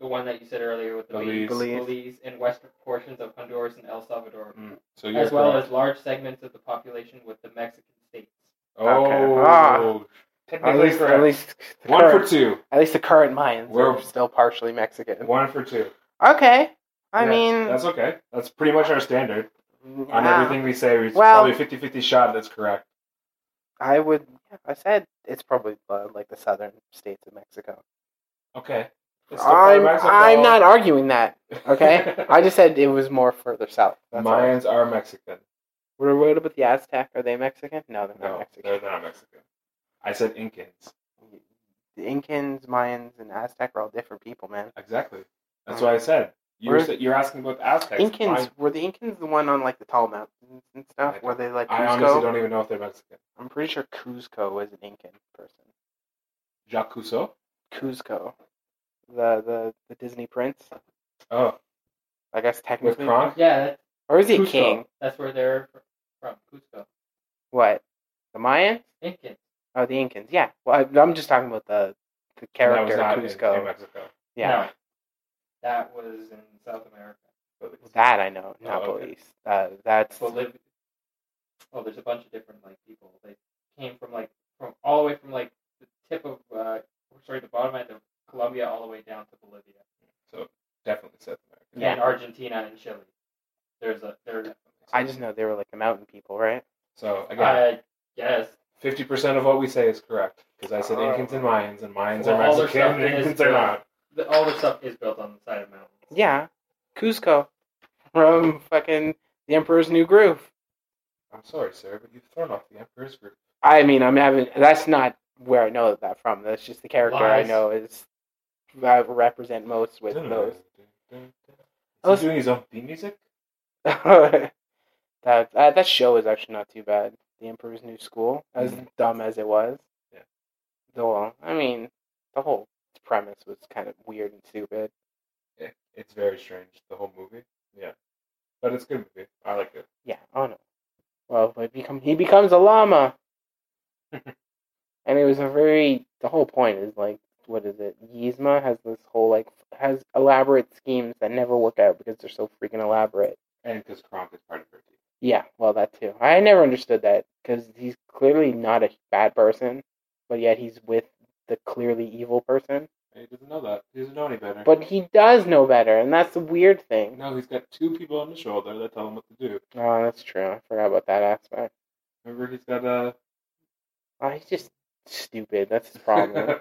the one that you said earlier with the Belize. Belize. Belize, and western portions of Honduras and El Salvador, Mm. So you're as well correct. as large segments of the population with the Mexican states. oh, Okay. Ah. at technically least, correct. at least the one current, for two. at least the current Mayans We're- are still partially Mexican. One for two. Okay. I Yeah, mean, that's okay. That's pretty much our standard on yeah. everything we say. It's Well- probably 50-50 shot. That's correct. I would. I said it's probably uh, like the southern states of Mexico. Okay. It's still part I'm, of Mexico. I'm not arguing that. Okay, I just said it was more further south. That's all. Mayans are Mexican. What- What about the Aztec? Are they Mexican? No, they're not No, Mexican. they're not Mexican. I said Incans. The Incans, Mayans, and Aztec are all different people, man. Exactly. That's what I said. You're Where- sa- you're asking about the Aztecs. Incans were the Incans the one on like the tall mountains and I stuff? Were don't- they like I, I honestly Cusco? don't even know if they're Mexican. I'm pretty sure Cusco was an Incan person. Jacques Cousteau. Cusco, the the, the Disney prince. Oh, I guess with technically, Kronk. Yeah, that, or is he a Cusco. king? that's where they're from. Cusco, What the Mayans? Incan. Oh, the Incans. Yeah. Well, I, I'm just talking about the, the character that was not in- Cusco. in, Mexico. yeah, No, that was in South America. that I know. Not Oh, okay. police. Uh, that's Bolivia. Oh, there's a bunch of different like people. They came from like from all the way from like the tip of uh, sorry, the bottom end of Colombia all the way down to Bolivia So definitely South America. and Argentina and Chile. There's a there's I just know they were like the mountain people, right? So again, I guess fifty percent of what we say is correct because I said Oh. Incans and Mayans, and Mayans Well, all are their Mexican, stuff and is- Incans are not. the, all their stuff is built on the side of mountains. Yeah, Cusco from fucking the Emperor's New Groove. I'm sorry, sir, but you've thrown off the Emperor's group. I mean, I'm having. That's not where I know that from. That's just the character Lies. I know is I represent most with those. Is he doing his own theme music? that uh, that show is actually not too bad. The Emperor's New School, as Mhm. dumb as it was. Yeah. The well, I mean, the whole premise was kind of weird and stupid. Yeah, it's very strange. The whole movie. Yeah, but it's a good movie. I like it. Yeah, oh no. Well, but become he becomes a llama, and it was a very. The whole point is like, what is it? Yzma has this whole like has elaborate schemes that never work out because they're so freaking elaborate. And because Kronk is part of her team. Yeah, well, that too. I never understood that because he's clearly not a bad person, but yet he's with the clearly evil person. He doesn't know that. He doesn't know any better. But he does know better, and that's the weird thing. no, he's got two people on his shoulder that tell him what to do. Oh, that's true. I forgot about that aspect. Remember, he's got a. Oh, he's just stupid. That's his problem.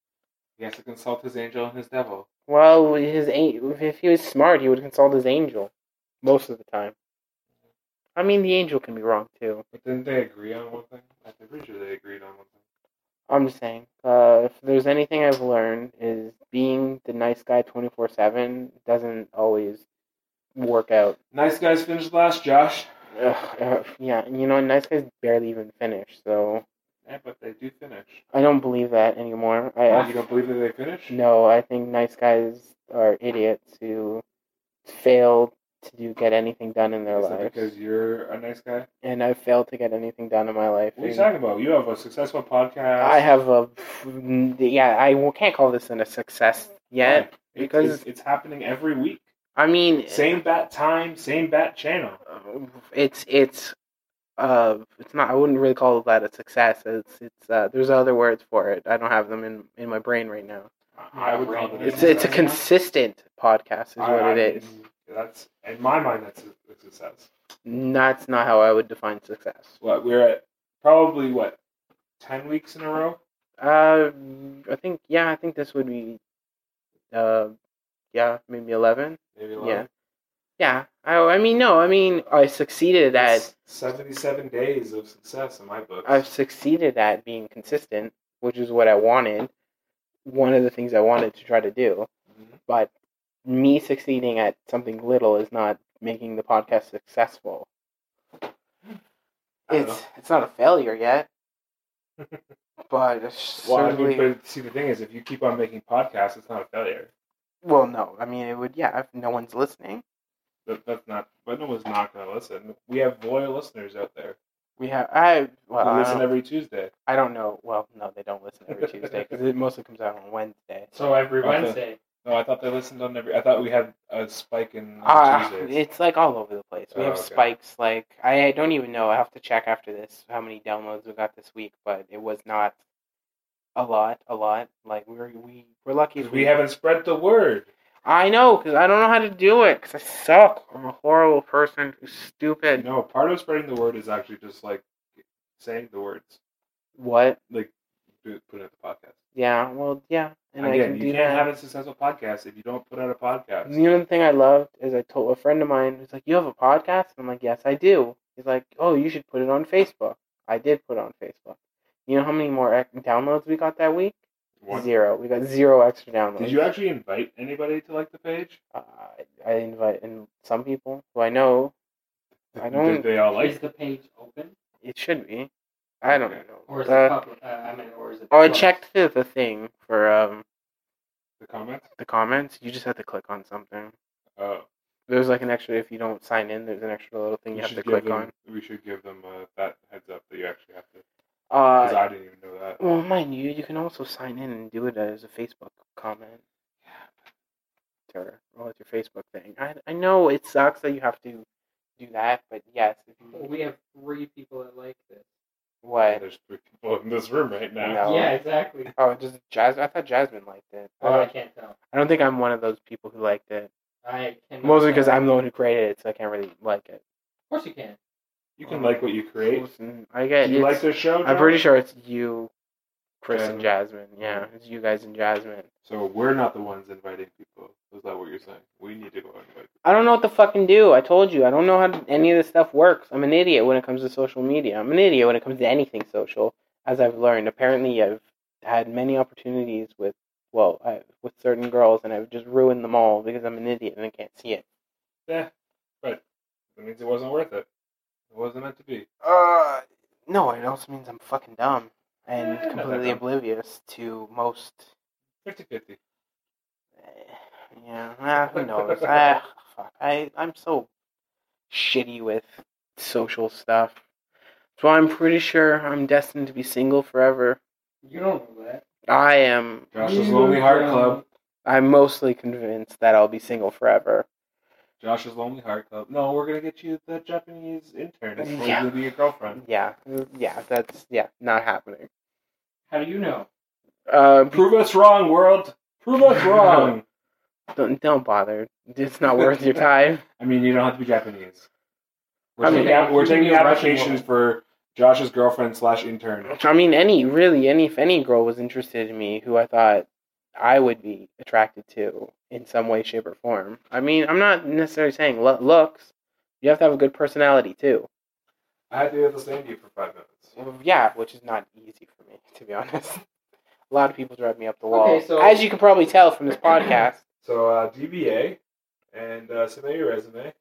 he has to consult his angel and his devil. well, his an- if he was smart, he would consult his angel most of the time. I mean, the angel can be wrong too. But didn't they agree on one thing? I'm pretty sure they agreed on one thing. I'm just saying. Uh, if there's anything I've learned is being the nice guy 24 seven doesn't always work out. Nice guys finished last, Josh. Ugh, uh, yeah, you know, nice guys barely even finish, so Yeah, but they do finish. I don't believe that anymore. I you don't believe that they finish? no, I think nice guys are idiots who fail to do get anything done in their Is that lives, because you're a nice guy? and I've failed to get anything done in my life. What are you and talking about? You have a successful podcast. I have a yeah. I w- can't call this an, a success yet. It's- because- it's, it's happening every week. I mean, Same bat time, same bat channel. it's it's uh it's not i wouldn't really call that a success it's it's uh there's other words for it i don't have them in in my brain right now I would call it. it's it's a success. consistent podcast is what I- I it is mean, That's in my mind. That's a, a success. that's not how i would define success What we're at probably what ten weeks in a row. uh i think yeah i think this would be uh yeah maybe 11 Maybe yeah yeah I, I mean no i mean i succeeded at seventy-seven days of success in my book. I've succeeded at being consistent, which is what I wanted. One of the things I wanted to try to do. Mhm. But me succeeding at something little is not making the podcast successful. I don't It's it's not a failure yet. but it's Well, I certainly mean, but see, the thing is, if you keep on making podcasts, it's not a failure. well no. I mean it would yeah, if no one's listening. That, that's not. But no one's not going to listen. We have loyal listeners out there We have I who well I listen don't, every Tuesday. I don't know. Well, no, they don't listen every Tuesday because it mostly comes out on Wednesday. So every Okay. Wednesday, No, I thought they listened on every. I thought we had a spike in Uh, Tuesdays. it's like all over the place. We Oh, have okay. spikes. Like I don't even know. I have to check after this how many downloads we got this week, but it was not a lot. A lot. Like we're we we're lucky. 'Cause if we haven't spread the word. I know because I don't know how to do it because I suck. I'm a horrible person. who's Stupid. No, part of spreading the word is actually just like saying the words, What? like do it, put it at the podcast. Yeah. Well. Yeah. And I Again, can do you can't that. have a successful podcast if you don't put out a podcast. You know the thing I loved is I told a friend of mine who's like, "You have a podcast?" I'm like, "Yes, I do." He's like, "Oh, you should put it on Facebook." I did put it on Facebook. You know how many more ec- downloads we got that week? One. Zero. We got zero extra downloads. Did you actually invite anybody to like the page? Uh, I invite in some people who I know. I don't- Did they all is like? the page open It should be. I don't Okay. know. or is Uh, it public? Uh, I mean, or is it? oh, I closed? checked the, the thing for um The comments? the comments. You just have to click on something. Oh, There's like an extra if you don't sign in. There's an extra little thing we you have should to give click them, on. We should give them uh, that heads up that you actually have to. Uh, Because I didn't even know that. Well, mind you, you can also sign in and do it as a Facebook comment or well, it's your Facebook thing. I, I know it sucks that you have to do that, but yes, if Well, you, Mm-hmm. we have three people that like this. what? There's three people in this room right now. No. Oh. Yeah, exactly. Oh, just Jasmine. I thought Jasmine liked it. I Well, I don't, can't tell. I don't think I'm one of those people who liked it. I can Mostly because I'm the one who created it, so I can't really like it. Of course you can. You can like what you create. Listen, I get. Do you like it's- their show? I'm John? pretty sure it's you, Chris and Jasmine. Yeah, it's you guys and Jasmine. So we're not the ones inviting people. Is that what you're saying? We need to go invite. people. I don't know what to fucking do. I told you. I don't know how any of this stuff works. I'm an idiot when it comes to social media. I'm an idiot when it comes to anything social, as I've learned. Apparently, I've had many opportunities with, well, I, with certain girls, and I've just ruined them all because I'm an idiot and I can't see it. Yeah, but that means it wasn't worth it. It wasn't meant to be. Uh, no, it also means I'm fucking dumb Eh, and not that completely dumb. oblivious to most. 50-50. eh, Yeah, ah, who knows? ah, fuck. I I'm so shitty with social stuff. So I'm pretty sure I'm destined to be single forever. You don't know that. I am. Josh's Lonely Heart Club. I'm mostly convinced that I'll be single forever. Josh's Lonely Heart Club. No, we're gonna get you the Japanese intern. It's Yeah. gonna be your girlfriend. Yeah, yeah, that's yeah, not happening. How do you know? Uh, be- Prove us wrong, world. Prove us wrong. don't, don't bother. It's not worth your time. I mean, you don't have to be Japanese. We're I mean, taking, app- we're you can taking be a Russian applications woman. for Josh's girlfriend slash intern. I mean, any really any if any girl was interested in me who I thought I would be attracted to in some way, shape, or form. I mean, I'm not necessarily saying lo- looks. You have to have a good personality too. I had to be able to stand you for five minutes. Well, Yeah, which is not easy for me to be honest. A lot of people drive me up the wall, Okay, so- as you can probably tell from this podcast. So uh, DBA and uh, submit your resume.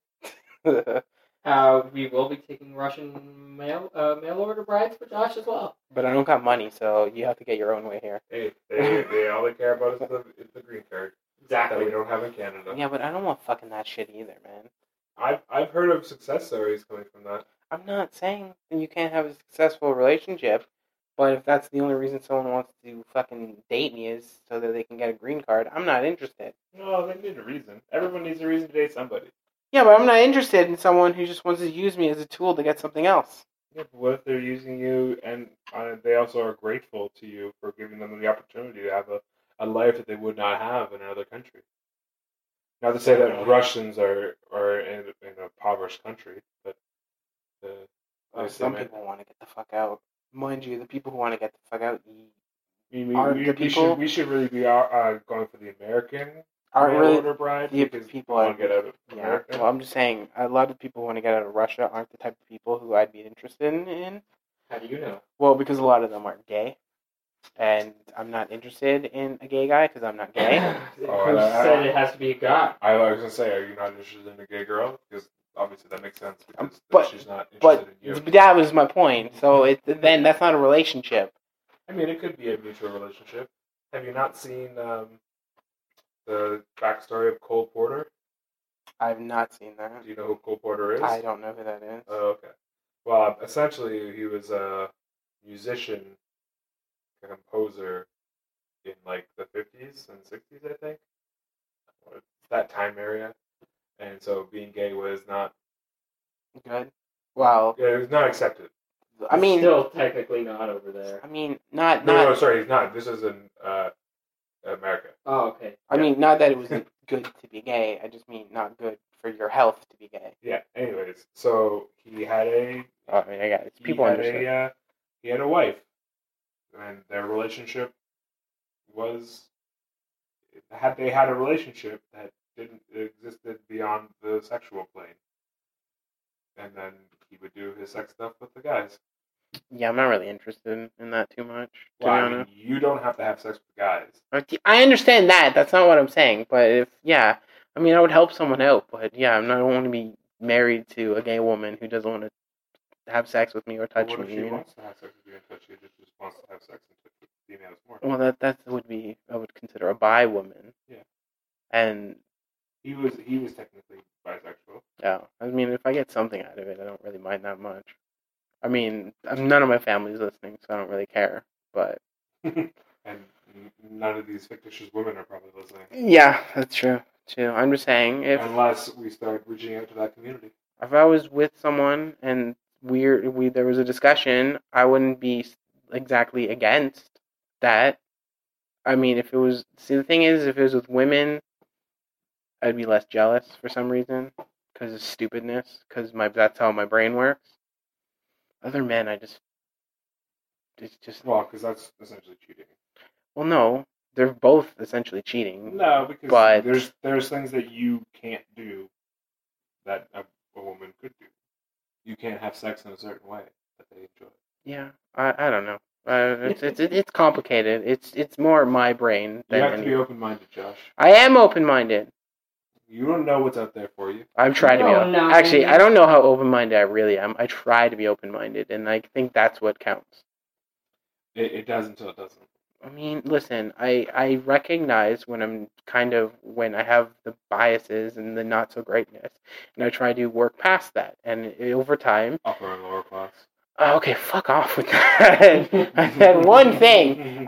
but Uh, we will be taking Russian mail uh, mail order brides for Josh as well. I don't got money, so you have to get your own way here. Hey, they, they all they care about is the, is the green card that we Exactly. don't have in Canada. Yeah, but I don't want fucking that shit either, man. I've I've heard of success stories coming from that. I'm not saying you can't have a successful relationship, but if that's the only reason someone wants to fucking date me is so that they can get a green card, I'm not interested. No, they need a reason. Everyone needs a reason to date somebody. Yeah, but I'm not interested in someone who just wants to use me as a tool to get something else. Yeah, but what if they're using you and uh, they also are grateful to you for giving them the opportunity to have a, a life that they would not have in another country? Not to say that Russians are, are in, in an impoverished country, but the, Or Yes, Uh, some man. people want to get the fuck out. Mind you, the people who want to get the fuck out I mean, we, Are we, the we people- should, we should really be uh, uh, going for the American aren't mail really. order bride the because people we are- want to get out of Yeah, America. well, I'm just saying, a lot of people who want to get out of Russia aren't the type of people who I'd be interested in. in. How do you know? Well, because a lot of them are gay, and I'm not interested in a gay guy because I'm not gay. Who Oh, I- said it has to be a guy? I was going to say, are you not interested in a gay girl? Because obviously that makes sense because Um, but- she's not interested but in you. that was my point. So it then that's not a relationship. I mean, it could be a mutual relationship. Have you not seen um, the backstory of Cole Porter? I've not seen that. Do you know who Cole Porter is? I don't know who that is. Oh, okay. Well, essentially, he was a musician, a composer in like the 50s and 60s, I think. Or That time area. And so being gay was not, Good. Well, it was not accepted. I mean, still technically not over there. I mean, not No, not. no, sorry, he's not. This is in uh, America. Oh, okay. I mean, not that it was good to be gay. I just mean not good for your health to be gay. Yeah. Anyways, so he had a uh, I mean, I got it. he people had understand. a uh, he had a wife, and their relationship was had they had a relationship that didn't existed beyond the sexual plane, and then he would do his sex stuff with the guys. Yeah, I'm not really interested in, in that too much. To Well, be I mean, honest, you don't have to have sex with guys. But I understand that. That's not what I'm saying. But if yeah, I mean, I would help someone out. But yeah, I'm not I don't want to be married to a gay woman who doesn't want to have sex with me or touch what me. if she you know? wants to have sex with you and touch you? Just, just wants to have sex and touch with females more. Well, that that would be I would consider a bi woman. Yeah. And He was he was technically bisexual. yeah, I mean, if I get something out of it, I don't really mind that much. I mean, I'm, none of my family's listening, so I don't really care. But and n- none of these fictitious women are probably listening. yeah, that's true too. I'm just saying if Unless we start reaching out to that community. if I was with someone and we we there was a discussion, I wouldn't be s- exactly against that. I mean, if it was see the thing is, if it was with women, I'd be less jealous for some reason because of stupidness. Because my that's how my brain works. Other men, I just it's just Well, because that's essentially cheating. well, no, they're both essentially cheating. No, because But- there's there's things that you can't do that a, a woman could do. You can't have sex in a certain way that they enjoy. Yeah, I I don't know. Uh, it's it's it's complicated. It's it's more my brain You than have to any- be open minded, Josh. I am open minded. You don't know what's out there for you. I'm trying No, to be. no. Actually, I don't know how open minded I really am. I try to be open minded, and I think that's what counts. It, it does until it doesn't. I mean, listen, I I recognize when I'm kind of when I have the biases and the not so greatness, and I try to work past that. And over time, Upper and lower class. uh, okay, fuck off with that. I said one thing.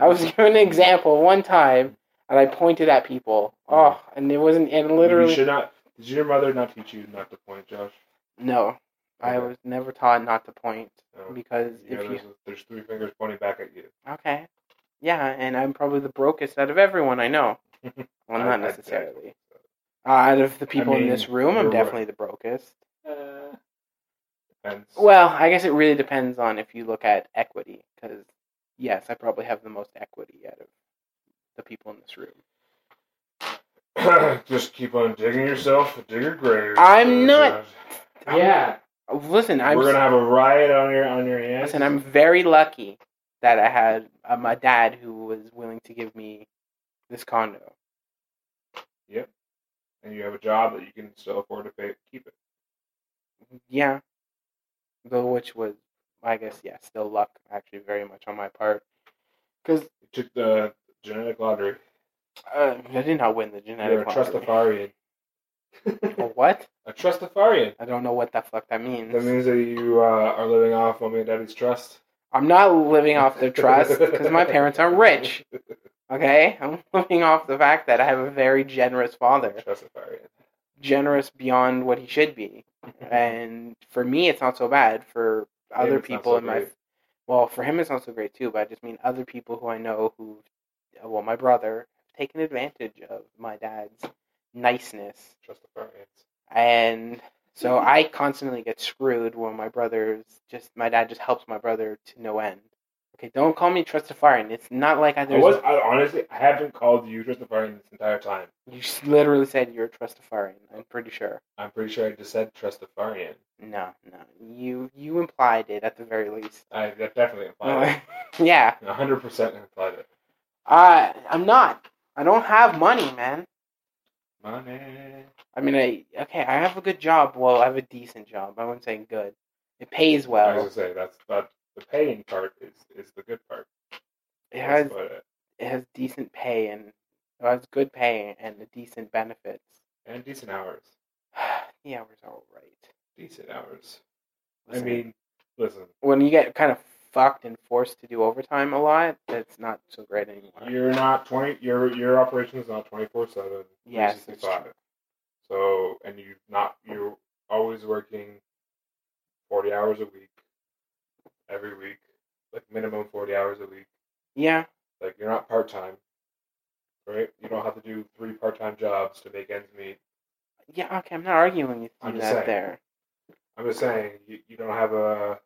I was given an example one time, and I pointed at people. Oh, and it wasn't. And literally, You should not. Did your mother not teach you not to point, Josh? No, I Okay. was never taught not to point No. because Yeah, if you there's, there's three fingers pointing back at you. okay, yeah, and I'm probably the brokest out of everyone I know. Well, I- not I- I- necessarily. Uh, out of the people in mean, this room, I'm you're definitely the brokest. Uh, depends. Well, I guess it really depends on if you look at equity, because yes, I probably have the most equity out of the people in this room. Just keep on digging yourself a digger grave. I'm not- Josh. I'm- Yeah. Listen, I'm We're gonna have a riot on your on your hands. listen. I'm very lucky that I had uh, my dad who was willing to give me this condo. and you have a job that you can still afford to pay. Keep it. Yeah, though, which was, I guess, yeah, still luck actually very much on my part, because You took the genetic lottery. uh, I did not win the You're a genetic lottery. trustafarian. A what? A trustafarian. I don't know what the fuck That that means. means that you uh, are living off mommy and daddy's trust. I'm not living off their trust because my parents are rich. Okay, I'm living off the fact that I have a very generous father, Trustafarian. generous beyond what he should be. And for me, it's not so bad. For other it's not people so in my, great. well, for him, it's not so great too. But I just mean other people who I know who, well, my brother, have taken advantage of my dad's niceness Trustafarians. and so Mm-hmm. I constantly get screwed when my brother's just my dad just helps my brother to no end. Okay, don't call me Trustafarian. It's not like I, I there's was I, honestly I haven't called you trustafarian this entire time. you s- literally said you're a Trustafarian. I'm pretty sure. I'm pretty sure I just said trustafarian. No, no, you you implied it at the very least. I that definitely Oh, implied yeah, it. hundred percent implied it. I I'm not. I don't have money, man. Money. I mean, I okay, I have a good job. Well, I have a decent job. I wouldn't say good. It pays I well. was gonna say that's that the paying part is is the good part. It has But, uh, it has decent pay and it has good pay and the decent benefits. and decent hours. the hours are all right. Decent hours. Listen, I mean, listen, when you get kind of fucked and forced to do overtime a lot, that's not so great anymore. you're not twenty. Your your operation is not twenty four seven. Yes, it's So and you not you're always working forty hours a week, every week, like minimum forty hours a week. yeah, Like you're not part time, right? You don't have to do three part time jobs to make ends meet. yeah, okay. I'm not arguing with you I'm just that saying. there. I'm just saying you, you don't have a,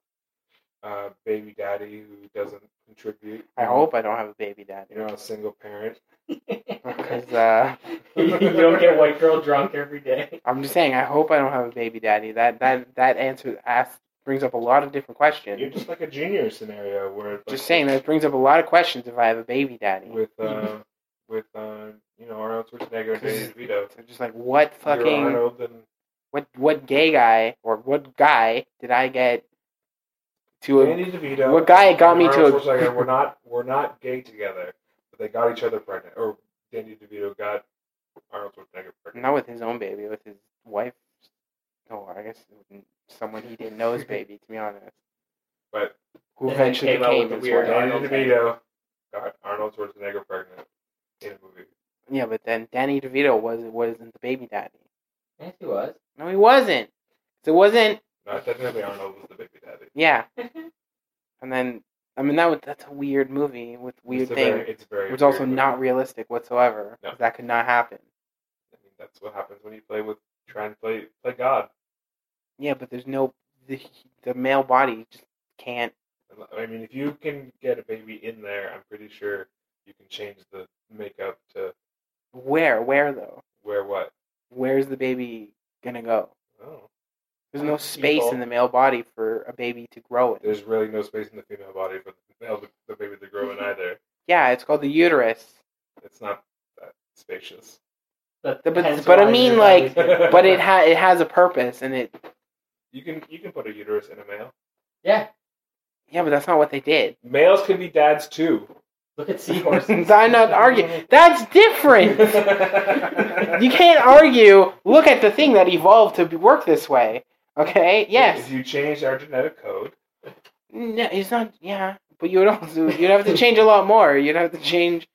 a baby daddy who doesn't contribute. I hope I don't have a baby daddy you're not a single parent. because uh, you don't get white girl drunk every day. I'm just saying I hope I don't have a baby daddy. That that that answer asks brings up a lot of different questions. You're just like a junior scenario where like, just saying that brings up a lot of questions if I have a baby daddy. with uh, with uh, you know Arnold Schwarzenegger and Danny DeVito. So just like what You're fucking Arnold and what what gay guy or what guy did I get to a Danny DeVito. what guy got and me to Arnold a- Schwarzenegger were not were not gay together, but they got each other pregnant. Or Danny DeVito got Arnold Schwarzenegger pregnant. not with his own baby, with his wife, or I guess someone he didn't know his baby, to be honest. But- who And then eventually came out with became the his weird wife. Danny Arnold. DeVito got Arnold Schwarzenegger pregnant in a movie. Yeah, but then Danny DeVito was wasn't the baby daddy. Yes, he was. No, he wasn't. So it wasn't. No, technically Arnold was the baby daddy. Yeah, and then I mean that was, that's a weird movie with weird it's a things, Very, it's a very which is also weird movie. not realistic whatsoever. No. That could not happen. I mean, that's what happens when you play with try and play play God. Yeah, but there's no the, the male body just can't. I mean, if you can get a baby in there, I'm pretty sure you can change the makeup to Where where though? wear what. Where's the baby gonna go? Oh, There's no space People. in the male body for a baby to grow in. there's really no space in the female body for the male the baby to grow in Mm-hmm. either. Yeah, it's called the uterus. It's not that spacious. But, But- hence but I why mean, you're like, always- But it ha- it has a purpose and it You can you can put a uterus in a male. yeah, yeah, but that's not what they did. Males can be dads too. look at seahorses. I'm not arguing. That's different. You can't argue. Look at the thing that evolved to be- work this way. Okay? If Yes. you change our genetic code, No, it's not yeah, but you would also you'd have to change a lot more. You'd have to change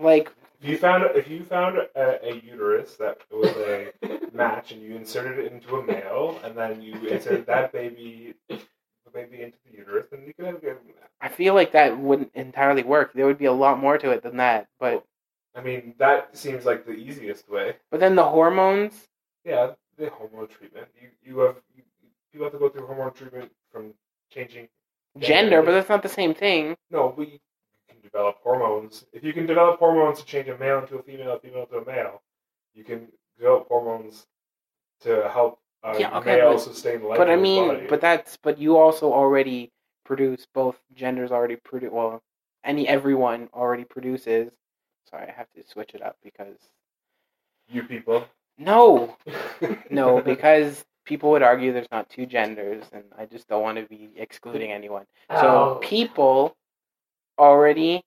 like If you found if you found a, a uterus that was a match and you inserted it into a male and then you inserted that baby the baby into the uterus, then you could have given that. I feel like that wouldn't entirely work. There would be a lot more to it than that. But I mean, that seems like the easiest way. but then the hormones. Yeah, the hormone treatment. You you have you, people have to go through hormone treatment from changing Gender, but that's not the same thing. No, we can develop hormones. If you can develop hormones to change a male into a female, a female to a male, you can develop hormones to help a Yeah, okay, male but- sustain life. But I in his mean, body. but that's but you also already produce both genders already produce well any everyone already produces. Sorry, I have to switch it up because you people. no, no, because people would argue there's not two genders, and I just don't want to be excluding anyone. So Oh. people already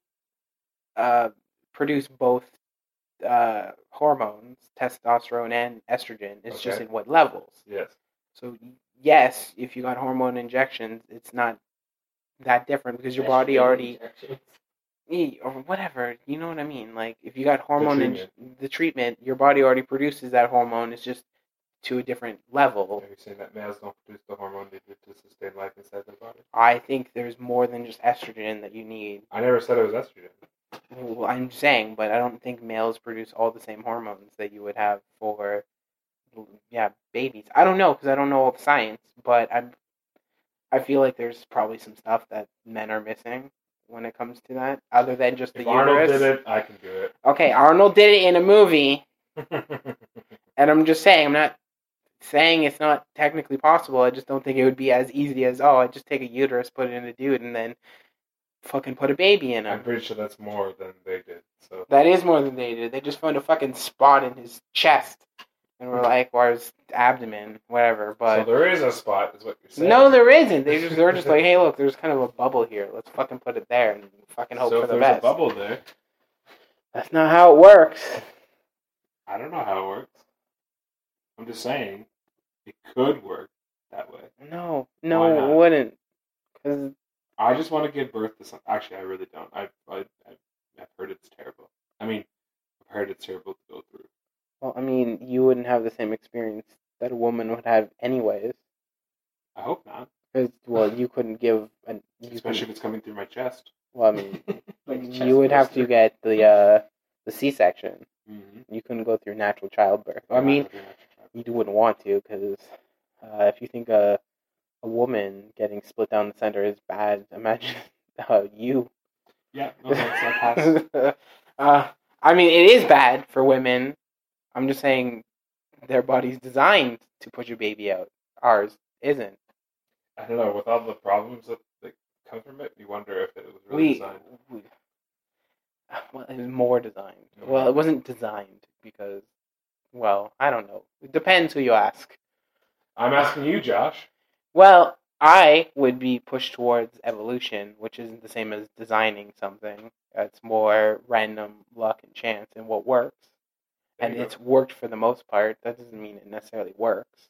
uh, produce both uh, hormones, testosterone and estrogen. It's just Okay. in what levels. yes, So yes, if you got hormone injections, it's not that different because your body Estrogen already injections. e- or whatever. You know what I mean? Like if you got hormone in treatment. the treatment, your body already produces that hormone. It's just to a different level. have you seen that males don't produce the hormone they need to sustain life inside their body? I think there's more than just estrogen that you need. I never said it was estrogen. Well, I'm saying, but I don't think males produce all the same hormones that you would have for, yeah, babies. I don't know because I don't know all the science, but I'm, I feel like there's probably some stuff that men are missing when it comes to that, other than just the If Arnold uterus. did it, I can do it. Okay, Arnold did it in a movie, and I'm just saying, I'm not saying it's not technically possible. I just don't think it would be as easy as oh, I just take a uterus, put it in a dude, and then fucking put a baby in him. I'm pretty sure that's more than they did. So That is more than they did. They just found a fucking spot in his chest, and we're like, or his abdomen, whatever. so But there is a spot, is what you're saying. no, there isn't. They just they're just like, hey, look, there's kind of a bubble here. Let's fucking put it there and fucking hope so for if the there's best. a bubble there. That's not how it works. I don't know how it works. I'm just saying it could work that way. No, no, Why it not? wouldn't. Because I just want to give birth to some. Actually, I really don't. I, I I've- I've heard it's terrible. I mean, I've heard it's terrible to go through. well, I mean, you wouldn't have the same experience that a woman would have anyways. I hope not, Because well, you couldn't give an you especially if couldn't- it's coming through my chest. well, I mean, Like chest you would have to burster. get the uh the C section. Mm-hmm. You couldn't go through natural childbirth. I mean, you wouldn't want to because uh, if you think a a woman getting split down the center is bad, imagine uh, you. yeah, no, Oh, that's I pass. uh, I mean, it is bad for women. I'm just saying their body's designed to push your baby out. Ours isn't. I don't know. With all the problems that, that come from it, you wonder if it was really we, designed. we- well, it was more designed. Mhm. Well, it wasn't designed because, well, I don't know. It depends who you ask. I'm asking you, Josh. Well, I would be pushed towards evolution, which isn't the same as designing something. It's more random luck and chance and what works. There and you go. it's worked for the most part. That doesn't mean it necessarily works.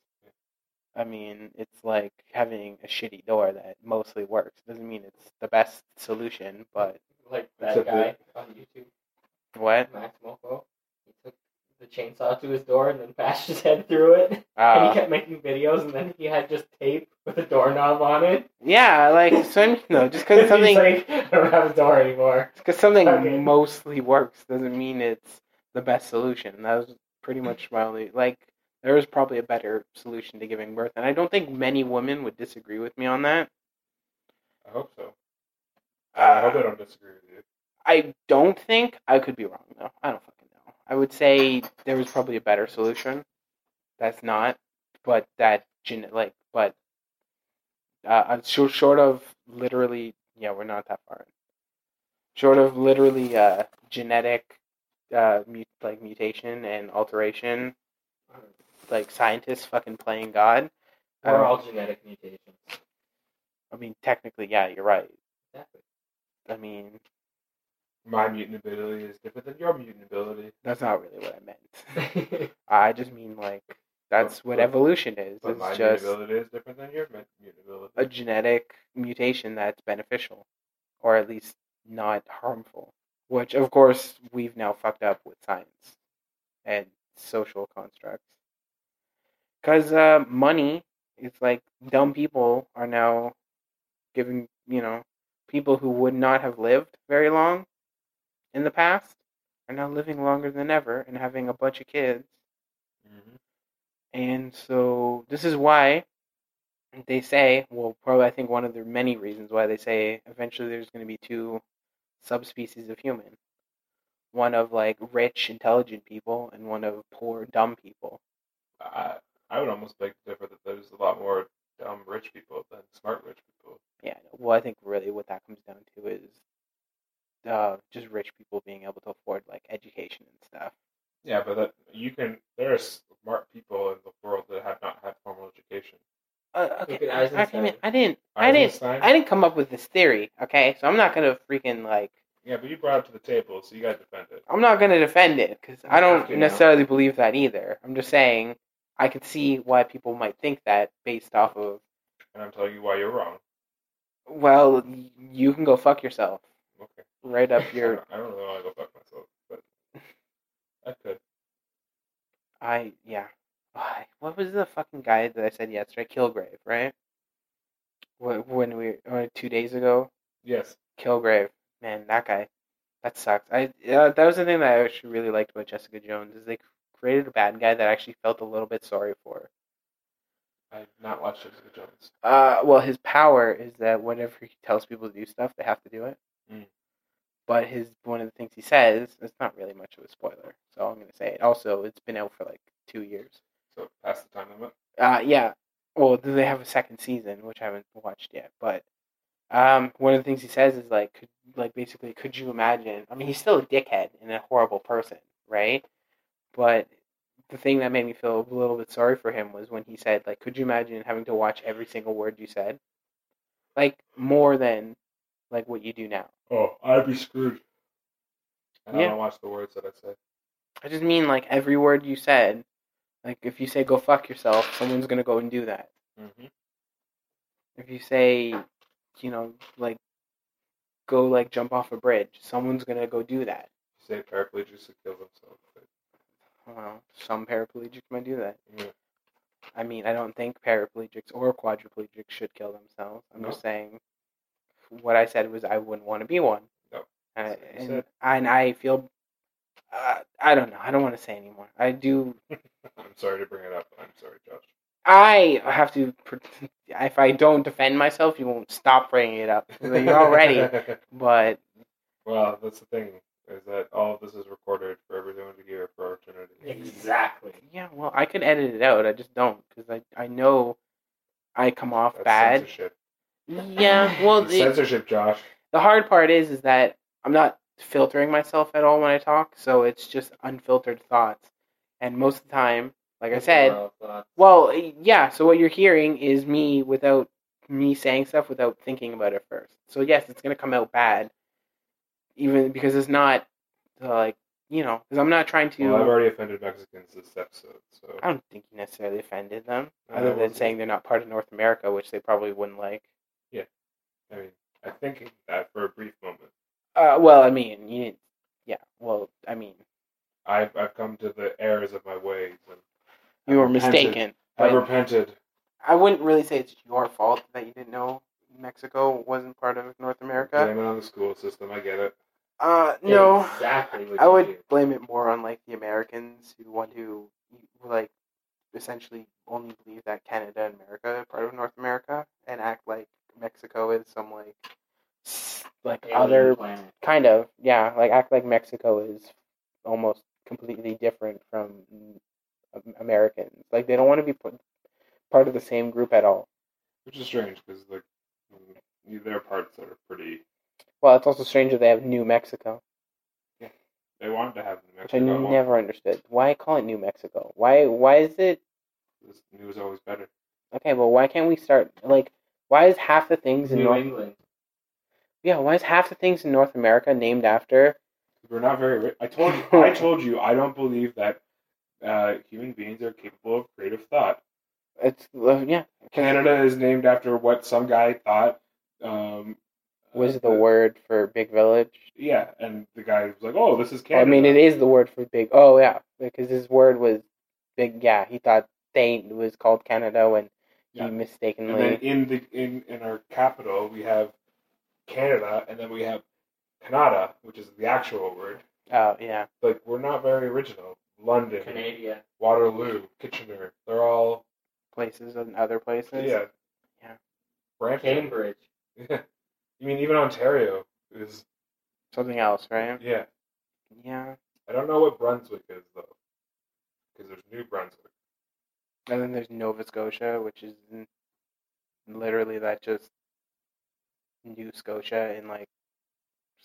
I mean, it's like having a shitty door that mostly works. doesn't mean it's the best solution, but like that Except guy on YouTube, what? Max Mofo. He took the chainsaw to his door and then bashed his head through it. and he Uh, kept making videos, and then he had just tape with a doorknob on it. yeah, like so, no, just because He's something like, I don't have a door anymore. Because something Okay. mostly works doesn't mean it's the best solution. That was pretty much my only like. There was probably a better solution to giving birth, and I don't think many women would disagree with me on that. I hope so. I hope I don't disagree with you. I don't think I could be wrong though. I don't fucking know. I would say there was probably a better solution. That's not, but that gen- like, but uh, I'm short short of literally. Yeah, we're not that far. in. Short of literally uh, genetic, uh, mut- like mutation and alteration, like scientists fucking playing God. I We're don't- all genetic mutations. I mean, technically, yeah, you're right. Exactly. I mean, My mutant ability is different than your mutant ability. that's not really what I meant. I just mean like that's what but- evolution is. But my It's just mutant ability is different than your mutant ability. a genetic mutation that's beneficial, or at least not harmful. which of course we've now fucked up with science and social constructs. Because uh, money is like dumb people are now giving, you know, people who would not have lived very long in the past are now living longer than ever and having a bunch of kids. Mm-hmm. And so this is why they say, well, probably I think one of the many reasons why they say eventually there's going to be two subspecies of human one of like rich, intelligent people, and one of poor, dumb people. I, I would almost beg to differ that there's a lot more dumb rich people than smart rich people. Yeah, well, I think really what that comes down to is uh, just rich people being able to afford like education and stuff. Yeah, but that you can. There are smart people in the world that have not had formal education. Uh, Look at okay, I, I, Eisenstein. mean, I didn't, I didn't, Einstein- I didn't come up with this theory. Okay, so I'm not gonna freaking like, Yeah, but you brought it to the table, so you gotta defend it. I'm not gonna defend it because I don't Okay, no. necessarily believe that either. I'm just saying I can see why people might think that based off of And I'm telling you why you're wrong. well, y- you can go fuck yourself Okay. right up your. I don't really want to go fuck myself, but I could. I yeah. Why? What was the fucking guy that I said yesterday? Kilgrave, right? Wh- When we or two days ago, Yes. Kilgrave, man, that guy, that sucked. I uh, that was the thing that I actually really liked about Jessica Jones is they created a bad guy that I actually felt a little bit sorry for. I've not watched Jessica Jones. Uh, well, his power is that whenever he tells people to do stuff, they have to do it. Mm. But his one of the things he says, it's not really much of a spoiler, so I'm gonna say it. Also, it's been out for like two years. So past the time limit. Uh, yeah. Well, do they have a second season, which I haven't watched yet? But um, one of the things he says is like, could, like basically, could you imagine? I mean, he's still a dickhead and a horrible person, right? But the thing that made me feel a little bit sorry for him was when he said, like, could you imagine having to watch every single word you said, like more than like what you do now? Oh, I'd be screwed. I don't Yeah. want to watch the words that I say. I just mean like every word you said. Like if you say "go fuck yourself," someone's gonna go and do that. Mm-hmm. if you say, you know, like go like jump off a bridge, someone's gonna go do that. Say paraplegics to kill themselves. but- Well, some paraplegics might do that. Yeah. I mean, I don't think paraplegics or quadriplegics should kill themselves. I'm No. just saying, what I said was I wouldn't want to be one. No. And, That's what you and, said. and I feel, uh, I don't know. I don't want to say anymore. I do I'm sorry to bring it up. I'm sorry, Josh. I have to. pr- If I don't defend myself, you won't stop bringing it up. You're already. but well, that's the thing is that all of this is recorded for everyone to hear for eternity. Exactly. yeah, well, I could edit it out. I just don't because I I know I come off That's bad. censorship. Yeah. Well, It's the, censorship, Josh. the hard part is is that I'm not filtering myself at all when I talk, so it's just unfiltered thoughts. And most of the time, like I said, Well thought. Well, yeah. So what you're hearing is me without me saying stuff without thinking about it first. So yes, it's gonna come out bad, even because it's not uh, like you know because I'm not trying to. Uh, Well, I've already offended Mexicans this episode, so I don't think you necessarily offended them, No, I other than wasn't. saying they're not part of North America, which they probably wouldn't like. I mean, I think that for a brief moment, Uh, well, I mean, you didn't. Yeah. Well, I mean, I've I've come to the errors of my ways and you were repented. mistaken. I've But repented. I wouldn't really say it's your fault that you didn't know Mexico wasn't part of North America. Blame it on the school system. I get it. Uh, no. Exactly. What I you would do. blame it more on like the Americans who want to like essentially only believe that Canada and America are part of North America and act like Mexico is some like s- like Alien other planet. kind of yeah like act like Mexico is almost completely different from um, Americans like they don't want to be put part of the same group at all. Which is strange because like mm, there are parts that are pretty. Well, it's also strange that they have New Mexico, They wanted to have New which I Mexico. Well, never understood. Why call it New Mexico? Why why is it this New is always better. Okay, well, why can't we start like why is half the things in New North England. yeah why is half the things in North America named after We're not very rich. I told you. I told you. I don't believe that uh, human beings are capable of creative thought. it's uh, yeah Canada is named after what some guy thought um, was uh, the word for big village. Yeah, and the guy was like, "Oh, this is Well, I Canada." mean, it is the word for big. Oh yeah, because his word was big. Yeah, he thought they was called Canada when Yeah. he And mistakenly. then in the in in our capital, we have Canada, and then we have Canada, which is the actual word. oh yeah, Like we're not very original. London, Canada. Waterloo, Kitchener, they're all places and other places. yeah, Yeah. Brampton. Cambridge. Yeah. I mean, even Ontario is Something else, right? yeah. Yeah. I don't know what Brunswick is though, because there's New Brunswick. And then there's Nova Scotia, which is n- literally that just New Scotia in like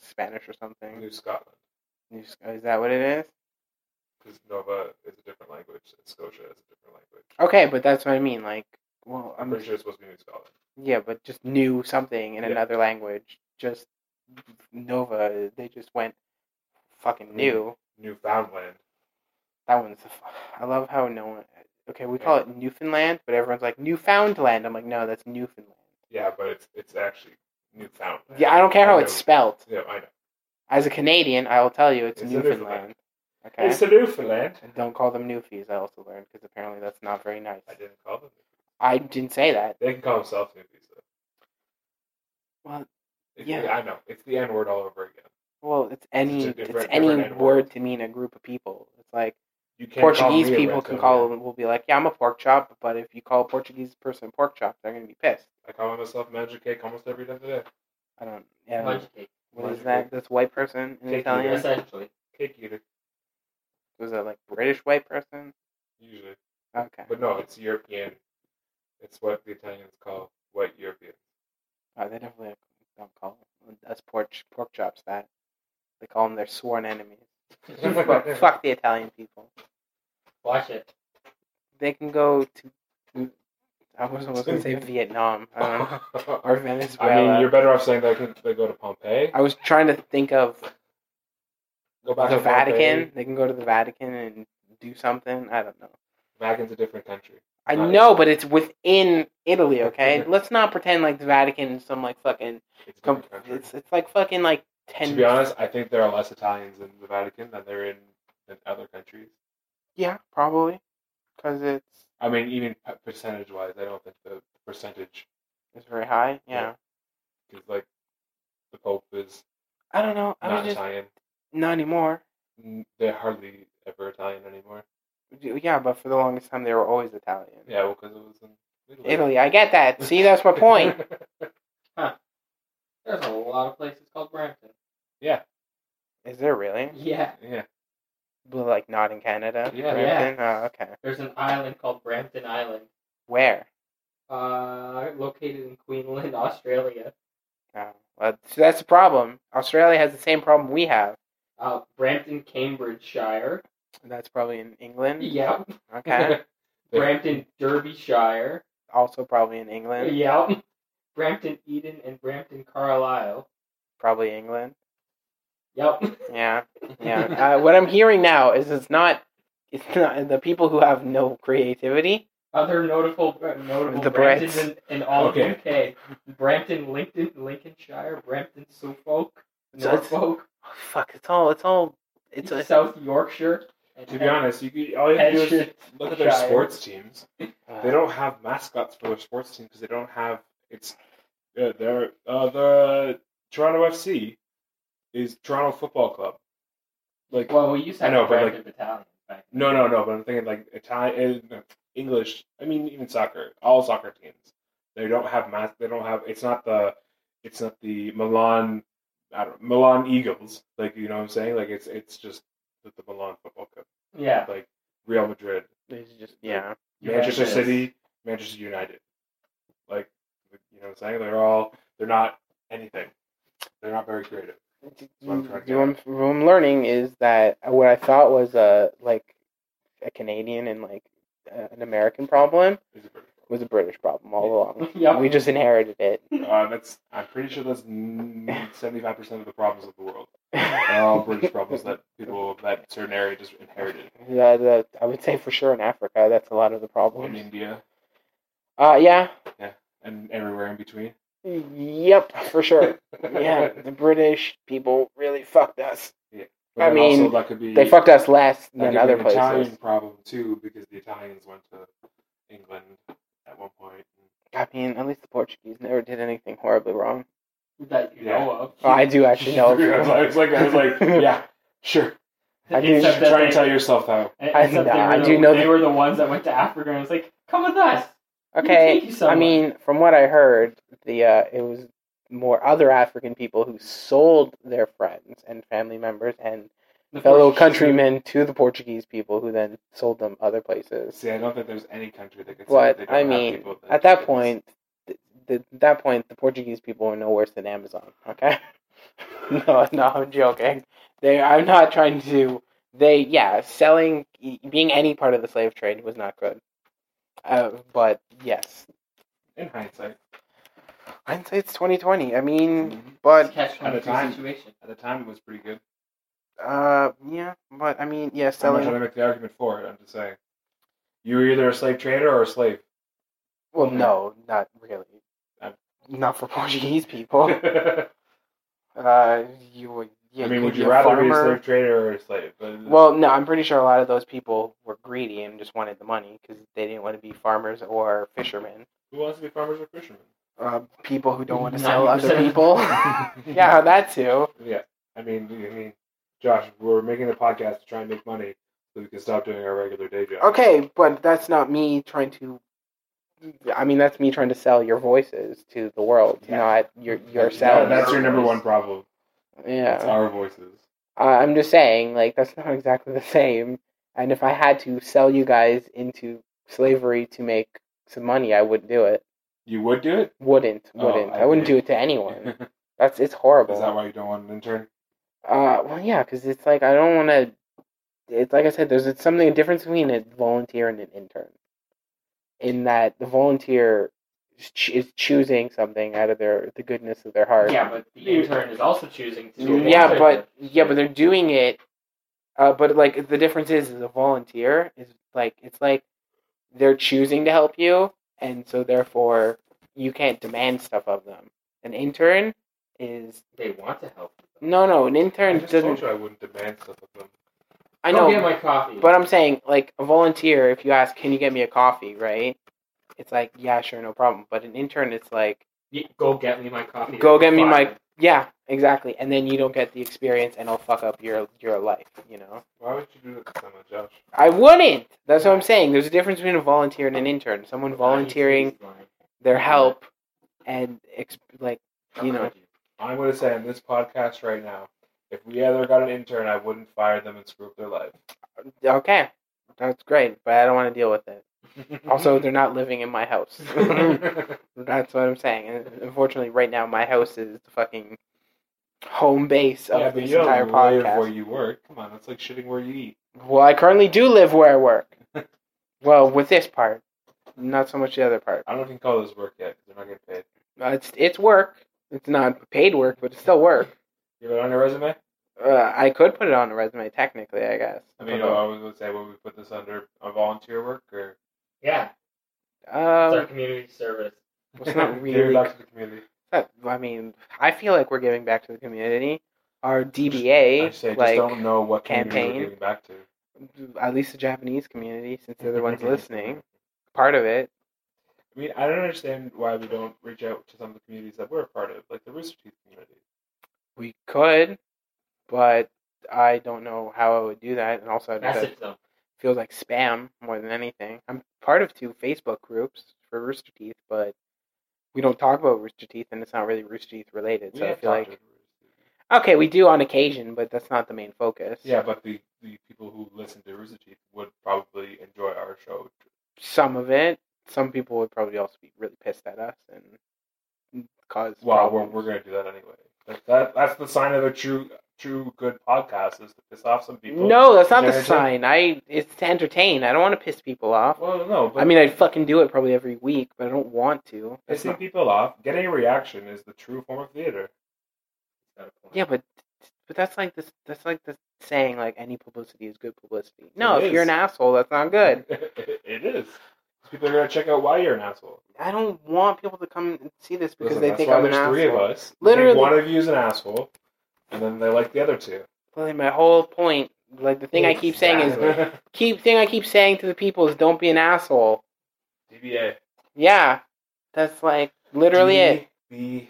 Spanish or something. New Scotland, New, Sc- is that what it is? because Nova is a different language, and Scotia is a different language. Okay, but that's what I mean. Like, well, I'm I'm pretty sure it's supposed to be New Scotland. Yeah, but just new something in Yeah. another language. Just Nova. They just went Mm-hmm. fucking new. Newfoundland. That one's. the fu- I love how no one. Okay, we call it Newfoundland, but everyone's like Newfoundland. I'm like, no, that's Newfoundland. Yeah, but it's it's actually Newfoundland. Yeah, I don't care how it's know. spelled. Yeah, I know. As a Canadian, I will tell you, it's, It's a Newfoundland. Newfoundland. Okay. It's a Newfoundland. And don't call them Newfies. I also learned because apparently that's not very nice. I didn't call them. I didn't say that. They can call themselves Newfies though. Well, It's Yeah. The, I know. It's the N word all over again. well, it's any It's a it's, different- any different word word. to mean a group of people. It's like. You can't Portuguese call me a people Red can Zone. call will be like, yeah, I'm a pork chop, but if you call a Portuguese person a pork chop, they're gonna be pissed. I call myself magic cake almost every day. today. I don't. Yeah. Oh, Munch cake. what is that? That's white person in Take Italian. your- Essentially. Cake eater Was that like British white person? usually, Okay. but no, it's European. It's what the Italians call white European. Oh, they definitely don't call us pork pork chops that. They call them their sworn enemies. fuck, fuck the Italian people. Watch it. They can go to. I was almost gonna say Vietnam I don't know, or Venezuela. I mean, you're better off saying they can they go to Pompeii. I was trying to think of Go back the to Pompeii. Vatican. They can go to the Vatican and do something. I don't know. Vatican's a different country. I Nice. know, but it's within Italy, okay? Let's not pretend like the Vatican is some like fucking. It's a Com- different country. it's it's like fucking like ten. To be honest, I think there are less Italians in the Vatican than there in, in other countries. yeah, probably, because it's I mean, even percentage wise, I don't think the percentage it's very high. Yeah, Yeah. because like the Pope is I don't know. I not was just Italian. not anymore. N- They're hardly ever Italian anymore. Yeah, but for the longest time they were always Italian. Yeah, well, because it was in Italy. Italy, I get that. See, that's my point. There's a lot of places called Brampton. yeah, Is there really? Yeah. yeah. Well, like not in Canada. Yeah. Brampton? Oh, okay. There's an island called Brampton Island, Where? uh, located in Queensland, Australia. Oh, well, so that's the problem. Australia has the same problem we have. Uh, Brampton, Cambridgeshire. That's probably in England. Yep. Okay. They- Brampton, Derbyshire. also probably in England. Yep. Brampton, Eden, and Brampton, Carlisle. Probably England. Yep. Yeah, yeah. uh, what I'm hearing now is it's not. It's not the people who have no creativity. Other notable uh, notable The Bramptons Brits. in, in all Okay. of UK: Brampton, Lincoln, Lincolnshire, Brampton, Suffolk, So it's- Norfolk, Oh, fuck! It's all. It's all. It's a, South Yorkshire. and to be honest, you could, all you have to do is look at their Cheshire. sports teams. uh, They don't have mascots for their sports teams because they don't have it's. Yeah, they're uh, the Toronto FC is Toronto Football Club. Like Well, we used to I have know, know, but, like- Brampton Battalion. Back then. No, no, no. But I'm thinking like Italian, English. I mean, even soccer. All soccer teams. They don't have mass. They don't have. It's not the. It's not the Milan. I don't Milan Eagles. Like you know what I'm saying. Like it's it's just the, the Milan Football Cup. Yeah. Like Real Madrid, It's just yeah. Manchester Juventus. City, Manchester United. Like you know what I'm saying. They're all. They're not anything. They're not very creative. what I'm trying to get What I'm, what I'm learning is that what I thought was a like a Canadian and like uh, an American problem Is it pretty? was a British problem all along. Yep. We just inherited it. Uh, that's. I'm pretty sure that's seventy five percent of the problems of the world. are all British problems that people of that certain area just inherited Yeah, that, I would say for sure in Africa, that's a lot of the in problems. India Uh, yeah, and everywhere in between. Yep, for sure. yeah, the British people really fucked us. But I then mean, also that could be They fucked us less that could than be other an places. Italian problem too, because the Italians went to England at one point. I mean, at least the Portuguese never did anything horribly wrong. that you Yeah. know of. Oh, I do actually know. I was like, I was like, I was like, yeah, sure. I do- You should Except that try and they- tell yourself that. And- I- except nah, they were I the- do know they that- were the ones that went to Africa and was like, "Come with us." We can take Okay, you I somewhere." mean, from what I heard, the uh, it was more other African people who sold their friends and family members and The fellow Portuguese- countrymen to the Portuguese people, who then sold them other places. See, I don't think there's any country that could. say that But they don't I have mean, people at that do this. point, th- th- at that point, the Portuguese people were no worse than Amazon. Okay, no, no, I'm joking. They, I'm not trying to. They, yeah, selling, e, being any part of the slave trade was not good. Uh, but yes, in hindsight, hindsight's twenty twenty. I mean, at It's a but catch At the 22 time. situation. the time it was pretty good. uh, yeah, but I mean, yeah, I'm not selling. trying to make the argument for it. I'm just saying, you were either a slave trader or a slave. Well, no, not really. Uh, I'm- Not for Portuguese people. I Uh, you would. Yeah, mean, could would be you a rather be a farmer. slave trader or a slave? But Well, no, I'm pretty sure a lot of those people were greedy and just wanted the money because they didn't want to be farmers or fishermen. who wants to be farmers or fishermen? Uh, people who don't want to sell other 90%. people. yeah, that too. Yeah, I mean, I mean, Josh, we're making the podcast to try and make money so we can stop doing our regular day job. Okay, but that's not me trying to. I mean, that's me trying to sell your voices to the world, Yeah. not your That- yourselves. that's your number one problem. It's yeah, our voices. I I'm just saying, like that's not exactly the same. And if I had to sell you guys into slavery to make some money, I wouldn't do it. You would do it? Wouldn't, Oh, wouldn't. I I, wouldn't see. do it to anyone. Is That's it's horrible. that why you don't want an intern? uh, well, yeah, because it's like I don't want to. It's like I said, there's it's something a difference between a volunteer and an intern, in that the volunteer is ch- is choosing something out of their the goodness of their heart. Mm, Yeah, but the You- intern is also choosing to. do yeah, it. but yeah, but they're doing it. Uh, but like the difference is, is a volunteer is like it's like they're choosing to help you, and so therefore you can't demand stuff of them. An intern is they want to help. you. no, no. An I intern just told doesn't. you I wouldn't demand stuff of them. I Go know. get my coffee. But I'm saying, like, a volunteer, if you ask, can you get me a coffee, right? It's like, yeah, sure, no problem. But an intern, it's like, You- go get me my coffee. Go get me my- Fine. yeah, exactly. And then you don't get the experience and it'll fuck up your, your life, you know? Why would you do that to someone, Josh? I wouldn't! That's what I'm saying. There's a difference between a volunteer and an intern. Someone volunteering their help and, ex- like, How you could know. I'm going to say on this podcast right now, if we ever got an intern, I wouldn't fire them and screw up their life. okay, that's great, but I don't want to deal with it. Mm-hmm. Also, they're not living in my house. That's what I'm saying. And unfortunately, right now my house is the fucking home base of yeah, but this you don't entire live podcast. where you work. Come on, that's like shitting where you eat. Well, I currently do live where I work. well, with this part, not so much the other part. I don't even call this work yet. 'cause They're not getting paid. Uh, it's it's work. It's not paid work, but it's still work. You have it on your resume? Uh, I could put it on a resume, technically, I guess. I mean, I was going to say, would we put this under a volunteer work or Yeah, it's our uh, um, community service. it's not Giving really. back to the community? uh, I mean, I feel like we're giving back to the community. Our I DBA, just, I just like don't know what community campaign. we're giving back to. at least the Japanese community, since they're the Mm-hmm, ones listening, part of it. I mean, I don't understand why we don't reach out to some of the communities that we're a part of, like the Rooster Teeth community. We could, but I don't know how I would do that. And also, it Message them. feels like spam more than anything. I'm part of two Facebook groups for Rooster Teeth, but we don't talk about Rooster Teeth, and it's not really Rooster Teeth related. We So I have feel talked like to the Rooster Teeth. okay, we do on occasion, but that's not the main focus. Yeah, but the, the people who listen to Rooster Teeth would probably enjoy our show. some of it. Some people would probably also be really pissed at us and cause. Well, we're, problems. we're going to do that anyway. That, that that's the sign of a true true good podcast is to piss off some people. No, that's not the Generative? sign. I it's to entertain. I don't want to piss people off. Well, no, but I mean, I'd fucking do it probably every week, but I don't want to. That's pissing not- people off, getting a reaction is the true form of theater. Got a point. yeah, but but that's like this. That's like the saying like any publicity is good publicity. No, It if you're is. an asshole, that's not good. it is. people are gonna check out why you're an asshole. I don't want people to come and see this because Mm-hmm. Listen, they that's think why I'm an there's asshole. three of us. Literally. Literally, one of you is an asshole, and then they like the other two. Like, my whole point, like the thing I keep saying is keep thing I keep saying to the people is don't be an asshole. DBA. Yeah, that's like literally it. DBA.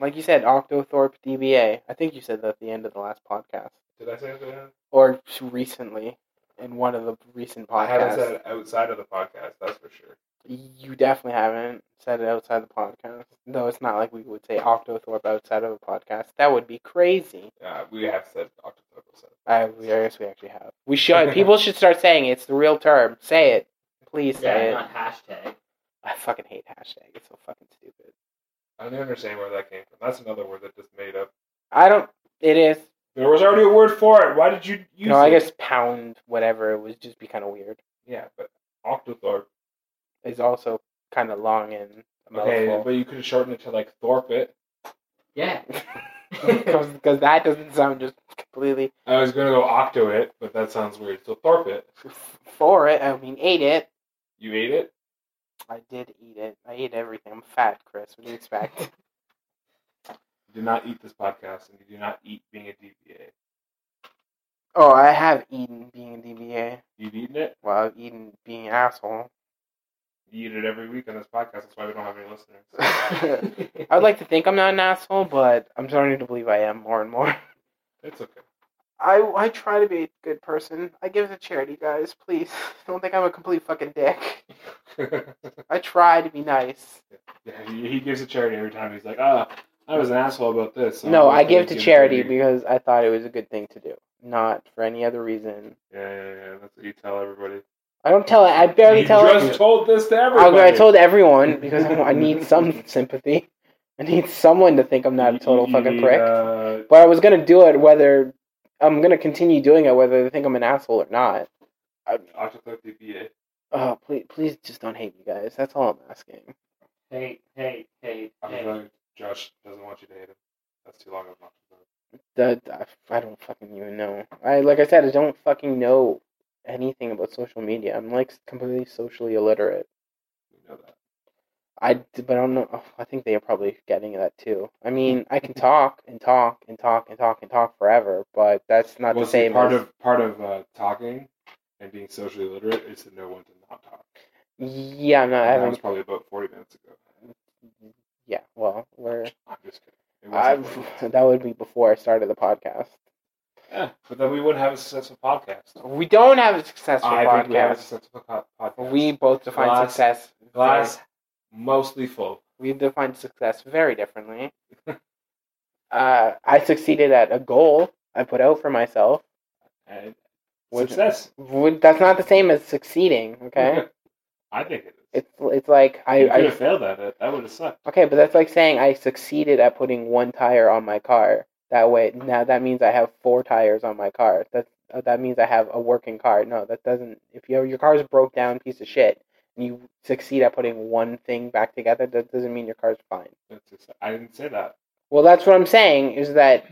Like you said, Octothorpe DBA. I think you said that at the end of the last podcast Did I say that? or recently in one of the recent I haven't said podcasts. it outside of the podcast. That's for sure. You definitely haven't said it outside the podcast. Though it's not like we would say Octothorpe outside of a podcast. That would be crazy. Uh, we have said October. So. I we- I guess we actually have. We should. People should start saying it. it's the real term. Say it, please. Say Yeah, it. not hashtag. I fucking hate hashtag. It's so fucking stupid. I don't understand where that came from. That's another word that just made up. I don't. It is. There was already a word for it. Why did you use You know, I it? guess pound whatever it would just be kind of weird. Yeah, but Octothorpe. It's also kind of long and a Okay, mouthful. but you could shorten it to like Thorpe it. Yeah. Because that doesn't sound just completely I was gonna go Octo it, but that sounds weird. So Thorpe it. for it. I mean, ate it. You ate it. I did eat it. I ate everything. I'm fat, Chris. What do you expect? You do not eat this podcast, and you do not eat being a DBA. oh, I have eaten being a DBA. You've eaten it. Well, I've eaten being an asshole. You eat it every week on this podcast. That's why we don't have any listeners. I would like to think I'm not an asshole, but I'm starting to believe I am more and more. It's okay. I, I try to be a good person. I give to charity, guys. Please don't think I'm a complete fucking dick. I try to be nice. Yeah, he he gives a charity every time. He's like, ah, I was an asshole about this. so No, I'm I gonna give to charity Yeah, because I thought it was a good thing to do, not for any other reason. yeah, yeah. That's what you tell everybody. I don't tell. I barely you tell. just told this to I, everybody. I told everyone because I, want- I need some sympathy. I need someone to think I'm not a You- total you fucking need, prick. uh, But I was gonna do it whether I'm gonna continue doing it whether they think I'm an asshole or not. Octothorpe DBA. Oh, please, please just don't hate me, guys. That's all I'm asking. hey, hey, hey, I'm hey. sorry, Josh doesn't want you to hate him. That's too long of an Octothorpe. The, I- I don't fucking even know. I like I said, I don't fucking know anything about social media. I'm like completely socially illiterate. We know that. I, d- but I don't know. I think they are probably getting that too. I mean, I can talk and talk and talk and talk and talk forever, but that's not well, the see, same. part as, of part of uh, talking and being socially literate is to know when to not talk. yeah, I'm not. And I that was haven't, probably about forty minutes ago. yeah, well, we're. I'm just kidding. It I wasn't 40 minutes. that would be before I started the podcast. Yeah, but then we wouldn't have a successful podcast. We don't have a successful I think we have a podcast. successful po- podcast. We both define Glass- success. glass mostly full. very- we define success very differently. uh, I succeeded at a goal I put out for myself. And Which- success. Would- That's not the same as succeeding. Okay. I think it is. It's it's like I, you could I have failed at it. That would have sucked. okay, but that's like saying I succeeded at putting one tire on my car. That way, now that means I have four tires on my car. That uh, that means I have a working car. No, that doesn't. If your your car's broke down, piece of shit, and you succeed at putting one thing back together, that doesn't mean your car's fine. That's just, I didn't say that. Well, that's what I'm saying is that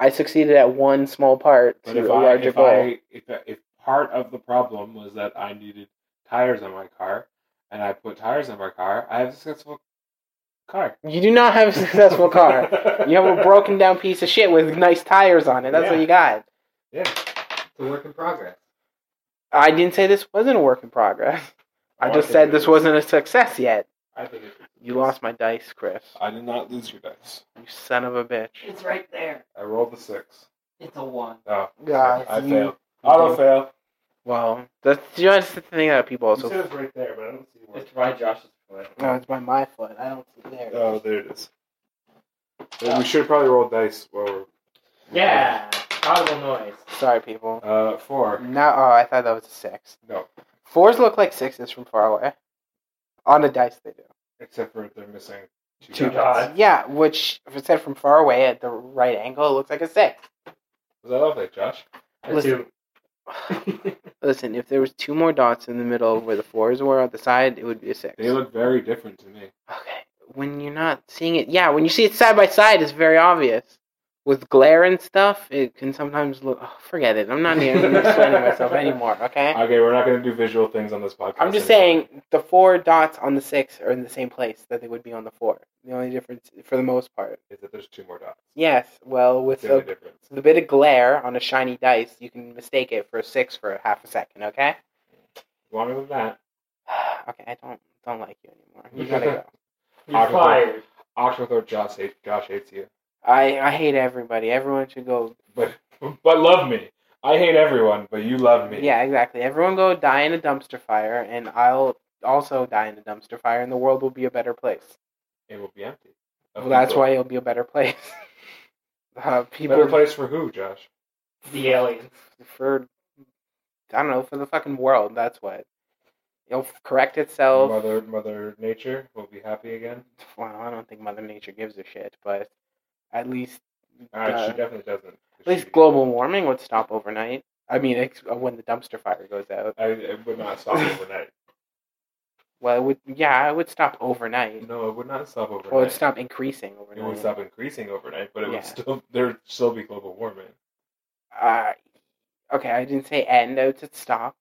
I succeeded at one small part But to if a I, larger if, goal. I if, if part of the problem was that I needed tires on my car, and I put tires on my car, I have a successful car. You do not have a successful car. You have a broken down piece of shit with nice tires on it. That's what Yeah. you got. Yeah. It's a work in progress. I didn't say this wasn't a work in progress. I Oh, just think said it this is. wasn't a success yet. I think it is. You lost my dice, Chris. I did not lose your dice. You son of a bitch. It's right there. I rolled a six. It's a one. Oh, God, I you- failed. Auto fail. Well, that's you know, that's the thing that people You said also. it's right there, but I don't see where. It's by Josh's foot. No, it's by my foot. I don't see there. Oh, there it is. Uh, we should probably roll dice while we're. Yeah. Audible noise. Sorry, people. Uh, four. No, oh, I thought that was a six. No, Fours look like sixes from far away. On the dice, they do. except for they're missing two, Two dots. dots. Yeah, which if it's said from far away at the right angle, it looks like a six. Was that lovely, Josh? A Listen. two. Listen, if there was two more dots in the middle where the fours were on the side, it would be a six. They look very different to me. Okay. When you're not seeing it, yeah, when you see it side by side, it's very obvious. with glare and stuff, it can sometimes look. Oh, forget it. I'm not even explaining myself anymore. Okay. Okay, we're not going to do visual things on this podcast. I'm just anymore. saying the four dots on the six are in the same place that they would be on the four. The only difference, for the most part, Is that there's two more dots. yes. Well, with That's the only the, difference. the bit of glare on a shiny dice, you can mistake it for a six for a half a second. Okay. Longer than that, okay. I don't don't like you anymore. You gotta go. You're fired. Oxford Josh, hate, Josh hates you. I I hate everybody. Everyone should go. But but love me. I hate everyone, but you love me. Yeah, exactly. Everyone go die in a dumpster fire, and I'll also die in a dumpster fire, and the world will be a better place. It will be empty. Well, that's why it'll be a better place. uh, people Better place for who, Josh? The aliens. for I don't know for the fucking world. That's what it'll correct itself. Mother Mother Nature will be happy again. Well, I don't think Mother Nature gives a shit, but at least Uh, Uh, she definitely doesn't. at least She- global warming would stop overnight. I mean, ex- uh, when the dumpster fire goes out. I it would not stop overnight. Well, it would yeah, it would stop overnight. No, it would not stop overnight. Well, it would stop increasing It overnight. would stop increasing overnight, but it Yeah. would still there'd still be global warming. Uh, okay, I didn't say end. I said stop.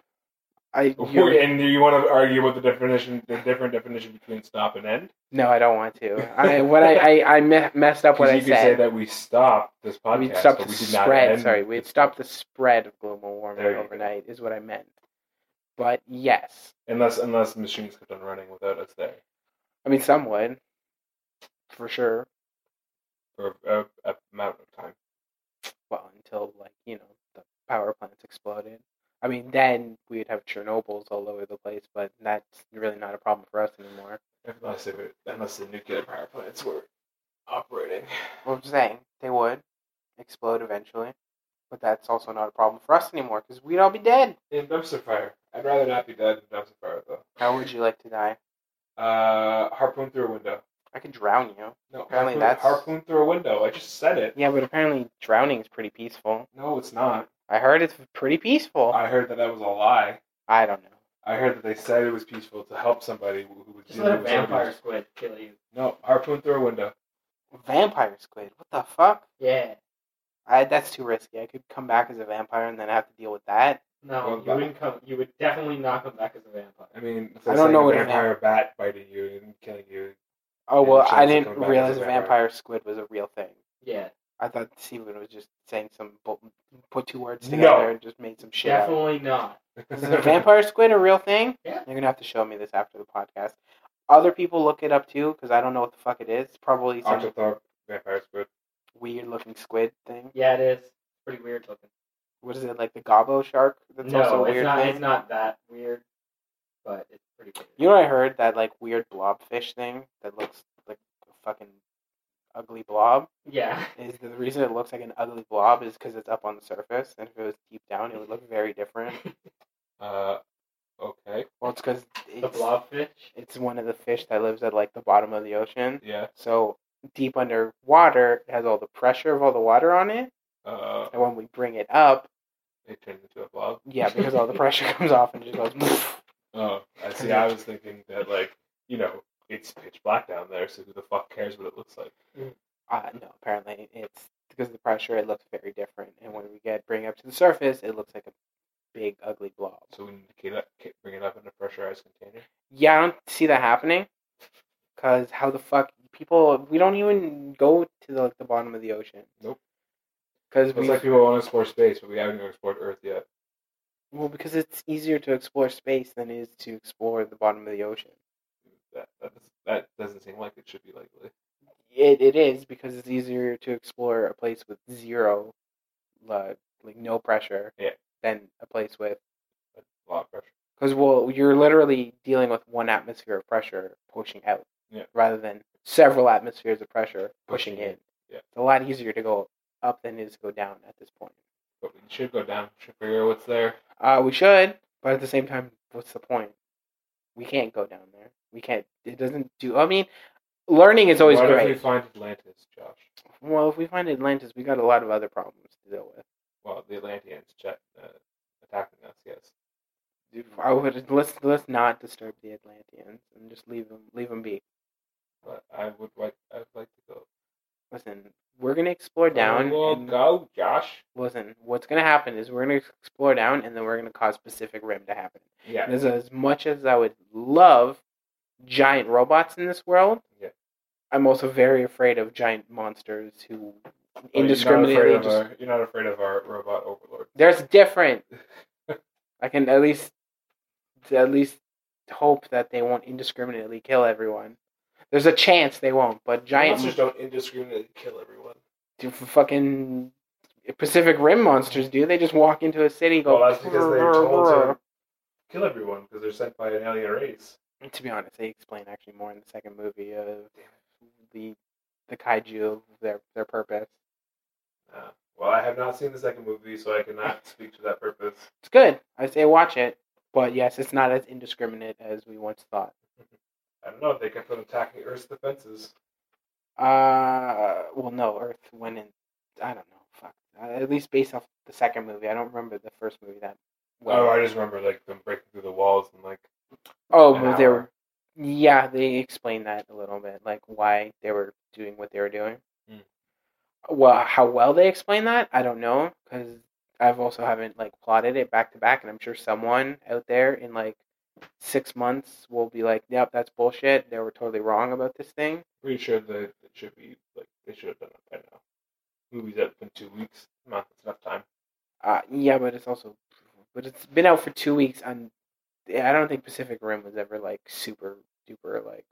I you- And you want to argue with the definition, the different definition between stop and end? no, I don't want to. I what I I, I me- messed up what I Because you could say said. that we stopped this podcast, we'd stop but the we did not spread. end Sorry, we'd this stop the spread of global warming There you go. overnight is what I meant. But yes, Unless unless machines kept on running without us there I mean some would, for sure. for a, a amount of time. Well, until like you know the power plants exploded. I mean, then we'd have Chernobyls all over the place, but that's really not a problem for us anymore. Unless if it, unless the nuclear power plants were operating. Well, I'm saying they would explode eventually, but that's also not a problem for us anymore because we'd all be dead. In dumpster fire, I'd rather not be dead in dumpster fire though. How would you like to die? Uh, harpoon through a window. I could drown you. No, Apparently harpoon, that's- harpoon through a window. I just said it. Yeah, but apparently drowning is pretty peaceful. No, it's not. I heard it's pretty peaceful. I heard that that was a lie. I don't know. I heard that they said it was peaceful to help somebody who who was Just let dealing a with zombies. vampire squid kill you. No, harpoon through a window. Vampire squid. What the fuck? Yeah. I, that's too risky. I could come back as a vampire and then have to deal with that. No, Well, you but- wouldn't come. You would definitely not come back as a vampire. I mean, it's I like don't know saying what a it vampire bat biting you and killing you. Oh Yeah, well, the chance I to didn't come back as a realize vampire. vampire. squid was a real thing. Yeah, I thought Steven was just saying some bu- put two words No. together and just made some shit. up. definitely not. Is a vampire squid a real thing? Yeah. You're gonna have to show me this after the podcast. Other people look it up too because I don't know what the fuck it is. It's probably some Octothorpe vampire squid. weird looking squid thing. Yeah, it is pretty weird looking. What is it like the gobbo shark? That's also no, a it's weird not. thing. It's not that weird, but it's pretty weird. You know, what I heard that like weird blobfish thing that looks like a fucking ugly blob. yeah, Is the reason it looks like an ugly blob is because it's up on the surface, and if it was deep down, it would look very different. Uh, okay. Well, it's because the it's, blobfish. it's one of the fish that lives at like the bottom of the ocean. Yeah. So deep underwater, it has all the pressure of all the water on it, Uh, and when we bring it up, it turned into a blob. yeah, because all the pressure comes off and it just goes. Oh, I see. I was thinking that, like, you know, it's pitch black down there, so who the fuck cares what it looks like? Uh, no, apparently it's because of the pressure. It looks very different, and when we get bring it up to the surface, it looks like a big ugly blob. So we need to keep that, keep- bring it up in a pressurized container. Yeah, I don't see that happening. Cause how the fuck people? We don't even go to the, like the bottom of the ocean. Nope. Cause It's we like people want to explore space, but we haven't even explored Earth yet. well because it's easier to explore space than it is to explore the bottom of the ocean. That that, does- that doesn't seem like it should be likely. It it is because it's easier to explore a place with zero, like like no pressure. Yeah. Than a place with But a lot of pressure. Because well, you're literally dealing with one atmosphere of pressure pushing out, Yeah. rather than several atmospheres of pressure pushing, Pushing in, in. yeah. It's a lot easier to go up than it is to go down at this point. But we should go down. We should figure out what's there. Uh, we should, but at the same time, what's the point? We can't go down there. We can't. It doesn't do. I mean, learning is always what great. if we find Atlantis, Josh? Well, if we find Atlantis, we got a lot of other problems to deal with. Well, the Atlanteans jet, uh, attacking us, yes. I would let's let's not disturb the Atlanteans and just leave them leave them be. But I would like I'd like to go. Listen, we're gonna explore down. Well, and- go, Josh. listen, what's gonna happen is we're gonna explore down, and then we're gonna cause Pacific Rim to happen. Yeah. As as much as I would love giant robots in this world, Yeah. I'm also very afraid of giant monsters who Well, you're not indiscriminately afraid of just. our- You're not afraid of our robot overlord. There's different. I can at least, at least, hope that they won't indiscriminately kill everyone. There's a chance they won't, but giant Monsters don't indiscriminately kill everyone. do f- fucking Pacific Rim monsters do. They just walk into a city, go. Well, that's because they're told "Brr, to kill everyone because they're sent by an alien race. brr." To be honest, they explain actually more in the second movie of the the kaiju their their purpose. Uh, well, I have not seen the second movie, so I cannot speak to that purpose. It's good. I say watch it, but yes, it's not as indiscriminate as we once thought. I don't know if they kept on attacking Earth's defenses. Uh, well, no, Earth went in. I don't know. Fuck. Uh, at least based off the second movie, I don't remember the first movie that. oh, I just remember like them breaking through the walls and like oh, an but they hour. were. Yeah, they explained that a little bit, like why they were doing what they were doing. Hmm. Well, how well they explained that, I don't know, because I've also haven't like plotted it back to back, and I'm sure someone out there in like six months will be like, "Yep, that's bullshit. They were totally wrong about this thing." pretty sure that it should be like they should have done it by now. Movies up in two weeks. Come on, it's enough time. Uh, yeah, but it's also, but it's been out for two weeks. On, I don't think Pacific Rim was ever like super duper like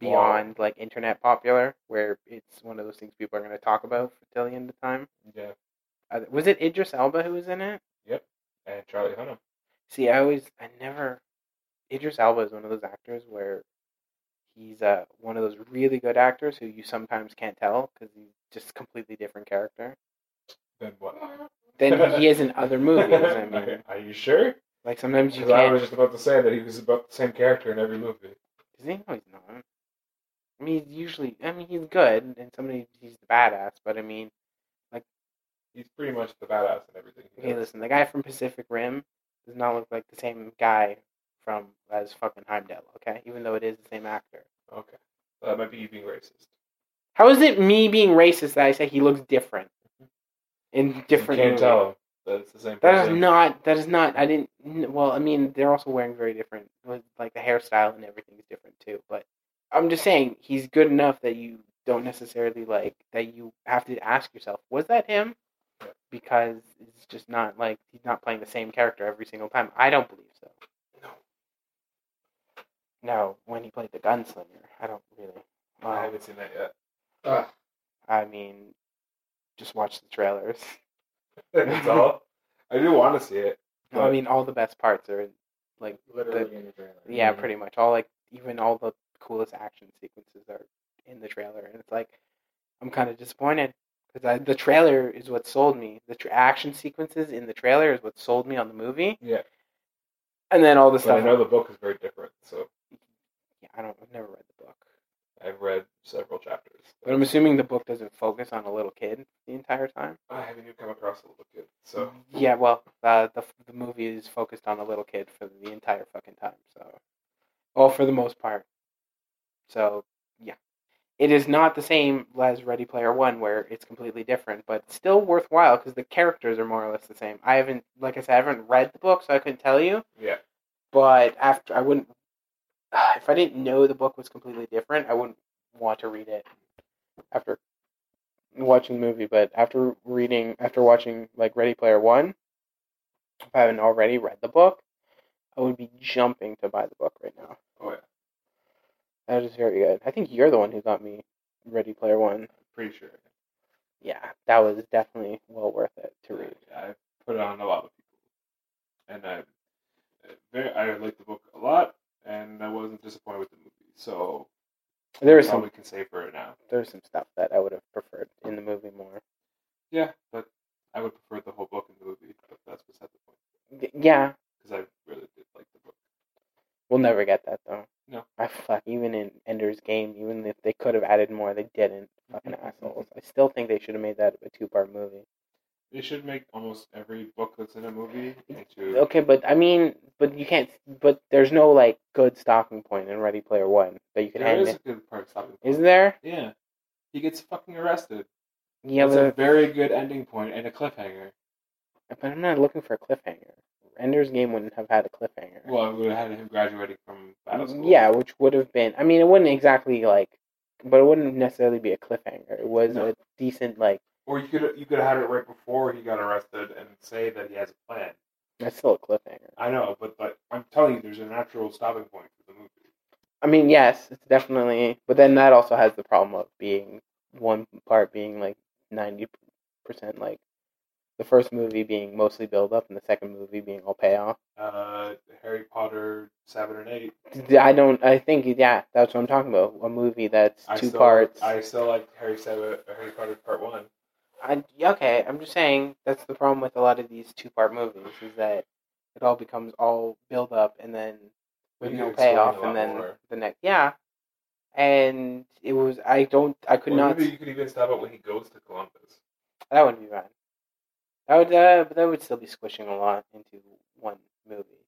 Wow. beyond like internet popular, where it's one of those things people are going to talk about till the end of time. Yeah, Uh, was it Idris Elba who was in it? and Charlie Hunnam. See, I always, I never. Idris Elba is one of those actors where he's uh, one of those really good actors who you sometimes can't tell because he's just completely different character Then what? than he is in other movies. I mean, Are you sure? like sometimes you Because I can't. was just about to say that he was about the same character in every movie. Is he? No, he's not. I mean, he's usually. I mean, he's good, and somebody he's the badass. But I mean, He's pretty much the badass in everything. He okay, does. listen. The guy from Pacific Rim does not look like the same guy from as fucking Heimdall. Okay, even though it is the same actor. Okay, that might be you being racist. How is it me being racist that I say he looks different in different? You Mm-hmm. can't movies? tell him that it's the same That is person. not. That is not. I didn't. n- Well, I mean, they're also wearing very different. Like the hairstyle and everything is different too. But I'm just saying he's good enough that you don't necessarily like that. You have to ask yourself, was that him? Because it's just not like he's not playing the same character every single time. I don't believe so. No. No, when he played the gunslinger, I don't really. I Well, haven't seen that yet. Ugh. I mean, just watch the trailers. That's all. I do want to see it. I mean, all the best parts are literally in the trailer. Yeah, Mhm. pretty much. All like even all the coolest action sequences are in the trailer, and it's like I'm kind of disappointed because the trailer is what sold me. The tra- action sequences in the trailer is what sold me on the movie, Yeah, and then all the but I stuff. know the book is very different, so Yeah, I don't. I've never read the book, I've read several chapters. but I'm assuming the book doesn't focus on a little kid the entire time. I haven't even come across a little kid, so yeah, well, uh, the the movie is focused on a little kid for the entire fucking time. So, well, for the most part. So yeah, it is not the same as Ready Player One, where it's completely different, but it's still worthwhile because the characters are more or less the same. I haven't, like I said, I haven't read the book, so I couldn't tell you. yeah. But after I wouldn't, if I didn't know the book was completely different, I wouldn't want to read it after watching the movie. But after reading, after watching like Ready Player One, if I haven't already read the book, I would be jumping to buy the book right now. Oh yeah, I'm That is very good. I think you're the one who got me Ready Player One. pretty sure. Yeah, that was definitely well worth it to read. I put it on a lot of people, and I very I liked the book a lot, and I wasn't disappointed with the movie. So There was all some we can say for it now. there was some stuff that I would have preferred in the movie more. Yeah, but I would prefer the whole book and the movie, but that's beside the point Y- Yeah, because I really did like the book. We'll never get that though. No. I fuck even in Ender's Game, even if they could have added more, they didn't. Fucking Mm-hmm. assholes. I still think they should have made that a two part movie. They should make almost every book that's in a movie into Okay, but I mean, but you can't. But there's no like good stopping point in Ready Player One that you could There hang. is Is, a good part stopping. is there? Yeah, he gets fucking arrested. Yeah, it's but, a very good ending point and a cliffhanger. but I'm not looking for a cliffhanger. Ender's Game wouldn't have had a cliffhanger. Well, we would have had him graduating from battle school. Mm, yeah, which would have been. I mean, it wouldn't exactly like, but it wouldn't necessarily be a cliffhanger. It was No. a decent like. Or you could you could have had it right before he got arrested and say that he has a plan. That's still a cliffhanger. I know, but like I'm telling you, there's a natural stopping point for the movie. I mean, yes, it's definitely. But then that also has the problem of being one part being like ninety percent like the first movie being mostly build up and the second movie being all payoff. Uh, Harry Potter seven and eight. I don't. I think yeah, that's what I'm talking about. A movie that's I two still, parts. I still like Harry seven, Harry Potter part one. I, yeah, okay, I'm just saying that's the problem with a lot of these two part movies is that it all becomes all build up and then with You no could explain a payoff lot and then more. the next yeah. And it was I don't I could Or not Maybe you could even stop it when he goes to Columbus. that would be bad. That would uh, but that would still be squishing a lot into one movie.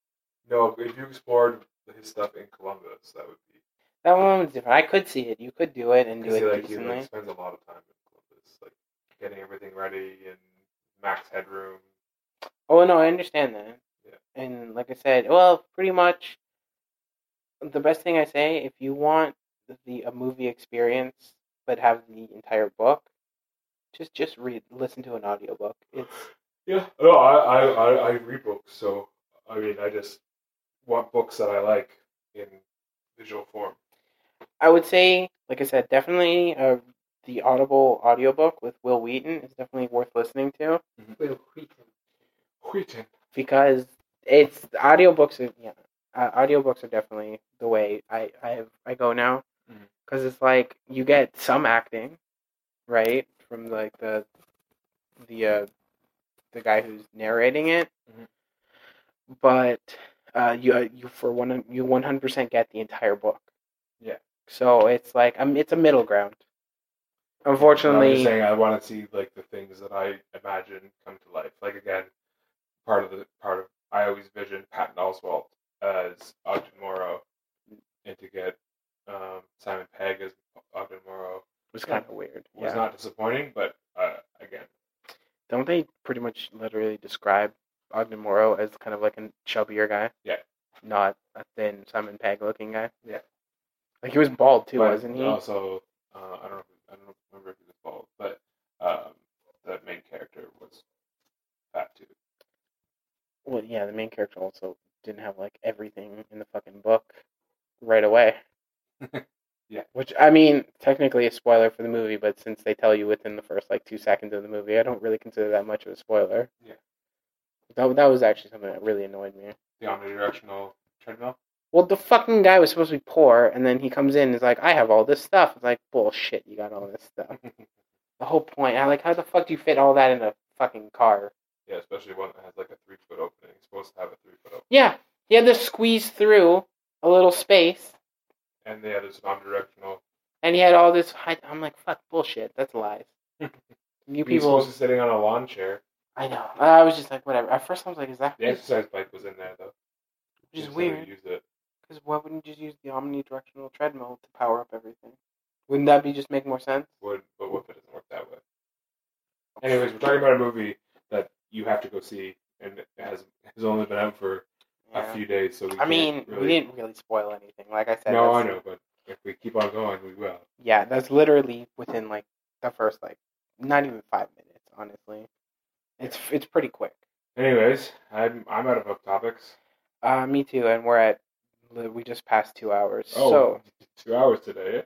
No, if you explored his stuff in Columbus, that would be. That one was different. I could see it. You could do it and do Because it he like he decently. like spends a lot of time in Columbus, like getting everything ready and Max Headroom. Oh no, I understand that. Yeah. And like I said, well, pretty much the best thing I say if you want the a movie experience but have the entire book, just just read listen to an audiobook. It's Yeah, no, I, I, I, I read books, so I mean, I just want books that I like in visual form. I would say, like I said, definitely uh, the Audible audiobook with Will Wheaton is definitely worth listening to Will Wheaton. Wheaton. because it's the audiobooks are yeah, uh, audiobooks are definitely the way I I have, I go now Mhm. because it's like you get some acting, right, from like the the uh, the guy who's narrating it, Mhm. Mm-hmm. but uh, you uh, you for one you one hundred percent get the entire book. Yeah. So it's like um, it's a middle ground. Unfortunately, I'm just saying I want to see like the things that I imagine come to life. Like again, part of the part of I always vision Patton Oswalt as Ogden Morrow, and to get um, Simon Pegg as Ogden Morrow it was kind of weird. was not disappointing. But uh, again, Don't they pretty much literally describe Ogden Morrow as kind of like a chubbier guy? Yeah. Not a thin Simon Pegg looking guy? Yeah. Like he was bald too, but wasn't he? Also, uh, I don't know. If, I don't remember if he was bald, but um, the main character was fat too. Well, yeah, the main character also didn't have like everything in the fucking book right away. Yeah. Which, I mean, technically a spoiler for the movie, but since they tell you within the first like two seconds of the movie, I don't really consider that much of a spoiler. Yeah. That, that was actually something that really annoyed me. The omnidirectional treadmill. Well, the fucking guy was supposed to be poor, and then he comes in and is like, I have all this stuff. It's like, bullshit, you got all this stuff. The whole point, I like, how the fuck do you fit all that in a fucking car? Yeah, especially one that has like a three foot opening. It's supposed to have a three foot opening. Yeah, he had to squeeze through a little space, and yeah, there's non-directional. and he had all this. High- I'm like, fuck, bullshit, that's lies. you He's people, supposed to be sitting on a lawn chair. I know. I was just like, whatever. At first, I was like, is that The exercise bike was in there though. which is Just never weird? Used it. Because why wouldn't you just use the omnidirectional treadmill to power up everything? Wouldn't that be just make more sense? Would but what if it doesn't work that way? Anyways, we're talking about a movie that you have to go see, and it has has only been out for Yeah. a few days. So we I can't mean, really... we didn't really spoil anything. Like I said, No, I that's- know, but if we keep on going, we will. Yeah, that's literally within like the first like not even five minutes. Honestly, it's it's pretty quick. Anyways, I'm I'm out of up topics. Uh, me too. And we're at li- we just passed two hours. Oh, So two hours today.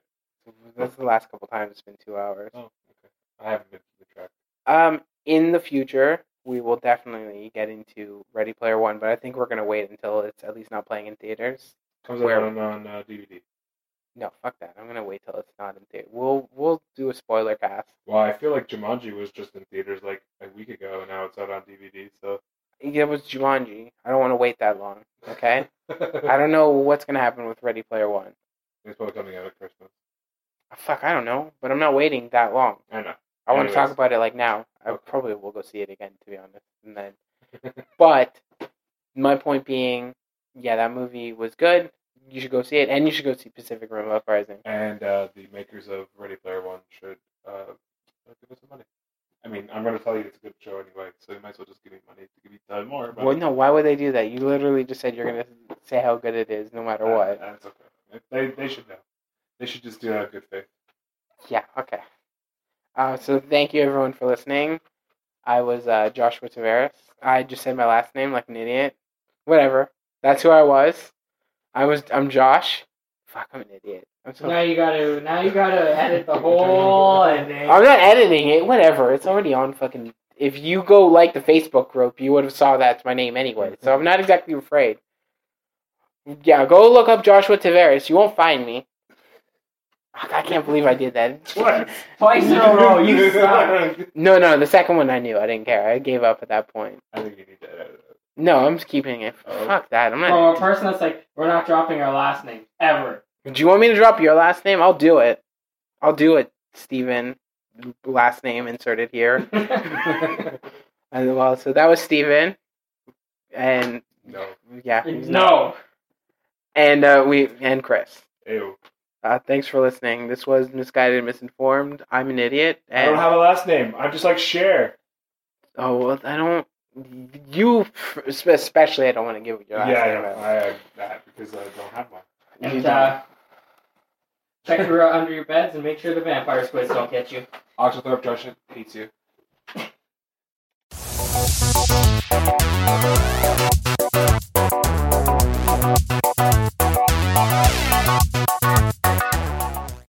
that's the last couple times it's been two hours. Oh, okay. I haven't been keeping track. Um, in the future we will definitely get into Ready Player One, but I think we're gonna wait until it's at least not playing in theaters. Comes out Where- on on uh, DVD. No, fuck that. I'm gonna wait till it's not in theater. We'll we'll do a spoiler cast. Well, I feel like Jumanji was just in theaters like a week ago, and now it's out on DVD. So It was Jumanji. I don't want to wait that long. Okay. I I don't know what's gonna happen with Ready Player One. Ah, It's probably coming out at Christmas. Fuck, I don't know, but I'm not waiting that long. I know. I want to talk Anyways. about it like now. I Okay. probably will go see it again, to be honest. And then, but my point being, yeah, that movie was good. You should go see it, and you should go see Pacific Rim Uprising. And uh, the makers of Ready Player One should uh, give us some money. I mean, I'm going to tell you it's a good show anyway, so you might as well just give me money to give you time more. But Well, no, why would they do that? You literally just said you're gonna say how good it is, no matter uh, what. That's okay. They, they should know. They should just do that in good faith. Yeah. Okay. Uh, so thank you everyone for listening. I was uh, Joshua Tavares. I just said my last name like an idiot. Whatever. That's who I was. I was. I'm Josh. Fuck. I'm an idiot. I'm so. now you gotta now you gotta edit the whole ending. I'm not editing it. Whatever. It's already on fucking. If you go like the Facebook group, you would have saw that's my name anyway. So I'm not exactly afraid. Yeah, go look up Joshua Tavares. You won't find me. Fuck, I can't believe I did that. What? Twice in a row, you suck. No, no, the second one I knew. I didn't care. I gave up at that point. I think you need to edit it. No, I'm just keeping it. Oh. Fuck that. I'm From not. a person that's like, we're not dropping our last name ever. Oh. Do you want me to drop your last name? I'll do it. I'll do it, Steven. Last name inserted here. And well, so that was Steven. And No. yeah. no. And uh, we and Chris. Ew. Uh, thanks for listening. This was misguided and misinformed. I'm an idiot. I And don't have a last name. I'm just like Cher. oh, well, I don't. You especially, I don't want to give your Yeah, last I name. know. out. I am that because I don't have one. And uh, check your uh, under your beds and make sure the vampire squids don't get you. Oxlethorpe Josh hates you.